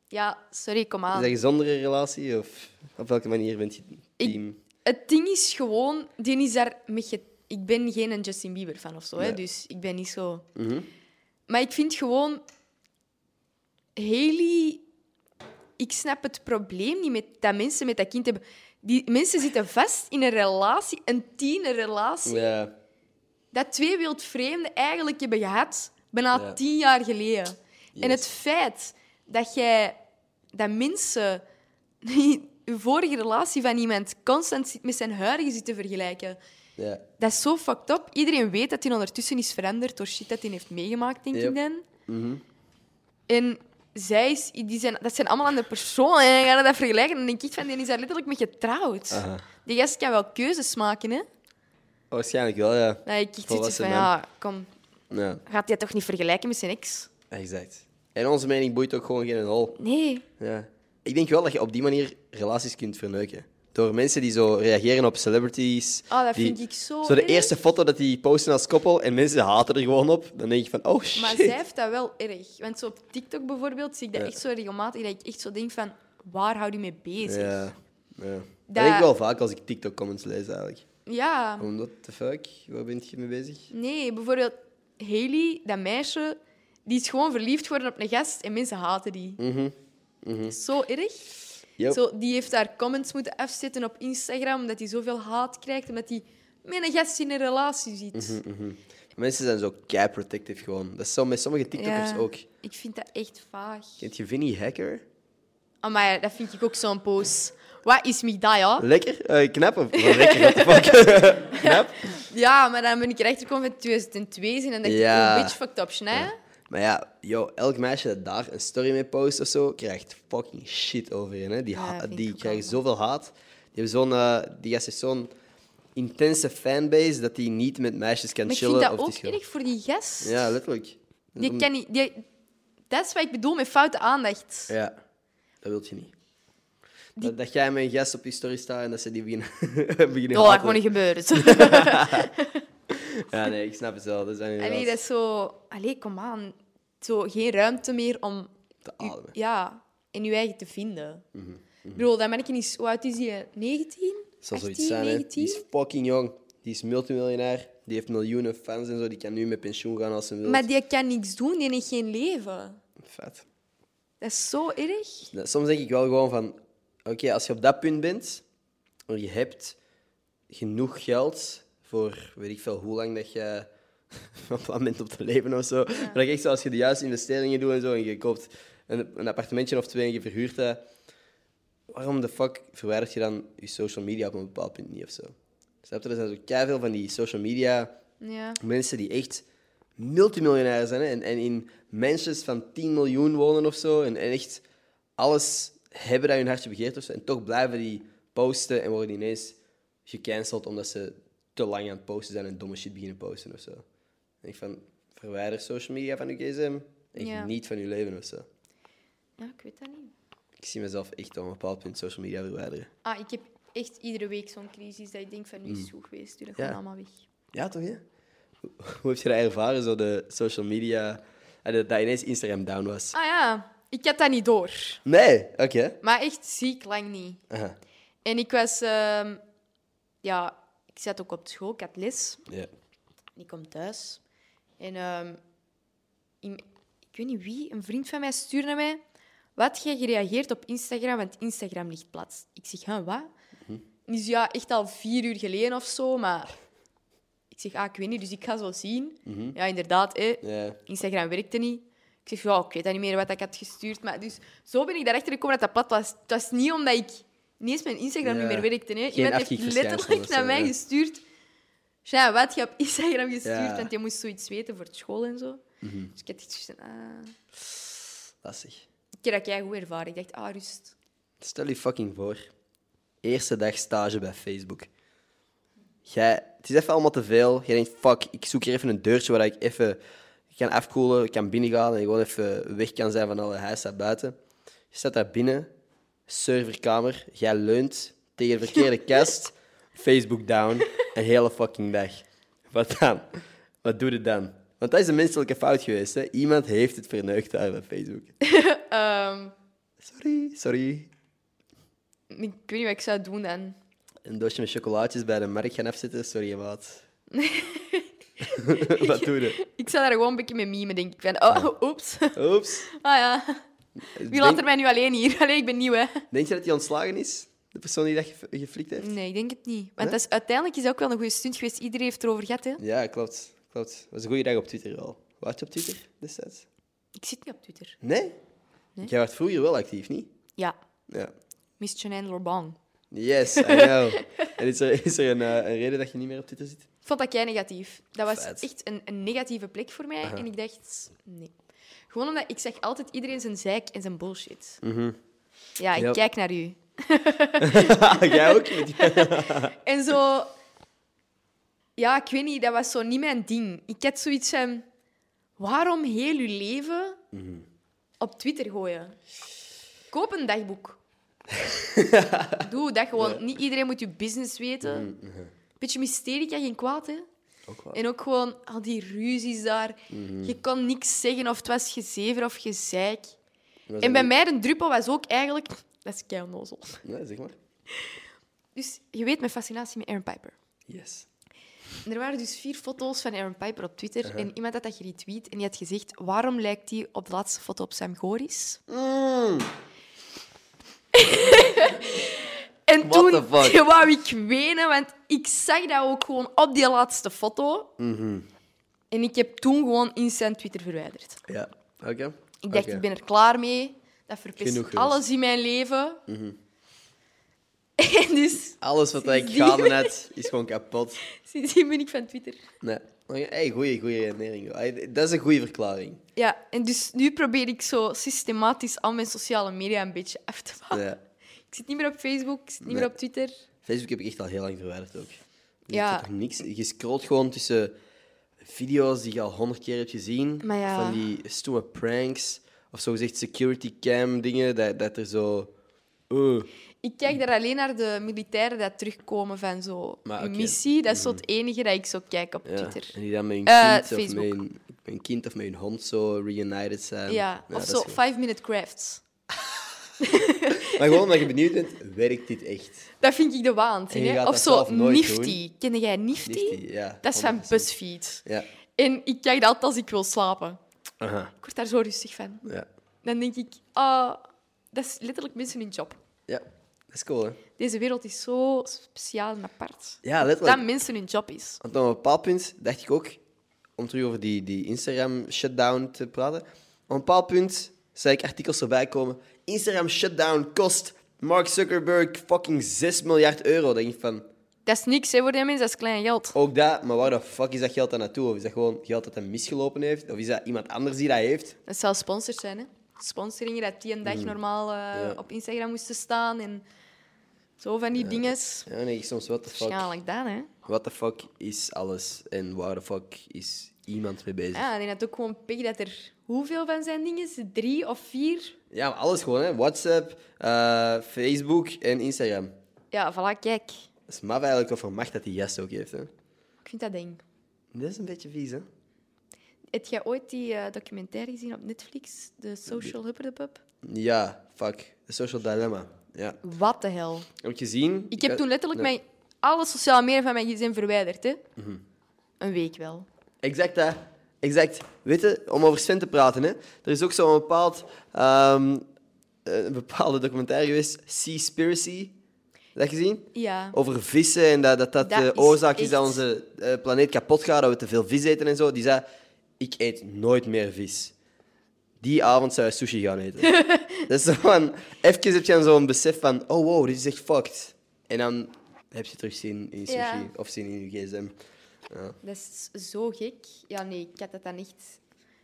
A: Ja, sorry, kom
B: Is
A: aan.
B: dat een gezondere relatie? Of op welke manier bent je team?
A: Het ding is gewoon, die is daar met ge- ik ben geen een Justin Bieber fan of zo, hè, dus ik ben niet zo. Maar ik vind gewoon, Haley... Ik snap het probleem niet met dat mensen met dat kind hebben. Die mensen zitten vast in een relatie, een tienerrelatie,
B: Ja.
A: dat twee wildvreemden eigenlijk hebben gehad bijna
B: Ja.
A: tien jaar geleden. En
B: Yes.
A: het feit dat jij dat mensen die je vorige relatie van iemand constant zit- met zijn huidige zit te vergelijken,
B: Ja.
A: dat is zo fucked up. Iedereen weet dat hij ondertussen is veranderd door shit dat hij heeft meegemaakt, denk
B: Yep.
A: ik dan.
B: Mhm.
A: En zij is, die zijn, dat zijn allemaal andere personen. En ga je dat vergelijken, dan denk ik van, die is daar letterlijk mee getrouwd.
B: Aha.
A: Die gast kan wel keuzes maken, hè.
B: Oh, Waarschijnlijk wel, ja.
A: Dat ik echt zoiets
B: Volwassen
A: van,
B: man.
A: ja, kom,
B: Ja,
A: gaat hij toch niet vergelijken met zijn ex?
B: exact. En onze mening boeit ook gewoon geen hol.
A: Nee.
B: Ja. Ik denk wel dat je op die manier relaties kunt verneuken. Door mensen die zo reageren op celebrities.
A: Oh, dat
B: die-
A: vind ik zo
B: Zo de
A: erg.
B: eerste foto dat die posten als koppel en mensen haten er gewoon op. Dan denk je van, oh shit.
A: Maar zij heeft dat wel erg. Want zo op TikTok bijvoorbeeld zie ik dat
B: Ja.
A: echt zo regelmatig, dat ik echt zo denk van, waar hou je mee bezig? Ja,
B: Ja. ja. Dat...
A: Dat-
B: denk ik wel vaak als ik TikTok-comments lees eigenlijk. Omdat, the fuck? Waar ben je mee bezig?
A: nee, bijvoorbeeld Haley, dat meisje, die is gewoon verliefd geworden op een gast en mensen haten die.
B: Mhm.
A: Zo erg.
B: Yep.
A: Zo, die heeft haar comments moeten afzetten op Instagram omdat hij zoveel haat krijgt omdat hij met een gast in een relatie zit.
B: Mhm. Mensen zijn zo kei protective gewoon. Dat is zo met sommige TikTokers
A: Ja,
B: ook.
A: Ik vind dat echt vaag.
B: Kent je Vinnie Hacker?
A: Ah, Maar dat vind ik ook zo'n post. Wat is mij dat, ja?
B: Lekker? Eh, knap of wel lekker? What the fuck? knap?
A: Ja, maar dan ben ik erachter gekomen van 2002 zijn en dacht
B: Ja.
A: ik, oh, bitch, fucked up, snij.
B: Maar ja, yo, elk meisje dat daar een story mee post of zo, krijgt fucking shit over je. Hè? Die,
A: Ja,
B: ha-
A: vind ik
B: die
A: ook
B: krijgen
A: wel.
B: zoveel haat. Die, hebben zo'n, eh, die gast heeft zo'n intense fanbase dat die niet met meisjes kan
A: Maar ik
B: chillen.
A: vind dat
B: of
A: ook
B: discussiëren.
A: erg voor die gast.
B: Ja, letterlijk.
A: die kan niet... Die, dat is wat ik bedoel met foute aandacht.
B: Ja, dat wil je niet. Dat, dat jij met een gast op je story staat en dat ze die beginnen, beginnen
A: Oh, dat
B: haten.
A: gewoon niet gebeuren.
B: Ja, nee, ik snap het wel. Dat zijn
A: Allee, dat is zo... Allee, kom aan. Zo, geen ruimte meer om...
B: te
A: u-
B: ademen. Mhm,
A: ja, in je eigen te vinden. Ik bedoel, dat mannetje is... Hoe oud is hij? 19?
B: Het zal
A: 18,
B: zoiets zijn, hè. Die
A: 19?
B: is fucking jong. Die is multimiljonair. Die heeft miljoenen fans en zo. Die kan nu met pensioen gaan als ze wil.
A: Maar die kan niks doen, die heeft geen leven.
B: Vet.
A: Dat is zo erg.
B: Nou, Soms denk ik wel gewoon van... Oké, als je op dat punt bent... en Je hebt genoeg geld voor weet ik veel hoe lang dat je van plan bent om te leven of zo. Maar dat je echt zo, als je de juiste investeringen doet en zo... En je koopt een, een appartementje of twee en je verhuurt dat... Waarom de fuck verwijdert je dan je social media op een bepaald punt niet of zo? Snap je? Er zijn zo keiveel van die social media
A: Ja.
B: mensen die echt multimiljonair zijn hè, en, en in mansions van 10 miljoen wonen of zo. En, en echt alles hebben dat hun hartje begeert of zo. En toch blijven die posten en worden die ineens gecanceld omdat ze te lang aan het posten zijn en domme shit beginnen posten of zo. Dan denk ik van, verwijder social media van uw gsm en
A: Ja.
B: geniet van uw leven of zo.
A: ja, ik weet dat niet.
B: Ik zie mezelf echt op een bepaald punt social media verwijderen.
A: Ah, ik heb echt iedere week zo'n crisis dat ik denk van nu is het zo geweest, doe dat gewoon
B: Ja.
A: allemaal weg.
B: Ja, toch? Ja? Hoe heb je dat ervaren, zo de social media, eh, dat dat ineens Instagram down was?
A: Ah ja, ik had dat niet door.
B: Nee, oké.
A: Maar echt ziek lang niet.
B: Aha.
A: En ik was... ehm, ja, ik zat ook op school, ik had les.
B: Ja.
A: En ik kom thuis. En ehm, in- ik weet niet wie, een vriend van mij stuurde naar mij... Wat jij gereageerd op Instagram, want Instagram ligt plat. Ik zeg, huh, wat? En die zei, ja, echt al vier uur geleden of zo, maar... Ik zeg, ah, ik weet niet, dus ik ga zo zien. Ja, inderdaad, hè.
B: Ja.
A: Instagram werkte niet. Ik zeg, ja, ik weet dat niet meer wat ik had gestuurd. Maar dus zo ben ik daarachter gekomen dat dat plat was. Het was niet omdat ik niet eens mijn Instagram
B: Ja.
A: niet meer werkte. Hè.
B: Geen
A: Iemand heeft
B: afkiekverschijnsel of
A: letterlijk
B: zo,
A: naar mij
B: ja.
A: gestuurd. Ja, wat je hebt Instagram gestuurd,
B: Ja. Mhm.
A: want je moest zoiets weten voor het school en zo. Dus ik had echt zoiets van, ah.
B: Lastig.
A: Ik heb dat jij goed ervaren. Ik dacht, ah, rust.
B: Stel je fucking voor. Eerste dag stage bij Facebook. Jij, het is even allemaal te veel. Jij denkt, fuck, ik zoek hier even een deurtje waar ik even kan afkoelen, kan binnengaan en gewoon even weg kan zijn van alle huis daar buiten. Je staat daar binnen, serverkamer, jij leunt tegen de verkeerde kast, Facebook down, een hele fucking dag. Wat dan? Wat doe je dan? Want dat is een menselijke fout geweest. Hè? Iemand heeft het verneukt daar bij Facebook.
A: Ehm,
B: Sorry, sorry.
A: ik weet niet wat ik zou doen dan.
B: een doosje met chocolaatjes bij de markt gaan afzetten. Sorry, maat. Wat doe je?
A: Ik zou daar gewoon een beetje mee mimen, denk ik. Van, oh, oeps.
B: Oeps.
A: Ah ja. Wie
B: Denk-
A: laat er mij nu alleen hier? Allee, ik ben nieuw, hè?
B: Denk je dat hij ontslagen is? De persoon die dat ge- geflikt heeft?
A: Nee, ik denk het niet. Want
B: Nee?
A: dat is, uiteindelijk is dat ook wel een goede stunt geweest. Iedereen heeft erover gehad, hè?
B: Ja, klopt. Klopt. Dat was een goede dag op Twitter wel. Was je op Twitter destijds?
A: Ik zit niet op Twitter.
B: Nee?
A: Nee.
B: Jij was vroeger wel actief, niet?
A: Ja,
B: Ja.
A: Miss Janine Lorban.
B: Yes, I know. en is er, is er een, eh, een reden dat je niet meer op Twitter zit?
A: Ik vond dat kei negatief. Dat was
B: Vet.
A: echt een, een negatieve plek voor mij.
B: Aha.
A: En ik dacht, nee. Gewoon omdat ik zeg altijd iedereen zijn zeik en zijn bullshit. Ja, ik
B: Ja.
A: kijk naar u.
B: Ah, Jij ook? Met die-
A: En zo... Ja, ik weet niet, dat was zo niet mijn ding. Ik had zoiets van... Waarom heel uw leven op Twitter gooien? Koop een dagboek. Doe dat gewoon. Niet iedereen moet je business weten. Beetje mysterie kan geen kwaad, hè?
B: Ook wel.
A: En ook gewoon al die ruzies daar. Je kon niks zeggen of het was gezever of gezeik.
B: Was dat
A: En bij
B: niet-
A: mij, een druppel was ook eigenlijk... Dat is kei onnozel.
B: Nee, zeg maar.
A: Dus je weet mijn fascinatie met Aaron Piper.
B: Yes.
A: En Er waren dus vier foto's van Aaron Piper op Twitter. En iemand had dat geretweet en die had gezegd... Waarom lijkt hij op de laatste foto op Sam Goris?
B: Mm.
A: En
B: What
A: toen
B: the fuck?
A: wou ik wenen, want ik zag dat ook gewoon op die laatste foto.
B: Mhm.
A: En ik heb toen gewoon instant Twitter verwijderd.
B: Ja, oké.
A: Ik dacht,
B: Oké.
A: ik ben er klaar mee. Dat
B: Genoeg
A: verpest
B: geweest. Mhm.
A: alles in mijn leven. En dus,
B: Alles wat ik
A: Die-
B: gaande had, is gewoon kapot.
A: sindsdien ben ik van Twitter.
B: Nee. Oké, Hey, goeie, goeie herinnering. joh. Hey, Dat is een goede verklaring.
A: Ja, en dus nu probeer ik zo systematisch al mijn sociale media een beetje af te vallen.
B: Ja.
A: Ik zit niet meer op Facebook, ik zit niet
B: Nee.
A: meer op Twitter.
B: Facebook heb ik echt al heel lang verwijderd ook. Je
A: Ja.
B: ja. toch niks. Je scrolt gewoon tussen video's die je al honderd keer hebt gezien.
A: Maar ja.
B: Van die stomme pranks. Of zogezegd security cam dingen. Dat, dat er zo... Oeh.
A: Ik kijk daar alleen naar de militairen dat terugkomen van zo'n
B: Maar oké. Mhm.
A: missie. Dat is zo het enige dat ik zo kijk op
B: Ja.
A: Twitter.
B: En die dan met hun
A: Eh,
B: kind, of
A: Facebook.
B: met hun, met hun kind of met hun hond zo reunited zijn.
A: ja,
B: dat
A: of
B: is
A: zo
B: gewoon-
A: Five Minute Crafts.
B: Maar gewoon omdat je benieuwd bent, werkt dit echt?
A: Dat vind ik de
B: En
A: waanzin.
B: je
A: hè.
B: gaat
A: Of
B: dat
A: zo
B: zelf nooit
A: Nifty. Kende jij Nifty?
B: Nifty, ja,
A: Dat is van
B: 100%.
A: BuzzFeed.
B: Ja.
A: En ik kijk dat altijd als ik wil slapen.
B: Aha.
A: Ik word daar zo rustig van.
B: Ja.
A: Dan denk ik, ah, dat is letterlijk mensen hun job.
B: Ja. Dat is cool, hè?
A: Deze wereld is zo speciaal en apart.
B: Ja, letterlijk.
A: Dat mensen hun job is.
B: Want op een bepaald punt dacht ik ook, om terug over die, die Instagram-shutdown te praten. Op een bepaald punt zei ik artikels voorbij komen. Instagram-shutdown kost Mark Zuckerberg fucking 6 miljard euro. Dan denk ik van,
A: Dat is niks hè, voor die mensen, dat is klein geld.
B: ook dat, maar waar de fuck is dat geld dan naartoe? Of is dat gewoon geld dat hij misgelopen heeft? Of is dat iemand anders die dat heeft?
A: Dat zou sponsors zijn, hè? Sponsoringen dat die een
B: Mm.
A: dag normaal eh, op Instagram moesten staan en zo van die dinges.
B: Ja, nee, ik soms, what the fuck?
A: Waarschijnlijk dan, hè?
B: What the fuck is alles en waar de fuck is iemand mee bezig?
A: Ja, ik denk dat ook gewoon pik dat er hoeveel van zijn dinges? Drie of vier?
B: Ja, maar alles gewoon, hè. WhatsApp, eh, Facebook en Instagram.
A: Ja, voilà, kijk.
B: Dat is maf eigenlijk wat voor macht dat die gast ook heeft, hè.
A: Ik vind dat ding.
B: Dat is een beetje vies, hè?
A: Heb jij ooit die eh, documentaire gezien op Netflix? De Social Hupperdepub?
B: Ja, fuck. The Social Dilemma. Ja.
A: Wat de hel.
B: Heb je gezien?
A: Ik heb toen letterlijk
B: Eh, Nee. Mhm.
A: mijn, alle sociale media van mijn gezin verwijderd, hè? Een week wel.
B: Exact, hè. Exact. Weet je, om over Sven te praten, hè. Er is ook zo'n bepaald... ehm, een bepaalde documentaire geweest, Seaspiracy. Dat gezien?
A: Ja.
B: Over vissen en dat dat, dat
A: Dat
B: de
A: is
B: oorzaak is dat
A: echt-
B: onze eh, planeet kapot gaat, dat we te veel vis eten en zo. Die zei, ik eet nooit meer vis. Die avond zou hij sushi gaan eten. dat is zo van, even heb je dan zo'n besef van, oh wow, dit is echt fucked. En dan heb je het terug zien in sushi
A: Ja.
B: of zien in je gsm.
A: Dat is zo gek. Ja, nee, ik had dat dan echt...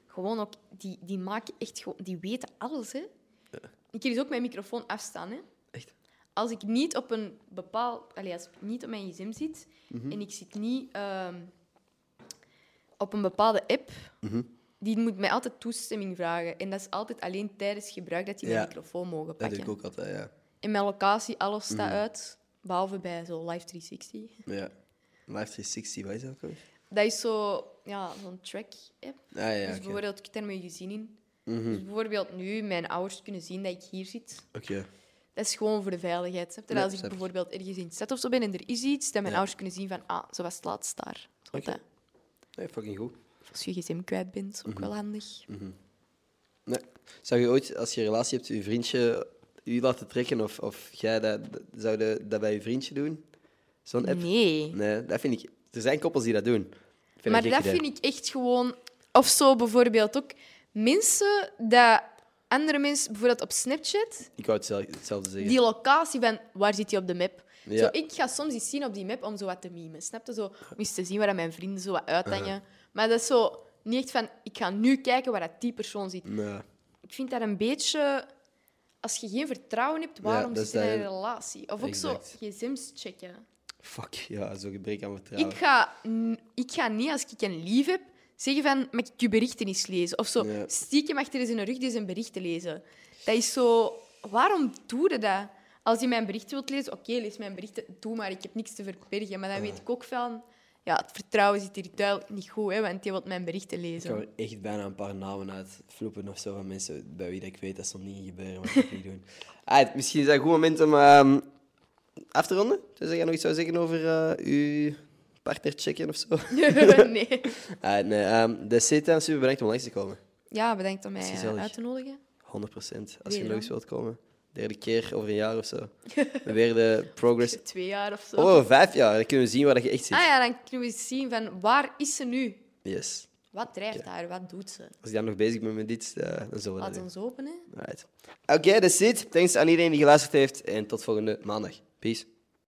A: Gewoon ook... Die, die maken echt gewoon... Die weten alles, hè. Ik heb dus ook mijn microfoon afstaan, hè.
B: Echt?
A: Als ik niet op een bepaald... Allee, als ik niet op mijn gsm zit
B: Mhm.
A: en ik zit niet ehm, op een bepaalde app,
B: Mhm.
A: die moet mij altijd toestemming vragen. En dat is altijd alleen tijdens gebruik dat die
B: Ja.
A: mijn microfoon mogen
B: Dat doe
A: pakken.
B: ik ook Mhm. altijd, ja.
A: In mijn locatie, alles staat uit. Behalve bij zo Live 360.
B: ja. Live 360, wat is dat ook alweer?
A: Dat is zo, ja, zo'n track-app.
B: Ah ja,
A: dus
B: oké. Mhm.
A: bijvoorbeeld, ik heb daar mijn gezin in. Dus bijvoorbeeld nu, mijn ouders kunnen zien dat ik hier zit.
B: Oké.
A: Dat is gewoon voor de veiligheid. Snap je?
B: Ja,
A: Als ik
B: snap ik.
A: bijvoorbeeld ergens in stad of zo ben en er is iets, dat mijn
B: Ja.
A: ouders kunnen zien van, ah, zo was het laatst daar. Snap je?
B: Nee, fucking goed. Mhm.
A: Of als je je gsm kwijt bent, is ook wel handig.
B: Nee. Zou je ooit, als je een relatie hebt, je vriendje u laten trekken? Of, of jij dat, zou je dat bij je vriendje doen? Zo'n app?
A: Nee.
B: Nee, dat vind ik... Er zijn koppels die dat doen. Ik vind
A: maar
B: een
A: dat
B: gek idee.
A: vind ik echt gewoon. Of zo bijvoorbeeld ook mensen dat andere mensen, bijvoorbeeld op Snapchat,
B: Ik wou hetzelfde- hetzelfde zeggen.
A: die locatie van waar zit hij op de map.
B: Ja.
A: Zo, ik ga soms iets zien op die map om zo wat te memen. Snap je? Zo, om eens te zien waar dat mijn vrienden zo wat uithangen.
B: Uh-huh.
A: Maar dat is zo niet echt van, ik ga nu kijken waar dat die persoon zit.
B: Nee.
A: Ik vind dat een beetje... Als je geen vertrouwen hebt, waarom
B: dat
A: zit
B: is
A: je in een
B: dat-
A: relatie? Of ook
B: Exact.
A: zo gsm's checken.
B: Fuck, ja, zo'n gebrek aan vertrouwen.
A: Ik ga, n- ik ga niet, als ik een lief heb, zeggen van, mag ik je berichten eens lezen? Of zo,
B: Ja.
A: stiekem achter zijn rug deze een bericht te lezen. Dat is zo... Waarom doe je dat? Als je mijn berichten wilt lezen, oké, lees mijn berichten, doe maar, ik heb niks te verbergen. Maar dan weet ik ook van, ja, het vertrouwen zit hier duidelijk niet goed, hè, want je wilt mijn berichten
B: Ik kan
A: lezen.
B: er echt bijna een paar namen uit vloepen of zo van mensen bij wie dat ik weet dat zal niet gebeuren, maar dat ga ik niet doen. Alright, misschien is dat een goed moment om ehm, af te ronden. Dus jij nog iets zou zeggen over eh uw partner checken of zo?
A: nee.
B: Alright, nee, ehm de CETA, super bedankt om langs te komen.
A: Ja, bedankt om mij
B: is
A: eh,
B: gezellig.
A: uit te nodigen.
B: 100 procent. Als je nog
A: Wederom.
B: eens wilt komen. Derde keer over een jaar of zo. Weer de progress.
A: Twee jaar of zo.
B: Oh, vijf jaar. Dan kunnen we zien waar dat je echt
A: Ah
B: zit.
A: ja, dan kunnen we eens zien van, waar is ze nu?
B: Yes.
A: Wat drijft haar? Wat doet ze?
B: Als ik dan nog bezig ben met dit, eh, dan zullen we dat
A: Laat
B: doen.
A: ons openen.
B: Alright. Oké, that's it. Thanks aan iedereen die geluisterd heeft. En tot volgende maandag. Peace.